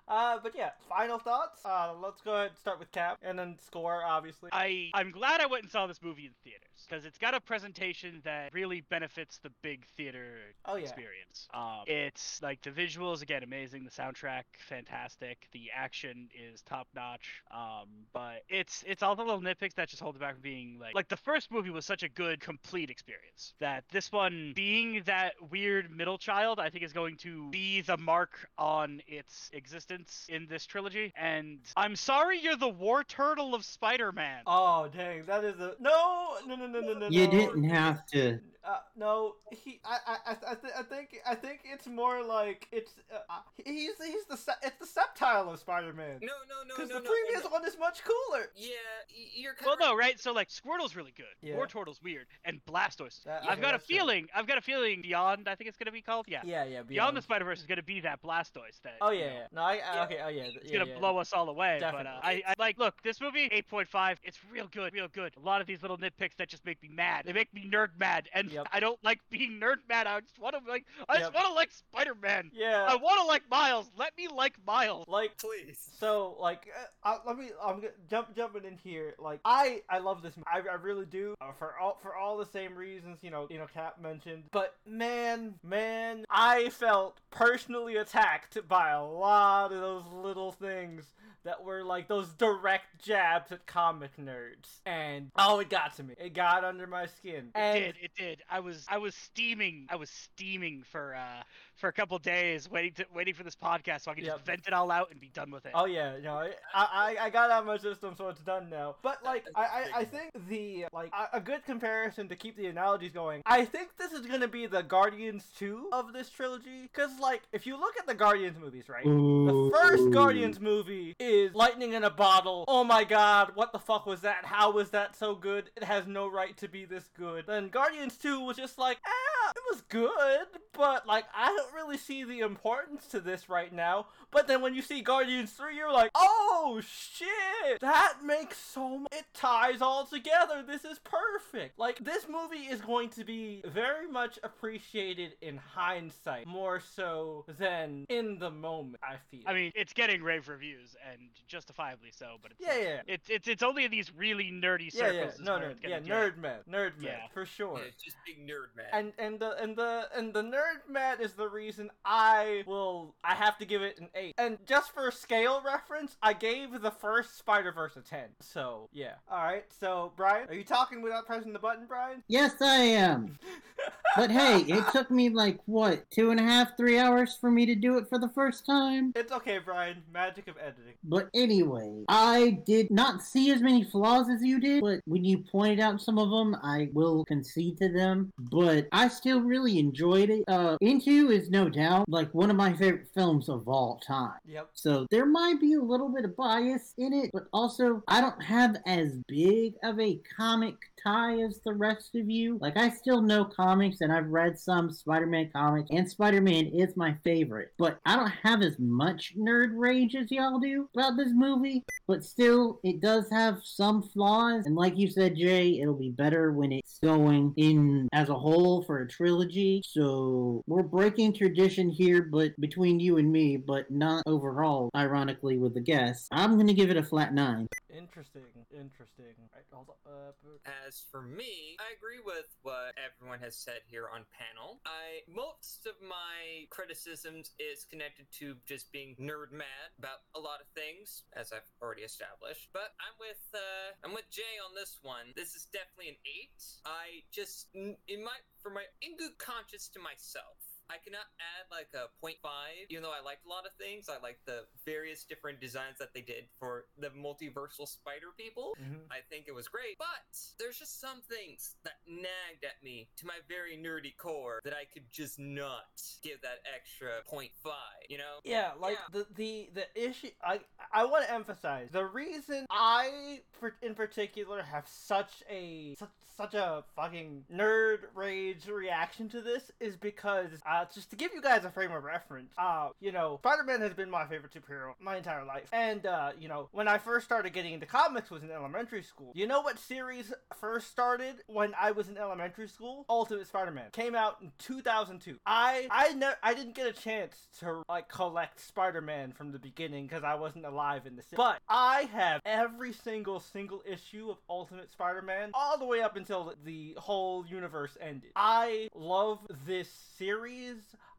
A: Uh, but yeah, final thoughts. Uh, let's go ahead and start with Cap, and then score, obviously.
B: I I'm glad I went and saw this movie in theaters because it's got a presentation that really benefits the big theater
A: oh yeah,
B: experience. Um, it's like the visuals again amazing, the soundtrack fantastic, the action is top notch. Um, but it's it's all the little nitpicks that just hold it back from being like like the first movie was such a good complete experience that this one being that weird middle child I think is going to be the mark on its existence in this trilogy. And I'm sorry, you're the war turtle of Spider-Man.
A: Oh dang, that is a no, no, no, no, no, no.
C: You
A: no.
C: didn't have to.
A: Uh, no, he. I. I. I, I, th- I think. I think it's more like it's. Uh, uh, he's. He's the. se- It's the septile of Spider-Man.
D: No, no, no,
A: Because
D: no,
A: the
D: no,
A: previous
D: no.
A: one is much cooler.
D: Yeah, y- you're kind
B: Well,
D: of.
B: no, right? So like Squirtle's really good.
A: Yeah.
B: War Turtle's weird, and Blastoise.
A: That-
B: I've
A: okay,
B: got a
A: that's true.
B: feeling. I've got a feeling Beyond. I think it's gonna be called. Yeah.
A: Yeah. Yeah.
B: Beyond the Spider Verse is gonna be that Blastoise that.
A: Oh
B: you
A: yeah.
B: know,
A: yeah. No. I, I. Okay. Oh yeah. th-
B: It's
A: yeah,
B: gonna
A: yeah.
B: blow us all away, but uh, I,
A: Definitely.
B: I like look this movie 8.5. It's real good, real good. A lot of these little nitpicks that just make me mad. They make me nerd mad, and
A: Yep.
B: I don't like being nerd mad. I just want to like I
A: Yep.
B: just want to like Spider Man.
A: Yeah.
B: I want to like Miles. Let me like Miles.
A: like
D: Please.
A: So like, uh, uh, let me. I'm gonna jump jumping in here. Like, I I love this. movie. I, I really do. Uh, for all for all the same reasons, you know, you know, Cap mentioned. But man, man, I felt personally attacked by a lot of those little things that were like those direct jabs at comic nerds. And oh, it got to me. It got under my skin.
B: It
A: And
B: did. It did. I was I was steaming. I was steaming for uh for a couple days waiting to waiting for this podcast so I could just
A: Yep.
B: vent it all out and be done with it.
A: Oh yeah, no, I, I I got out of my system, so it's done now. But like, I I, I think the like a, a good comparison to keep the analogies going. I think this is gonna be the Guardians two of this trilogy, cause like if you look at the Guardians movies, right? The first Guardians movie is lightning in a bottle. Oh my god, what the fuck was that? How was that so good? It has no right to be this good. Then Guardians 2 was just like, ah, it was good, but like, I don't really see the importance to this right now. But then when you see Guardians 3, you're like, oh shit, that makes so much. It ties all together. This is perfect. Like, this movie is going to be very much appreciated in hindsight, more so than in the moment, I feel.
B: I mean, it's getting rave reviews and justifiably so, but it's
A: Yeah,
B: like-
A: yeah.
B: It's it's it's only in these really nerdy
A: yeah,
B: circles.
A: yeah,
B: is
A: no,
B: where
A: no,
B: it's
A: yeah,
B: gonna get.
A: nerd man, nerd man,
B: Yeah.
A: for sure.
D: Yeah, just big nerd man.
A: And and the and the and the nerd mat is the reason I will I have to give it an eight. And just for scale reference, I gave the first Spider Verse a ten. So yeah. All right. So Brian, are you talking without pressing the button, Brian?
C: Yes, I am. But hey, it took me like what two and a half, three hours for me to do it for the first time.
A: It's okay, Brian. Magic of editing.
C: But anyway, I did not see as many flaws as you did, but when you pointed out some of them, I will concede to them. But I still really enjoyed it. Uh, Into is no doubt like one of my favorite films of all time.
A: Yep.
C: So there might be a little bit of bias in it, but also I don't have as big of a comic tie as the rest of you. Like I still know comics and I've read some Spider-Man comics and Spider-Man is my favorite, but I don't have as much nerd rage as y'all do about this movie. But still, it does have some flaws. And like you said, Jay, it'll be better when it's going in as a whole for a trilogy. So we're breaking tradition here, but between you and me, but not overall, ironically, with the guests. I'm going to give it a flat nine.
A: Interesting. Interesting. All right. Hold up. Uh,
D: As for me, I agree with what everyone has said here on panel. I most of my criticisms is connected to just being nerd mad about a lot of things, as I've already established. But I'm with uh, I'm with Jay on this one. This is definitely an eight. I just in in my for my in good conscience to myself. I cannot add like a 0.5, even though I liked a lot of things. I liked the various different designs that they did for the multiversal spider people.
A: hmm
D: I think it was great, but there's just some things that nagged at me to my very nerdy core that I could just not give that extra 0.5, you know?
A: Yeah, like the the the issue. I I want to emphasize the reason I, for, in particular, have such a such, such a fucking nerd rage reaction to this is because uh, Uh, just to give you guys a frame of reference, uh, you know, Spider-Man has been my favorite superhero my entire life. And, uh, you know, when I first started getting into comics was in elementary school. You know what series first started when I was in elementary school? Ultimate Spider-Man. Came out in 2002. I, I, ne- I didn't get a chance to, like, collect Spider-Man from the beginning because I wasn't alive in the city. But I have every single, single issue of Ultimate Spider-Man all the way up until the whole universe ended. I love this series.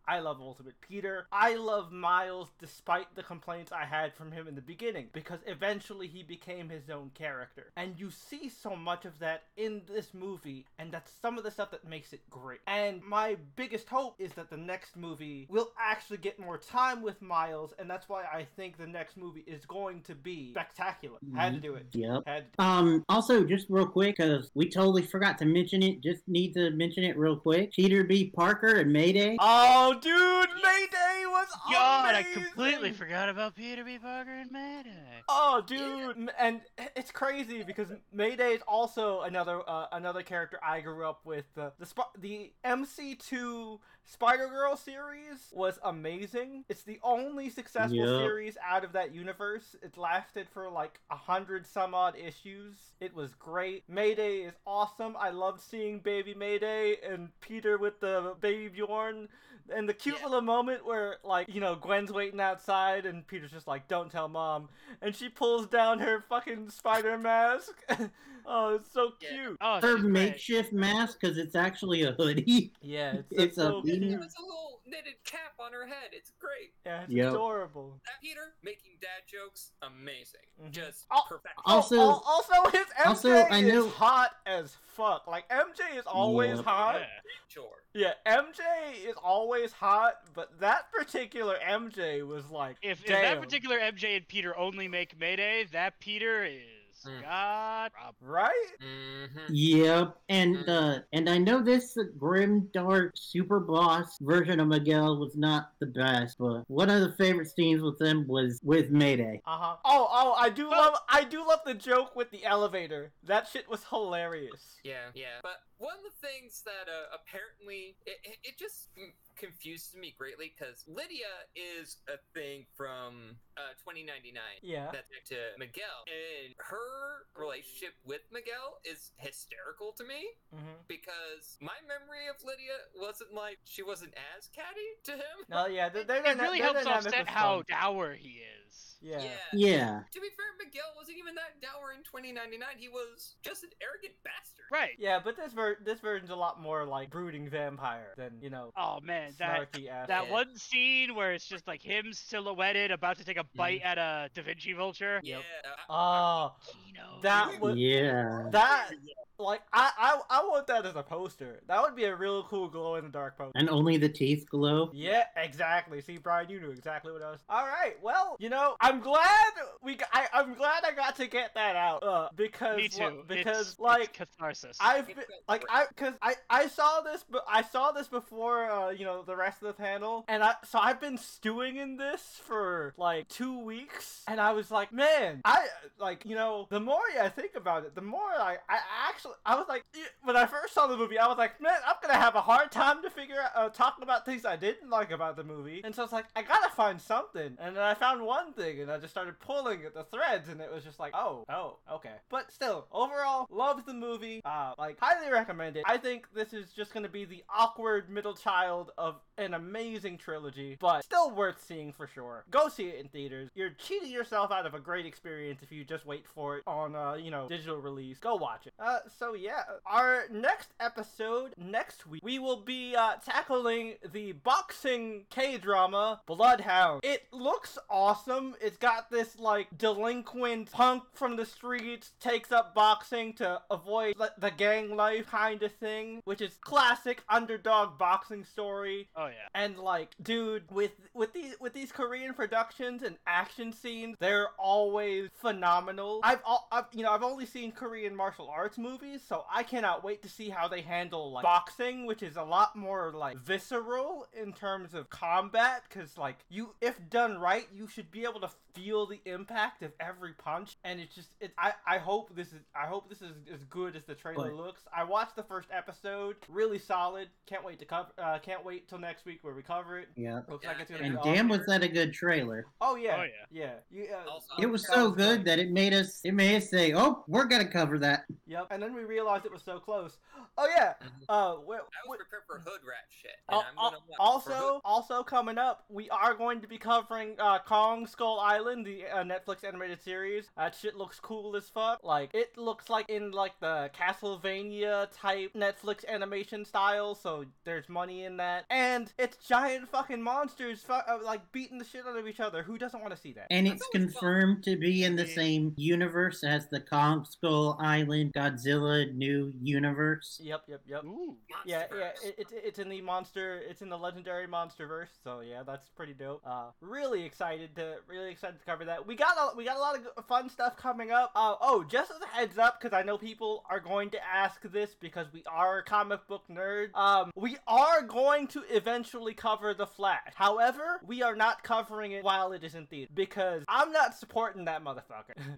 A: I love Ultimate Peter. I love Miles despite the complaints I had from him in the beginning because eventually he became his own character. And you see so much of that in this movie, and that's some of the stuff that makes it great. And my biggest hope is that the next movie will actually get more time with Miles, and that's why I think the next movie is going to be spectacular. Had to do it.
C: Yep.
A: Had
B: Mm-hmm.
A: to
C: Um, also, just real quick, because we totally forgot to mention it, just need to mention it real quick. Peter B. Parker and Mayday.
A: Oh, dude, Mayday was
B: God, I
A: amazing!
B: completely forgot about Peter B. Parker and Mayday.
A: Oh, dude, M- and it's crazy because Mayday is also another uh, another character I grew up with. The the, Sp- the MC2 Spider Girl series was amazing. It's the only successful
C: Yep.
A: series out of that universe. It lasted for like a hundred some odd issues. It was great. Mayday is awesome. I loved seeing Baby Mayday and Peter with the baby Bjorn and the cute
B: Yeah.
A: little moment where like you know gwen's waiting outside and peter's just like don't tell mom and she pulls down her fucking spider mask oh it's so
D: Yeah.
A: cute
B: Oh,
C: Her
B: she's great.
C: makeshift mask, because it's actually a hoodie.
A: yeah it's,
C: It's
A: it's so
C: a-
A: cute.
D: She
C: Yeah.
D: has a little knitted cap on her head. It's great.
A: yeah it's
C: Yep.
A: adorable
D: That Peter making dad jokes, amazing.
A: Mhm.
D: Just
A: Oh,
D: perfection.
A: Oh,
C: Also-
A: al- also his mj
C: also, I
A: is
C: knew-
A: hot as fuck like mj is always
C: Yep.
A: hot
B: Yeah.
D: Sure.
A: yeah. mj is always hot but that particular mj was like
B: If, if
A: damn.
B: that particular MJ and Peter only make Mayday, that Peter is
D: Mm.
B: God.
A: right
D: Mm-hmm.
C: Yep, and uh, and I know this grim, dark, super boss version of Miguel was not the best, but one of the favorite scenes with him was with Mayday.
A: Uh-huh. Oh, oh, I do
B: Well-
A: love I do love the joke with the elevator. That shit was hilarious.
D: Yeah, yeah. But one of the things that uh, apparently it, it- it just mm, confuses me greatly because Lydia is a thing from uh, 2099
A: Yeah.
D: that's to Miguel, and her relationship with Miguel is hysterical to me
A: Mm-hmm.
D: because my memory of Lydia wasn't like she wasn't as catty to him.
A: No, yeah, th- their,
B: It
A: dyna-
B: really
A: their
B: helps
A: dynamic
B: offset
A: was
B: how
A: fun.
B: dour he is.
A: Yeah.
C: Yeah,
D: To be fair, Miguel wasn't even that dour in 2099. He was just an arrogant bastard.
B: Right.
A: Yeah, but this ver- this version's a lot more like brooding vampire than, you know,
B: Oh man, that
A: snarky ass.
B: that
D: Yeah.
B: one scene where it's just like him silhouetted about to take a
A: Mm.
B: bite at a Da Vinci vulture.
D: Yeah. I-
A: Oh,
B: Kino.
A: that was
C: yeah.
A: that like I, I I want that as a poster. That would be a real cool glow in the dark poster.
C: And only the teeth glow.
A: Yeah, exactly. See, Brian, you knew exactly what I was. All right. Well, you know, I'm glad we. Got, I, I'm glad I got to get that out uh, because
B: Me
A: li-
B: too.
A: because
B: It's- it's
A: like
B: catharsis.
A: I've
D: It
A: been,
D: felt
A: like
D: great.
A: I because I I saw this but I saw this before uh, you know the rest of the panel and I so I've been stewing in this for like two weeks and I was like man I like you know the more I think about it the more I I actually I was like eh, when I first saw the movie I was like man I'm gonna have a hard time to figure out uh, talking about things I didn't like about the movie and so it's like I gotta find something and then I found one thing and I just started pulling at the threads and it was just like oh oh okay but still overall loved the movie uh like highly recommend it I think this is just gonna be the awkward middle child of an amazing trilogy but still worth seeing for sure go see it in theaters you're cheating yourself out of a great experience if you just wait for it on uh you know digital release go watch it uh so yeah our next episode next week we will be uh tackling the boxing K drama Bloodhound it looks awesome it's got this like delinquent punk from the streets takes up boxing to avoid like, the gang life kind of thing which is classic underdog boxing story
B: oh yeah.
A: and like dude with with these with these korean productions and action scenes they're always phenomenal i've al- I've, you know, I've only seen Korean martial arts movies, so I cannot wait to see how they handle like boxing, which is a lot more like visceral in terms of combat. Because like you, if done right, you should be able to feel the impact of every punch. And it's just, it, I, I hope this is, I hope this is as good as the trailer
C: But-
A: looks. I watched the first episode, really solid. Can't wait to cover. Uh, can't wait till next week where we cover it.
C: Yeah.
A: Looks like it's gonna
C: And
A: be
C: damn,
A: awesome.
C: was that a good trailer?
A: Oh yeah,
B: Oh,
A: yeah, yeah. You, uh,
D: Also,
C: It was so good that it made us. It made us say, "Oh, we're gonna cover that."
A: Yep. And then we realized it was so close. Oh yeah. Uh, wh-
D: I
A: wh-
D: was prepared for hood rat shit. And
A: al-
D: I'm
A: al-
D: gonna watch for
A: also,
D: hood-
A: also coming up, we are going to be covering uh, Kong Skull Island, the uh, Netflix animated series. That shit looks cool as fuck. Like it looks like in like the Castlevania type Netflix animation style. So there's money in that, and it's giant fucking monsters fu- uh, like beating the shit out of each other. Who doesn't want to see that?
C: And
D: That's
C: it's
D: always fun.
C: confirmed to be in the
B: Yeah.
C: same universe as the Kong Skull Island Godzilla new universe.
A: Yep, yep, yep.
B: Ooh.
A: Yeah, yeah,
D: Monsterverse.
A: it, it, it's in the monster, it's in the legendary monsterverse. So yeah, that's pretty dope. Uh, really excited to, really excited to cover that. We got a, we got a lot of g- fun stuff coming up. Uh, oh, just as a heads up, because I know people are going to ask this because we are comic book nerds. Um, we are going to eventually cover the Flash. However, we are not covering it while it is in theater because I'm not supporting that motherfucker.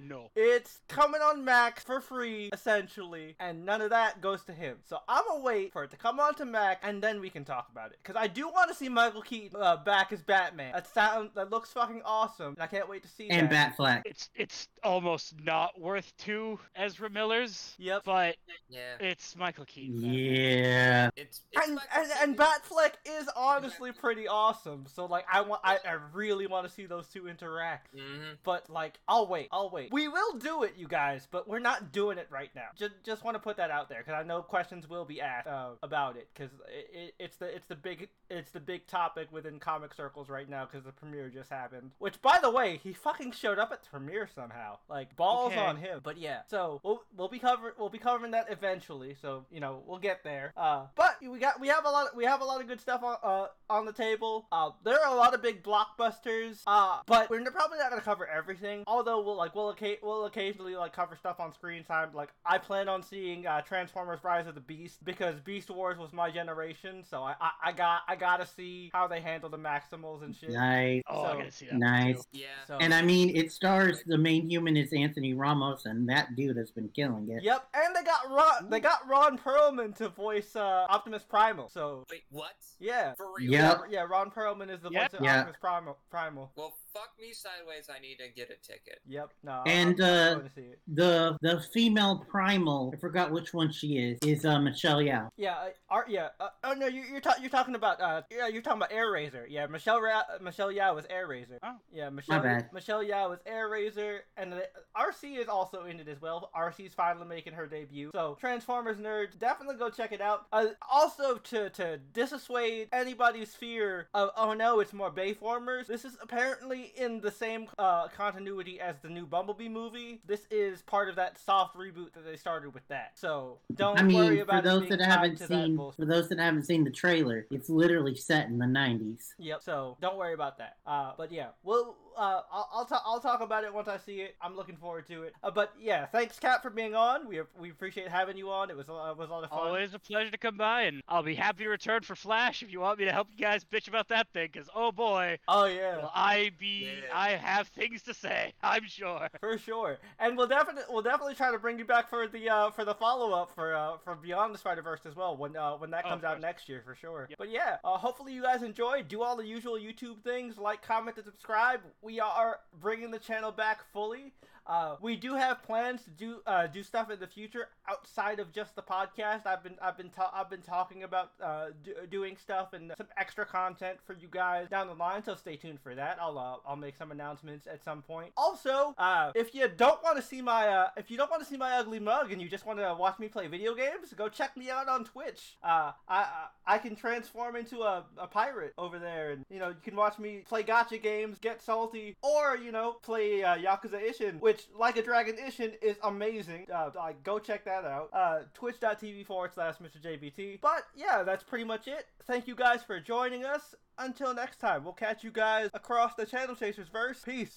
B: No.
A: It's coming on Mac for free, essentially, and none of that goes to him. So I'm gonna wait for it to come on to Mac, and then we can talk about it. Cause I do want to see Michael Keaton uh, back as Batman. That sound that looks fucking awesome, and I can't wait to see
C: And
A: that.
C: Batfleck.
B: It's it's almost not worth two Ezra Millers,
A: Yep.
B: but
D: yeah.
B: it's Michael Keaton.
C: Yeah.
D: It's, it's
A: And,
D: like-
A: and and Batfleck is honestly pretty awesome. So like I want I, I really want to see those two interact.
D: Mhm.
A: But like I'll wait, I'll wait. We will do it, you guys, but we're not doing it right now. Just just want to put that out there because I know questions will be asked uh, about it because it, it, it's the it's the big it's the big topic within comic circles right now because the premiere just happened. Which by the way, he fucking showed up at the premiere somehow. Like balls
B: Okay.
A: on him. But yeah, so we'll, we'll be cover we'll be covering that eventually. So you know we'll get there. Uh, but we got we have a lot we have a lot of good stuff on uh, on the table. Uh, there are a lot of big blockbusters. Uh, but we're probably not gonna cover everything. Although we'll like we'll occa- we'll occasionally like cover stuff on screen time. Like I plan on seeing uh, Transformers: Rise of the Beast because Beast Wars was my generation. So I I, I got I gotta see how they handle the Maximals and shit.
C: Nice.
B: Oh, I
A: So-
B: gotta see that. one,
C: Nice.
B: too.
D: Yeah.
A: So-
C: And I mean, it stars the main human is Anthony Ramos, and that dude has been killing it.
A: Yep, and they got Ron. They got Ron Perlman to voice uh, Optimus Primal. So
D: Wait, what?
A: yeah,
D: For real?
C: Yeah.
A: Yeah, yeah, Ron Perlman is the
B: Yeah.
A: voice of
C: Yeah.
A: Optimus Primal. Primal.
D: Well, fuck me sideways. I need to get a ticket.
A: Yep. No.
C: And,
A: I'm,
C: uh,
A: I'm going to see it.
C: The the female primal, I forgot which one she is, is uh, Michelle Yao.
A: Yeah. I- Ar- yeah. Uh, oh no, you, you're ta- you're talking about uh yeah you're talking about Air Razor. Yeah, Michelle Ra- Michelle Yao was Air Razor.
B: Oh.
A: Yeah, Michelle
C: bad.
A: Michelle Yao was Air Razor, and the, RC is also in it as well. RC's finally making her debut. So Transformers nerds, definitely go check it out. Uh, also to to dissuade anybody's fear of oh no, it's more Bayformers. This is apparently in the same uh, continuity as the new Bumblebee movie. This is part of that soft reboot that they started with that. So don't
C: I
A: worry
C: mean,
A: about
C: for
A: it
C: those
A: being
C: that
A: tied
C: haven't
A: to that
C: seen,
A: bullshit.
C: for those that haven't seen the trailer, it's literally set in the '90s.
A: Yep. So don't worry about that. Uh, but yeah, we'll uh, I'll I'll, ta- I'll talk about it once I see it. I'm looking forward to it. Uh, but yeah, thanks Cap for being on. We we appreciate having you on. It was a, it was a lot of fun.
B: Always a pleasure to come by, and I'll be happy to return for Flash if you want me to help you guys bitch about that thing, because oh boy,
A: Oh yeah.
B: will I be,
D: Yeah.
B: I have things to say, I'm sure.
A: For sure, and we'll definitely we'll definitely try to bring you back for the uh, for the follow up for uh, for Beyond the Spider Verse as well when uh, when that
B: Oh, of
A: comes out
B: course.
A: next year for sure.
B: Yep.
A: But yeah, uh, hopefully you guys enjoyed. Do all the usual YouTube things like, comment, and subscribe. We are bringing the channel back fully. Uh, we do have plans to do uh, do stuff in the future outside of just the podcast. I've been I've been ta- I've been talking about uh, do- doing stuff and some extra content for you guys down the line. So stay tuned for that. I'll uh, I'll make some announcements at some point. Also, uh, if you don't want to see my uh, if you don't want to see my ugly mug and you just want to watch me play video games, go check me out on Twitch. Uh, I I, I can transform into a, a pirate over there, and you know you can watch me play gotcha games, get salty, or you know play uh, Yakuza Ishin, which like a dragon Ishin is amazing. Uh, like go check that out. Uh, Twitch.tv forward slash Mr JBT. But yeah, that's pretty much it. Thank you guys for joining us. Until next time, we'll catch you guys across the Channel Chasers verse. Peace.